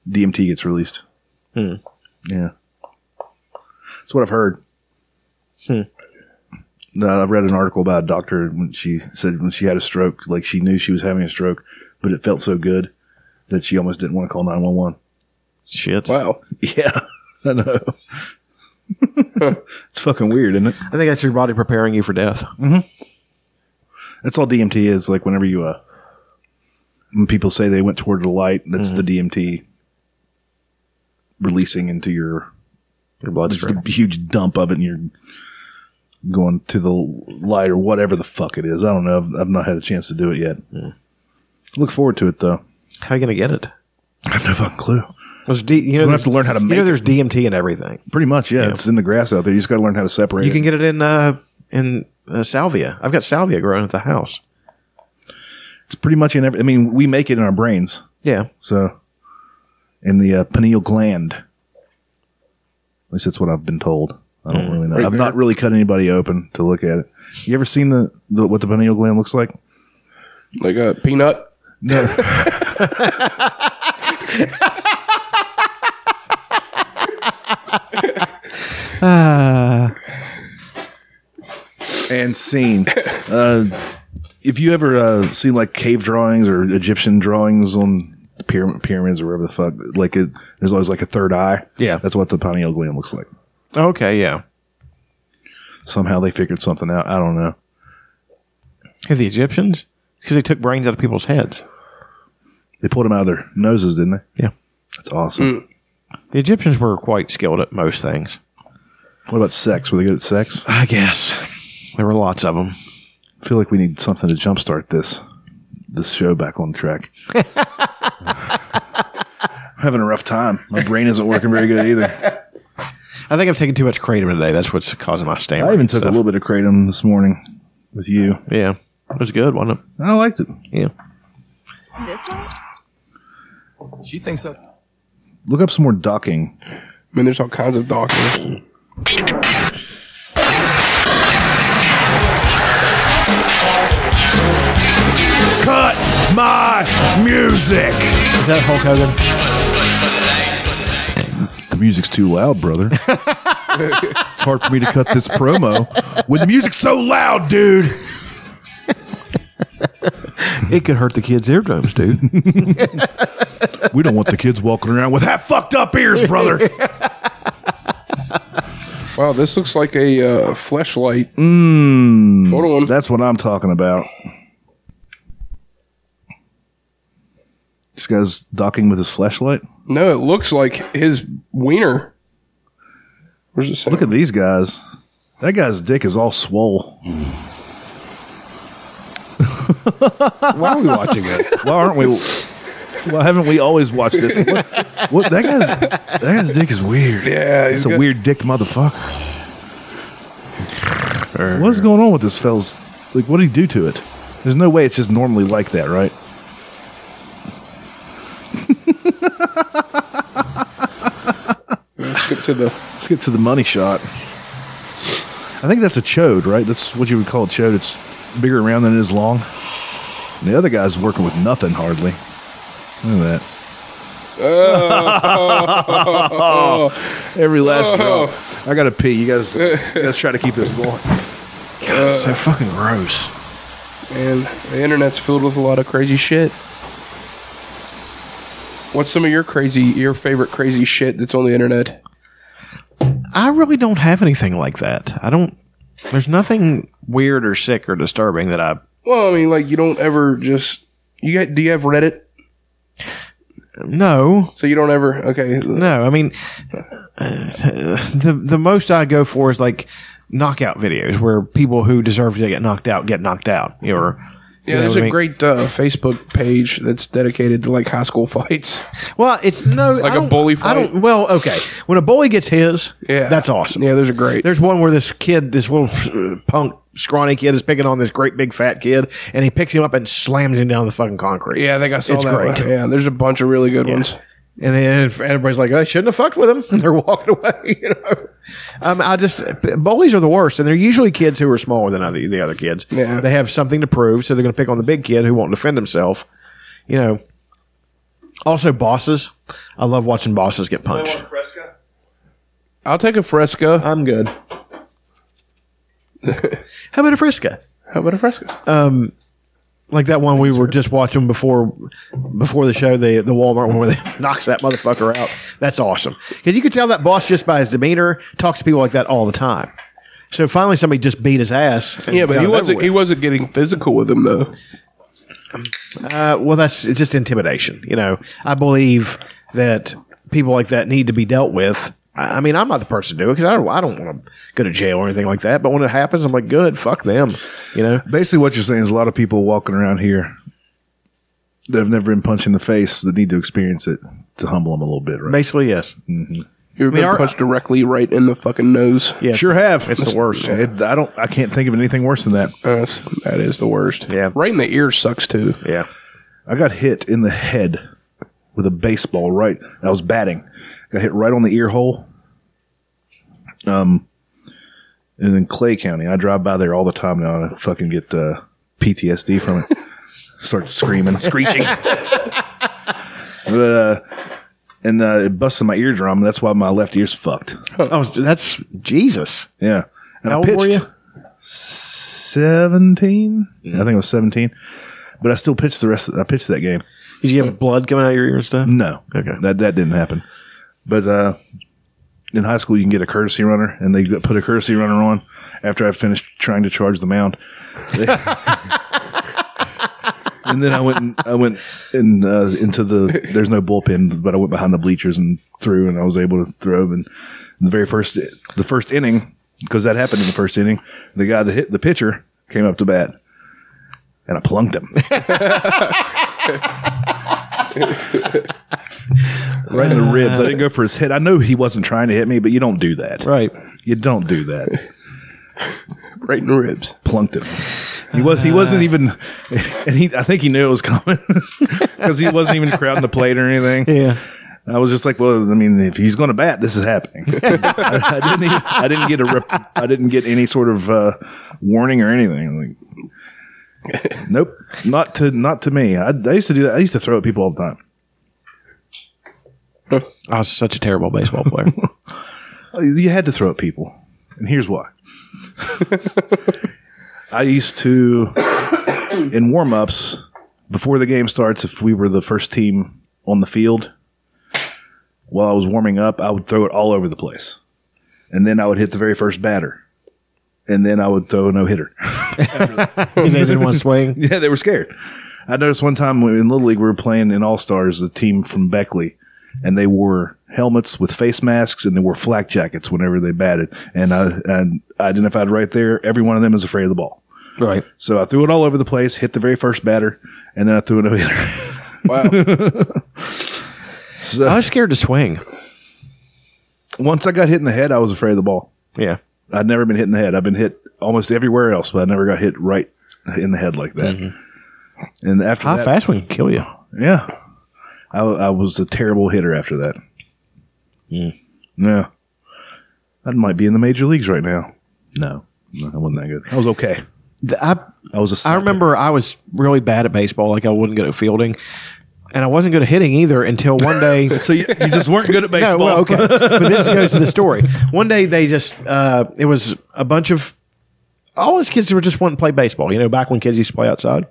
[SPEAKER 3] DMT gets released.
[SPEAKER 4] Hmm.
[SPEAKER 3] Yeah, that's what I've heard.
[SPEAKER 4] Hmm.
[SPEAKER 3] No, I read an article about a doctor when she said when she had a stroke, like she knew she was having a stroke, but it felt so good that she almost didn't want to call nine one one.
[SPEAKER 4] Shit.
[SPEAKER 5] Wow.
[SPEAKER 3] Yeah, I know. it's fucking weird, isn't it?
[SPEAKER 4] I think that's your body preparing you for death.
[SPEAKER 3] That's all DMT is. Like whenever you, uh, when people say they went toward the light, that's the DMT releasing into your
[SPEAKER 4] your
[SPEAKER 3] bloodstream. Just a huge dump of it, and you're going to the light or whatever the fuck it is. I don't know. I've, I've not had a chance to do it yet. Look forward to it though.
[SPEAKER 4] How are you gonna get it?
[SPEAKER 3] I have no fucking clue.
[SPEAKER 4] There's D, you know,
[SPEAKER 3] We'll have to learn how to
[SPEAKER 4] You
[SPEAKER 3] make
[SPEAKER 4] know,
[SPEAKER 3] it.
[SPEAKER 4] there's DMT in everything.
[SPEAKER 3] Pretty much, yeah. It's in the grass out there. You just got to learn how to separate.
[SPEAKER 4] You
[SPEAKER 3] it.
[SPEAKER 4] can get it in uh, in uh, salvia. I've got salvia growing at the house.
[SPEAKER 3] It's pretty much in every. I mean, we make it in our brains.
[SPEAKER 4] Yeah.
[SPEAKER 3] So, in the uh, pineal gland. At least that's what I've been told. I don't
[SPEAKER 4] Mm.
[SPEAKER 3] really know.
[SPEAKER 4] Right
[SPEAKER 3] I've not really cut anybody open to look at it. You ever seen the, the what the pineal gland looks like?
[SPEAKER 5] Like a peanut.
[SPEAKER 3] No.
[SPEAKER 4] Uh,
[SPEAKER 3] and seen. Uh, if you ever uh, seen like cave drawings or Egyptian drawings on the pyram- pyramids or wherever the fuck, like it, there's always like a third eye.
[SPEAKER 4] Yeah.
[SPEAKER 3] that's what the pineal gland looks like.
[SPEAKER 4] okay. Yeah.
[SPEAKER 3] Somehow they figured something out. I don't know.
[SPEAKER 4] Hey, the Egyptians because they took brains out of people's heads.
[SPEAKER 3] They pulled them out of their noses, didn't they?
[SPEAKER 4] Yeah.
[SPEAKER 3] That's awesome.
[SPEAKER 4] The Egyptians were quite skilled at most things.
[SPEAKER 3] What about sex? Were they good at sex?
[SPEAKER 4] I guess there were lots of them.
[SPEAKER 3] I feel like we need something to jumpstart this this show back on track. I'm having a rough time. My brain isn't working very good either.
[SPEAKER 4] I think I've taken too much kratom today. That's what's causing my stammer.
[SPEAKER 3] I even took a little bit of kratom this morning with you.
[SPEAKER 4] Yeah, it was good, wasn't
[SPEAKER 3] I liked it.
[SPEAKER 4] it? Yeah.
[SPEAKER 14] This one?
[SPEAKER 9] She thinks that.
[SPEAKER 3] Look up some more docking.
[SPEAKER 5] I mean, there's all kinds of doctors.
[SPEAKER 3] Cut my music.
[SPEAKER 4] Is that Hulk Hogan?
[SPEAKER 3] The music's too loud, brother. it's hard for me to cut this promo when the music's so loud, dude.
[SPEAKER 4] It could hurt the kids' eardrums, dude.
[SPEAKER 3] We don't want the kids walking around with half fucked up ears, brother.
[SPEAKER 5] Wow, this looks like a uh, fleshlight.
[SPEAKER 3] Mmm.
[SPEAKER 5] Hold on.
[SPEAKER 3] That's what I'm talking about. This guy's docking with his flashlight.
[SPEAKER 5] No, it looks like his wiener. Where's it say?
[SPEAKER 3] Look at these guys. That guy's dick is all swole.
[SPEAKER 4] Why are we watching this?
[SPEAKER 3] Why aren't we? Why haven't we always watched this? What, what that guy's that guy's dick is weird.
[SPEAKER 5] Yeah,
[SPEAKER 3] it's
[SPEAKER 5] he's
[SPEAKER 3] a
[SPEAKER 5] got-
[SPEAKER 3] weird dick motherfucker.
[SPEAKER 4] Er.
[SPEAKER 3] What's going on with this fell's? Like, what did he do to it? There's no way it's just normally like that, right?
[SPEAKER 5] Skip to the
[SPEAKER 3] skip to the money shot. I think that's a chode, right? That's what you would call a chode. It's bigger around than it is long. And the other guy's working with nothing hardly. Look at that. Every last
[SPEAKER 5] Oh.
[SPEAKER 3] drop. I gotta pee. You guys, let's try to keep this going. God, it's so fucking gross.
[SPEAKER 5] And the internet's filled with a lot of crazy shit. What's some of your crazy, your favorite crazy shit that's on the internet?
[SPEAKER 4] I really don't have anything like that. I don't. There's nothing weird or sick or disturbing that I.
[SPEAKER 5] Well, I mean, like you don't ever just you got. Do you have Reddit?
[SPEAKER 4] No,
[SPEAKER 5] So you don't ever. Okay.
[SPEAKER 4] no. I mean, uh, the the most I go for is like knockout videos where people who deserve to get knocked out get knocked out. Or
[SPEAKER 5] Yeah, there's a great uh, Facebook page that's dedicated to like high school fights.
[SPEAKER 4] Well, it's no
[SPEAKER 5] Like
[SPEAKER 4] I
[SPEAKER 5] a
[SPEAKER 4] don't-
[SPEAKER 5] bully
[SPEAKER 4] I
[SPEAKER 5] fight?
[SPEAKER 4] don't. Well, okay. When a bully gets his, yeah, that's awesome.
[SPEAKER 5] Yeah, there's a great.
[SPEAKER 4] There's one where this kid, this little uh, punk scrawny kid, is picking on this great big fat kid, and he picks him up and slams him down the fucking concrete.
[SPEAKER 5] Yeah, I think I saw
[SPEAKER 4] It's
[SPEAKER 5] that.
[SPEAKER 4] great.
[SPEAKER 5] one. Yeah, there's a bunch of really good ones.
[SPEAKER 4] And then everybody's like, I shouldn't have fucked with him. And they're walking away, you know. Um, I just, bullies are the worst. And they're usually kids who are smaller than other, the other kids.
[SPEAKER 5] Yeah.
[SPEAKER 4] They have something to prove. So they're going to pick on the big kid who won't defend himself, you know. Also, bosses. I love watching bosses get punched.
[SPEAKER 5] I'll take a Fresca.
[SPEAKER 4] I'm good. How about a Fresca?
[SPEAKER 5] How about a Fresca?
[SPEAKER 4] Um, like that one we were just watching before before the show, the the Walmart one where they knocks that motherfucker out. That's awesome because you could tell that boss just by his demeanor talks to people like that all the time. So finally, somebody just beat his ass. and
[SPEAKER 5] Yeah, but
[SPEAKER 4] got
[SPEAKER 5] he
[SPEAKER 4] it over
[SPEAKER 5] wasn't.
[SPEAKER 4] with.
[SPEAKER 5] He wasn't getting physical with him though.
[SPEAKER 4] Uh, well, that's it's just intimidation. You know, I believe that people like that need to be dealt with. I I mean, I'm not the person to do it because I don't, I don't want to go to jail or anything like that. But when it happens, I'm like, good, fuck them. You know,
[SPEAKER 3] Basically, what you're saying is a lot of people walking around here that have never been punched in the face that need to experience it to humble them a little bit, right?
[SPEAKER 4] Basically, yes.
[SPEAKER 3] Mm-hmm.
[SPEAKER 5] You ever
[SPEAKER 3] I mean,
[SPEAKER 5] been
[SPEAKER 3] our-
[SPEAKER 5] punched directly right in the fucking nose?
[SPEAKER 3] sure have.
[SPEAKER 5] It's the worst.
[SPEAKER 3] It- I don't. I can't think of anything worse than that.
[SPEAKER 5] That's, that is the worst.
[SPEAKER 4] Yeah.
[SPEAKER 5] Right in the ear sucks too.
[SPEAKER 4] Yeah.
[SPEAKER 3] I got hit in the head with a baseball. Right, I was batting. Got hit right on the ear hole. Um, and in Clay County, I drive by there all the time now, and I fucking get uh, PTSD from it. Start screaming, screeching. but uh, and uh, it busted my eardrum. That's why my left ear's fucked.
[SPEAKER 4] Oh, that's Jesus.
[SPEAKER 3] Yeah. And I
[SPEAKER 4] How old were
[SPEAKER 3] pitched
[SPEAKER 4] you?
[SPEAKER 3] 17. I think I was 17. But I still pitched the rest of, I pitched that game.
[SPEAKER 4] Did you have blood coming out of your ear and stuff?
[SPEAKER 3] No. Okay. That that didn't happen. But uh in high school you can get a courtesy runner and they got- put a courtesy runner on after I finished trying to charge the mound. They- and then I went and, I went in uh, into the there's no bullpen, but I went behind the bleachers and threw, and I was able to throw. And the very first the first inning because that happened in the first inning, the guy that hit the pitcher came up to bat, and I plunked him right in the ribs. I didn't go for his hit. I know he wasn't trying to hit me, but you don't do that,
[SPEAKER 4] right?
[SPEAKER 3] You don't do that.
[SPEAKER 5] Right in the ribs.
[SPEAKER 3] Plunked him. He was. He wasn't even. And he. I think he knew it was coming because he wasn't even crowding the plate or anything.
[SPEAKER 4] Yeah.
[SPEAKER 3] I was just like, well, I mean, if he's going to bat, this is happening. I, I didn't. Even, I didn't get a. Rep, I didn't get any sort of uh, warning or anything. Like, nope. Not to. Not to me. I, I used to do that. I used to throw at people all the time.
[SPEAKER 4] I was such a terrible baseball player.
[SPEAKER 3] you had to throw at people, and here's why. I used to in warm ups before the game starts. If we were the first team on the field, while I was warming up, I would throw it all over the place, and then I would hit the very first batter, and then I would throw a no hitter.
[SPEAKER 4] they didn't want to swing.
[SPEAKER 3] Yeah, they were scared. I noticed one time when- in Little League we were playing in All Stars, a team from Beckley, and they wore helmets with face masks and they wore flak jackets whenever they batted. And I, and I identified right there, every one of them is afraid of the ball.
[SPEAKER 4] Right.
[SPEAKER 3] So I threw it all over the place, hit the very first batter, and then I threw a no hitter.
[SPEAKER 5] Wow.
[SPEAKER 4] I was scared to swing.
[SPEAKER 3] Once I got hit in the head, I was afraid of the ball.
[SPEAKER 4] Yeah.
[SPEAKER 3] I'd never been hit in the head. I've been hit almost everywhere else, but I never got hit right in the head like that. And after
[SPEAKER 4] High
[SPEAKER 3] that,
[SPEAKER 4] fast one can kill you.
[SPEAKER 3] Yeah. I, I was a terrible hitter after that.
[SPEAKER 4] Mm.
[SPEAKER 3] Yeah. I might be in the major leagues right now. No. No, I wasn't that good. I was okay.
[SPEAKER 4] I,
[SPEAKER 3] I was.
[SPEAKER 4] A I remember I was really bad at baseball. Like I wasn't good at fielding, and I wasn't good at hitting either until one day.
[SPEAKER 3] so you, you just weren't good at baseball.
[SPEAKER 4] well, okay, but this goes to the story. One day they just uh, it was a bunch of all those kids were just wanting to play baseball. You know, back when kids used to play outside.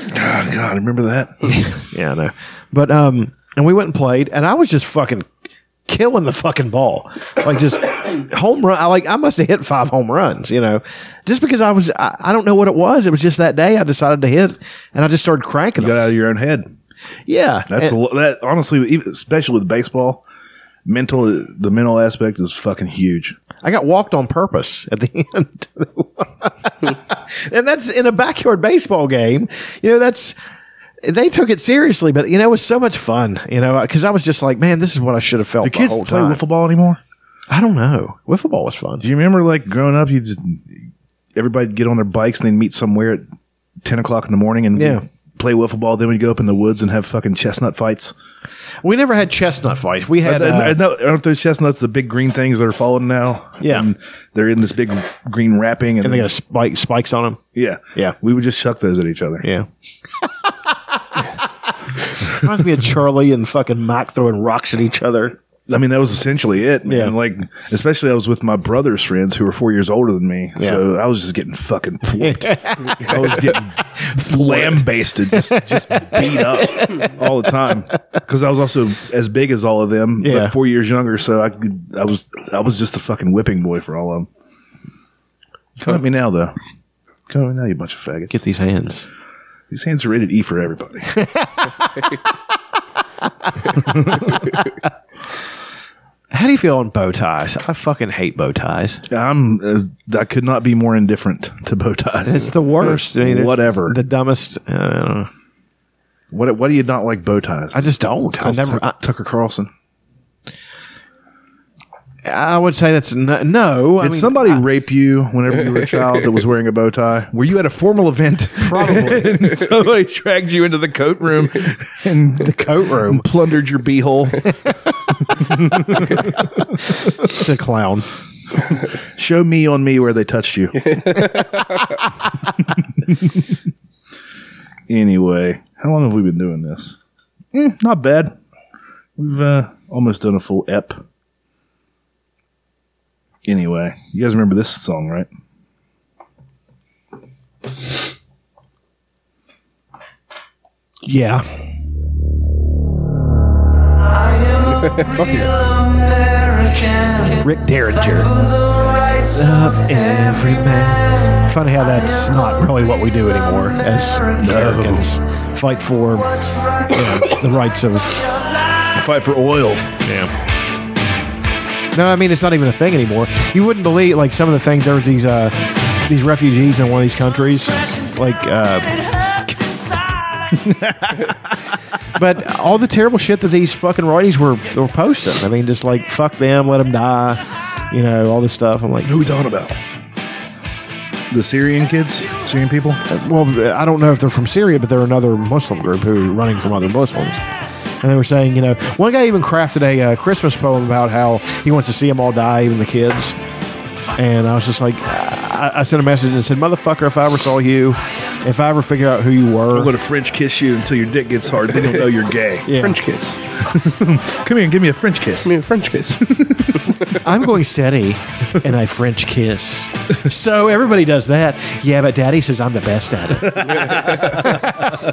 [SPEAKER 3] Oh, God, I remember that.
[SPEAKER 4] yeah, I know. But um, and we went and played, and I was just fucking killing the fucking ball, like just home run. I like I must have hit five home runs, you know, just because I was. I, I don't know what it was. It was just that day I decided to hit, and I just started cranking.
[SPEAKER 3] You got out of your own head.
[SPEAKER 4] Yeah,
[SPEAKER 3] That's
[SPEAKER 4] and-
[SPEAKER 3] a lo- that honestly, even, especially with baseball, mental the mental aspect is fucking huge.
[SPEAKER 4] I got walked on purpose at the end. and that's in a backyard baseball game. You know, that's they took it seriously, but you know, it was so much fun. You know, because I was just like, man, this is what I should have felt.
[SPEAKER 3] Do
[SPEAKER 4] the
[SPEAKER 3] kids
[SPEAKER 4] whole
[SPEAKER 3] play
[SPEAKER 4] time.
[SPEAKER 3] wiffle ball anymore?
[SPEAKER 4] I don't know. Wiffle ball was fun.
[SPEAKER 3] Do you remember like growing up? You just everybody'd get on their bikes and they'd meet somewhere at ten o'clock in the morning and
[SPEAKER 4] Yeah.
[SPEAKER 3] play wiffle ball. Then we'd go up in the woods and have fucking chestnut fights.
[SPEAKER 4] We never had chestnut fights. We had.
[SPEAKER 3] Aren't-
[SPEAKER 4] uh,
[SPEAKER 3] aren't tho- aren't those chestnuts the big green things that are falling now?
[SPEAKER 4] Yeah.
[SPEAKER 3] and they're in this big green wrapping, and,
[SPEAKER 4] and they got spike, spikes on them.
[SPEAKER 3] yeah,
[SPEAKER 4] Yeah.
[SPEAKER 3] We would just chuck those at each other.
[SPEAKER 4] Yeah. Reminds me of Charlie and fucking Mike throwing rocks at each other.
[SPEAKER 3] I mean, that was essentially it. Man.
[SPEAKER 4] Yeah.
[SPEAKER 3] Like, especially I was with my brother's friends who were four years older than me.
[SPEAKER 4] Yeah.
[SPEAKER 3] So I was just getting fucking thwarted. I
[SPEAKER 4] I
[SPEAKER 3] was getting flambasted, just, just beat up all the time. Because I was also as big as all of them,
[SPEAKER 4] Yeah.
[SPEAKER 3] but four years younger. So I, could, I was, I was just a fucking whipping boy for all of them. Come at me now, though. Come at me now, you bunch of faggots. Get
[SPEAKER 4] these hands.
[SPEAKER 3] These hands are rated E for everybody.
[SPEAKER 4] How do you feel on bow ties? I fucking hate bow ties.
[SPEAKER 3] I'm. Uh, I could not be more indifferent to bow ties.
[SPEAKER 4] It's the worst. I mean, it's
[SPEAKER 3] Whatever.
[SPEAKER 4] The dumbest. uh, I don't know.
[SPEAKER 3] What? Why do you not like bow ties?
[SPEAKER 4] I just don't. I never. I,
[SPEAKER 3] Tucker Carlson.
[SPEAKER 4] I would say that's no. no I
[SPEAKER 3] Did
[SPEAKER 4] mean,
[SPEAKER 3] somebody rape you whenever you were a child that was wearing a bow tie? Were you at a formal event? Probably. and somebody dragged you into the coat room and
[SPEAKER 4] the coat room
[SPEAKER 3] plundered your beehole.
[SPEAKER 4] She's a clown.
[SPEAKER 3] Show me on me where they touched you. anyway, how long have we been doing this? Eh, not bad. We've uh, almost done a full ep. Anyway, you guys remember this song, right?
[SPEAKER 4] Yeah.
[SPEAKER 5] Fuck you.
[SPEAKER 4] Rick Derringer.
[SPEAKER 6] Uh,
[SPEAKER 4] Of every man. Funny how that's not really what we do anymore as Americans. Fight for you know, the rights of.
[SPEAKER 3] Fight for oil.
[SPEAKER 4] Yeah. No, I mean it's not even a thing anymore. You wouldn't believe like some of the things. There was these uh, these refugees in one of these countries, like. Uh, but all the terrible shit that these fucking righties were were posting. I mean, just like fuck them, let them die, you know, all this stuff. I'm like,
[SPEAKER 3] Who we talking about? The Syrian kids, Syrian people.
[SPEAKER 4] well, I don't know if they're from Syria, but they're another Muslim group who are running from other Muslims. And they were saying, you know, one guy even crafted a uh, Christmas poem about how he wants to see them all die, even the kids. And I was just like, I, I sent a message and said, motherfucker, if I ever saw you, if I ever figure out who you
[SPEAKER 3] I'm
[SPEAKER 4] were,
[SPEAKER 3] gonna French kiss you until your dick gets hard. Then you'll know you're gay.
[SPEAKER 4] Yeah.
[SPEAKER 5] French kiss.
[SPEAKER 3] Come here and give me a French kiss.
[SPEAKER 5] I mean, French kiss.
[SPEAKER 4] I'm going steady and I French kiss. So everybody does that. Yeah, but daddy says I'm the best at it.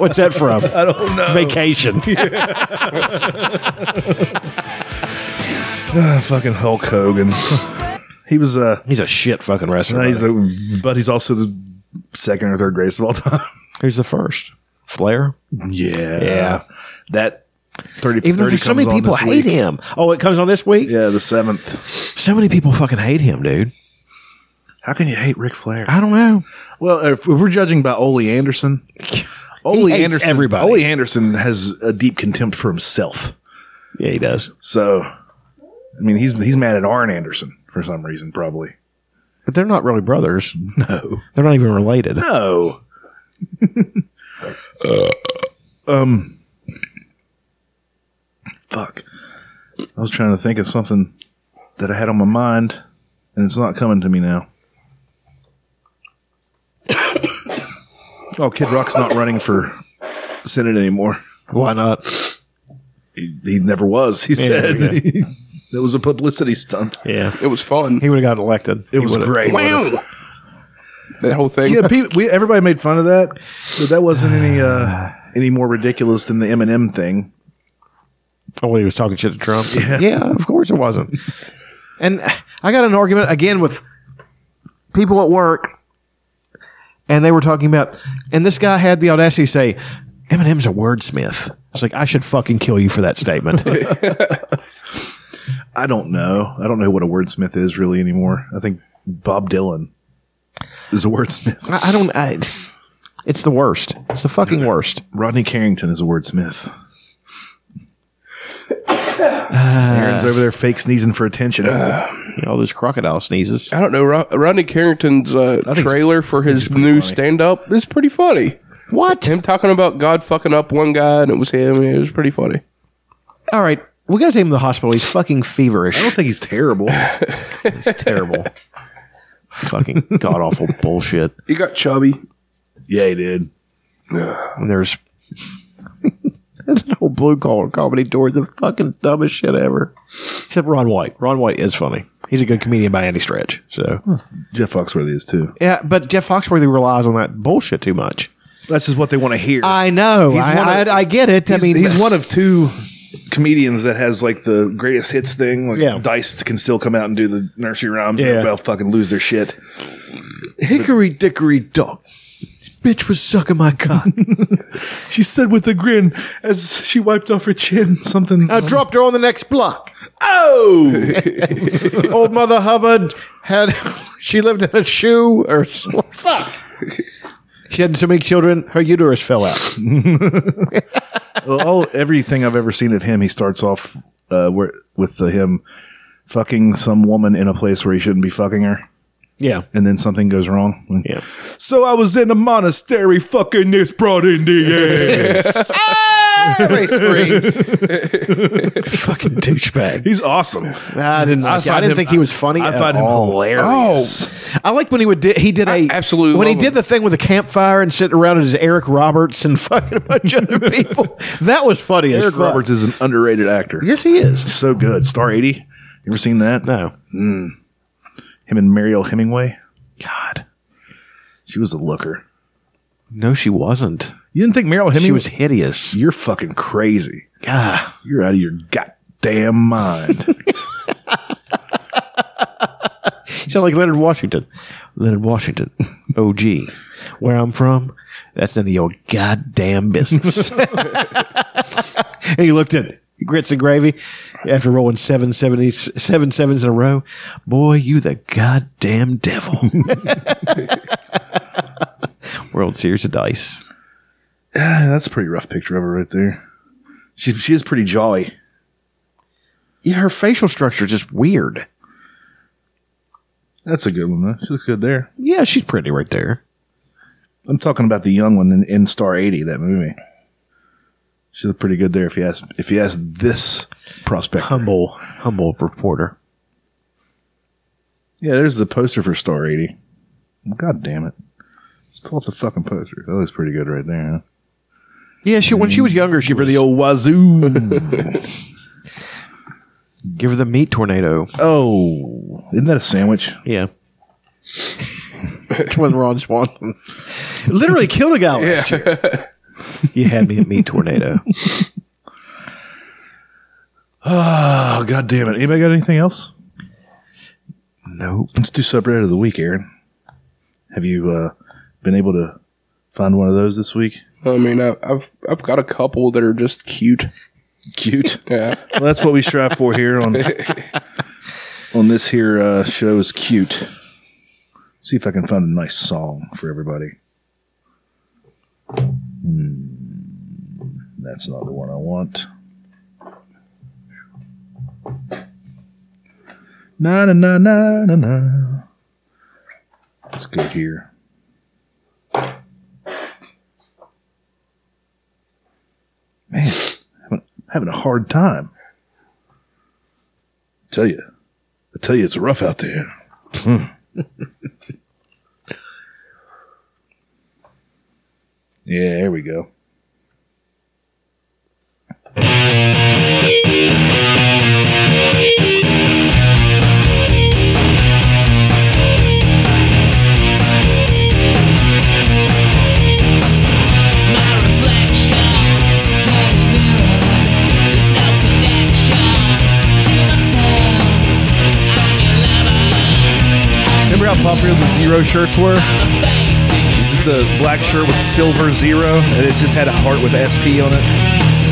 [SPEAKER 4] What's that from?
[SPEAKER 3] I don't know.
[SPEAKER 4] Vacation.
[SPEAKER 3] Ah, fucking Hulk Hogan. He was uh
[SPEAKER 4] He's a shit fucking wrestler.
[SPEAKER 3] no, he's the but he's also the second or third greatest of all time.
[SPEAKER 4] Who's the first? Flair?
[SPEAKER 3] Yeah.
[SPEAKER 4] Yeah.
[SPEAKER 3] That 30
[SPEAKER 4] Even though
[SPEAKER 3] 30
[SPEAKER 4] there's so
[SPEAKER 3] comes
[SPEAKER 4] many
[SPEAKER 3] on
[SPEAKER 4] people
[SPEAKER 3] this
[SPEAKER 4] hate
[SPEAKER 3] week.
[SPEAKER 4] him. Oh, it comes on this week?
[SPEAKER 3] Yeah, the 7th.
[SPEAKER 4] So many people fucking hate him, dude.
[SPEAKER 3] How can you hate Ric Flair?
[SPEAKER 4] I don't know.
[SPEAKER 3] Well, if we're judging by Ole Anderson, Ole
[SPEAKER 4] He hates
[SPEAKER 3] Anderson.
[SPEAKER 4] everybody.
[SPEAKER 3] Ole Anderson has a deep contempt for himself.
[SPEAKER 4] Yeah, he does.
[SPEAKER 3] So, I mean, he's he's mad at Arn Anderson for some reason, probably.
[SPEAKER 4] But they're not really brothers.
[SPEAKER 3] No.
[SPEAKER 4] They're not even related.
[SPEAKER 3] No. Uh, um. Fuck. I was trying to think of something that I had on my mind, and it's not coming to me now. oh, Kid Rock's not running for Senate anymore.
[SPEAKER 4] Why not?
[SPEAKER 3] He, he never was. He
[SPEAKER 4] Yeah,
[SPEAKER 3] said
[SPEAKER 4] yeah.
[SPEAKER 3] it was a publicity stunt.
[SPEAKER 4] Yeah,
[SPEAKER 5] it was fun.
[SPEAKER 4] He would have got elected.
[SPEAKER 3] It was great.
[SPEAKER 5] Wow. That whole thing.
[SPEAKER 3] Yeah, people, we, everybody made fun of that, but that wasn't any uh, any more ridiculous than the Eminem thing.
[SPEAKER 4] Oh, when he was talking shit to Trump. Yeah. of course it wasn't. And I got in an argument again with people at work, and they were talking about, and this guy had the audacity to say, Eminem's a wordsmith. I was like, I should fucking kill you for that statement.
[SPEAKER 3] I don't know. I don't know what a wordsmith is really anymore. I think Bob Dylan is a wordsmith.
[SPEAKER 4] I, I don't. I, it's the worst. It's the fucking worst.
[SPEAKER 3] Rodney Carrington is a wordsmith. Aaron's
[SPEAKER 4] Uh,
[SPEAKER 3] over there fake sneezing for attention.
[SPEAKER 4] all those crocodile sneezes.
[SPEAKER 5] I don't know. Ro- Rodney Carrington's
[SPEAKER 4] I
[SPEAKER 5] uh,
[SPEAKER 4] think it's-
[SPEAKER 5] trailer for his new stand up is pretty funny.
[SPEAKER 4] What?
[SPEAKER 5] Him talking about God fucking up one guy and it was him. It was pretty funny.
[SPEAKER 4] All right, we got to take him to the hospital. He's fucking feverish. I don't
[SPEAKER 3] think he's terrible.
[SPEAKER 4] he's terrible. fucking god awful bullshit.
[SPEAKER 5] He got chubby.
[SPEAKER 3] Yeah, he did.
[SPEAKER 4] And there's there's an old blue collar comedy tour. The fucking dumbest shit ever. Except Ron White. Ron White is funny. He's a good comedian by any stretch. So
[SPEAKER 3] Jeff Foxworthy is too.
[SPEAKER 4] yeah, but Jeff Foxworthy relies on that bullshit too much.
[SPEAKER 3] That's just what they want to hear.
[SPEAKER 4] I know.
[SPEAKER 3] He's
[SPEAKER 4] I,
[SPEAKER 3] one of-
[SPEAKER 4] I, I get it. I
[SPEAKER 3] he's-
[SPEAKER 4] mean,
[SPEAKER 3] he's one of two comedians that has like the greatest hits thing. Like
[SPEAKER 4] Yeah.
[SPEAKER 3] Dice can still come out and do the nursery rhymes.
[SPEAKER 4] Yeah.
[SPEAKER 3] And they'll fucking lose their shit.
[SPEAKER 4] Hickory Dickory Dock. This bitch was sucking my cock.
[SPEAKER 13] She said with a grin as she wiped off her chin something.
[SPEAKER 4] I dropped her on the next block.
[SPEAKER 3] Oh,
[SPEAKER 4] old Mother Hubbard had she lived in a shoe or s- fuck. She had so many children, her uterus fell out.
[SPEAKER 3] Well, all everything I've ever seen of him, he starts off uh, where, with uh, him fucking some woman in a place where he shouldn't be fucking her,
[SPEAKER 4] Yeah.
[SPEAKER 3] and then something goes wrong.
[SPEAKER 4] Yeah.
[SPEAKER 3] So I was in a monastery fucking this broad in the ass.
[SPEAKER 4] Everybody screams. Fucking douchebag.
[SPEAKER 3] He's awesome.
[SPEAKER 4] I didn't. Like I, I
[SPEAKER 3] find
[SPEAKER 4] didn't
[SPEAKER 3] him-
[SPEAKER 4] think he was funny.
[SPEAKER 3] I
[SPEAKER 4] at
[SPEAKER 3] find him Oh,
[SPEAKER 4] all.
[SPEAKER 5] Oh.
[SPEAKER 3] hilarious.
[SPEAKER 4] I liked when he would. Di- he did a absolutely when he did the thing with the campfire and sitting around as Eric Roberts and fucking a bunch of other people. That was funny. as
[SPEAKER 3] Eric
[SPEAKER 4] fuck.
[SPEAKER 3] Roberts is an underrated actor.
[SPEAKER 4] Yes, he is.
[SPEAKER 3] So good. Star 80. You ever seen that?
[SPEAKER 4] No.
[SPEAKER 3] Mm. Him and Mariel Hemingway.
[SPEAKER 4] God.
[SPEAKER 3] She was a looker.
[SPEAKER 4] No, she wasn't.
[SPEAKER 3] You didn't think Mariel Hemingway
[SPEAKER 4] She was hideous.
[SPEAKER 3] You're fucking crazy.
[SPEAKER 4] God.
[SPEAKER 3] You're out of your goddamn mind.
[SPEAKER 4] You sound like Leonard Washington. Leonard Washington, OG. Where I'm from, that's none of your goddamn business. and he looked at grits and gravy after rolling seven seventies, seven sevens in a row. Boy, you the goddamn devil. World Series of Dice.
[SPEAKER 3] Yeah, That's a pretty rough picture of her right there. She she is pretty jolly.
[SPEAKER 4] Yeah, her facial structure is just weird.
[SPEAKER 3] That's a good one though. She looks good there.
[SPEAKER 4] Yeah, she's pretty right there.
[SPEAKER 3] I'm talking about the young one in, in Star 80, that movie. She looked pretty good there if you ask if you ask this prospect.
[SPEAKER 4] Humble, humble reporter.
[SPEAKER 3] Yeah, there's the poster for Star 80. God damn it. Let's pull up the fucking poster. That looks pretty good right there. Huh?
[SPEAKER 4] Yeah, she when she was younger, she
[SPEAKER 3] Give her the old wazoo.
[SPEAKER 4] give her the meat tornado.
[SPEAKER 3] oh, isn't that a sandwich?
[SPEAKER 4] Yeah. when Ron Swanson literally killed a guy last year. you had me at me tornado.
[SPEAKER 3] Oh, god damn it. Anybody got anything else?
[SPEAKER 4] Nope.
[SPEAKER 3] Let's do subreddit of the week, Aaron. Have you uh, been able to find one of those this week?
[SPEAKER 5] I mean, I, I've I've got a couple that are just cute.
[SPEAKER 3] Cute.
[SPEAKER 5] Yeah.
[SPEAKER 3] well, that's what we strive for here on on this here uh, show is cute. See if I can find a nice song for everybody. Hmm, That's not the one I want. Na na na na na na. Let's go here. Man, having, having a hard time. tell you, I tell you, it's rough out there. Hmm. yeah, there we go.
[SPEAKER 13] Remember how popular the zero shirts were?
[SPEAKER 3] This is the black shirt with silver zero, and it just had a heart with SP on it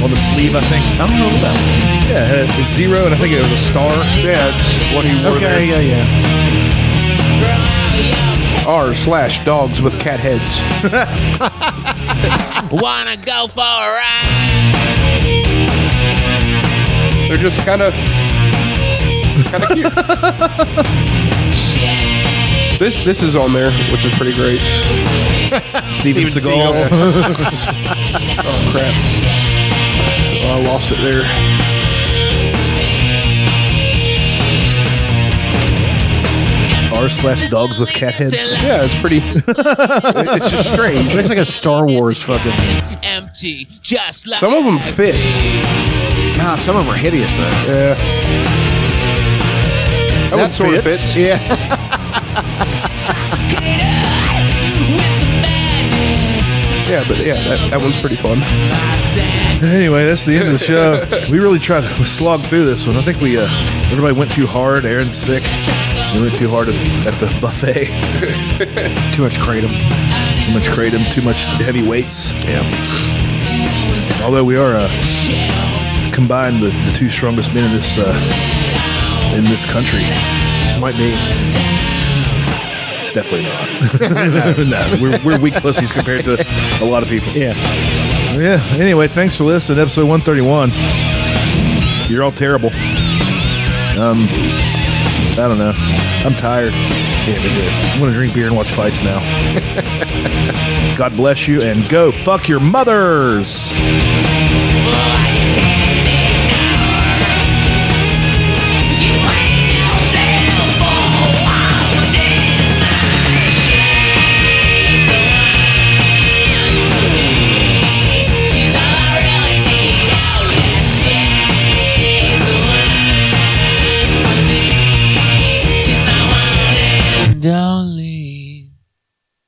[SPEAKER 3] on the sleeve, I think. I don't know about. Yeah, it had- it's zero, and I think it was a star. Yeah, what he wore.
[SPEAKER 5] Okay,
[SPEAKER 3] yeah, yeah.
[SPEAKER 5] R slash dogs with cat heads.
[SPEAKER 9] Wanna go for a ride?
[SPEAKER 5] They're just kind of kind of cute. this this is on there, which is pretty great.
[SPEAKER 3] Steven Seagal.
[SPEAKER 5] oh crap! Oh, I lost it there.
[SPEAKER 3] R slash dogs with cat heads.
[SPEAKER 5] Yeah, it's pretty. it's just strange.
[SPEAKER 4] It looks like a Star Wars fucking.
[SPEAKER 9] Empty, just like
[SPEAKER 5] Some of them fit.
[SPEAKER 4] Nah, some of them are hideous though.
[SPEAKER 5] Yeah. That, one sort of fits.
[SPEAKER 4] Yeah.
[SPEAKER 5] Yeah, but yeah, that, that one's pretty fun.
[SPEAKER 3] Anyway, that's the end of the show. We really tried to slog through this one. I think we uh, everybody went too hard. Aaron's sick. We went too hard at, at the buffet. too much kratom. Too much kratom. Too much heavy weights. Yeah. Although we are uh, combined the, the two strongest men in this uh, in this country. Might be. Definitely not. no, we're, we're weak pussies compared to a lot of people. Yeah. Oh, Yeah. Anyway, thanks for listening. Episode 131. You're all terrible. Um, I don't know. I'm tired. Yeah, me too. I'm going to drink beer and watch fights now. God bless you and go fuck your mothers.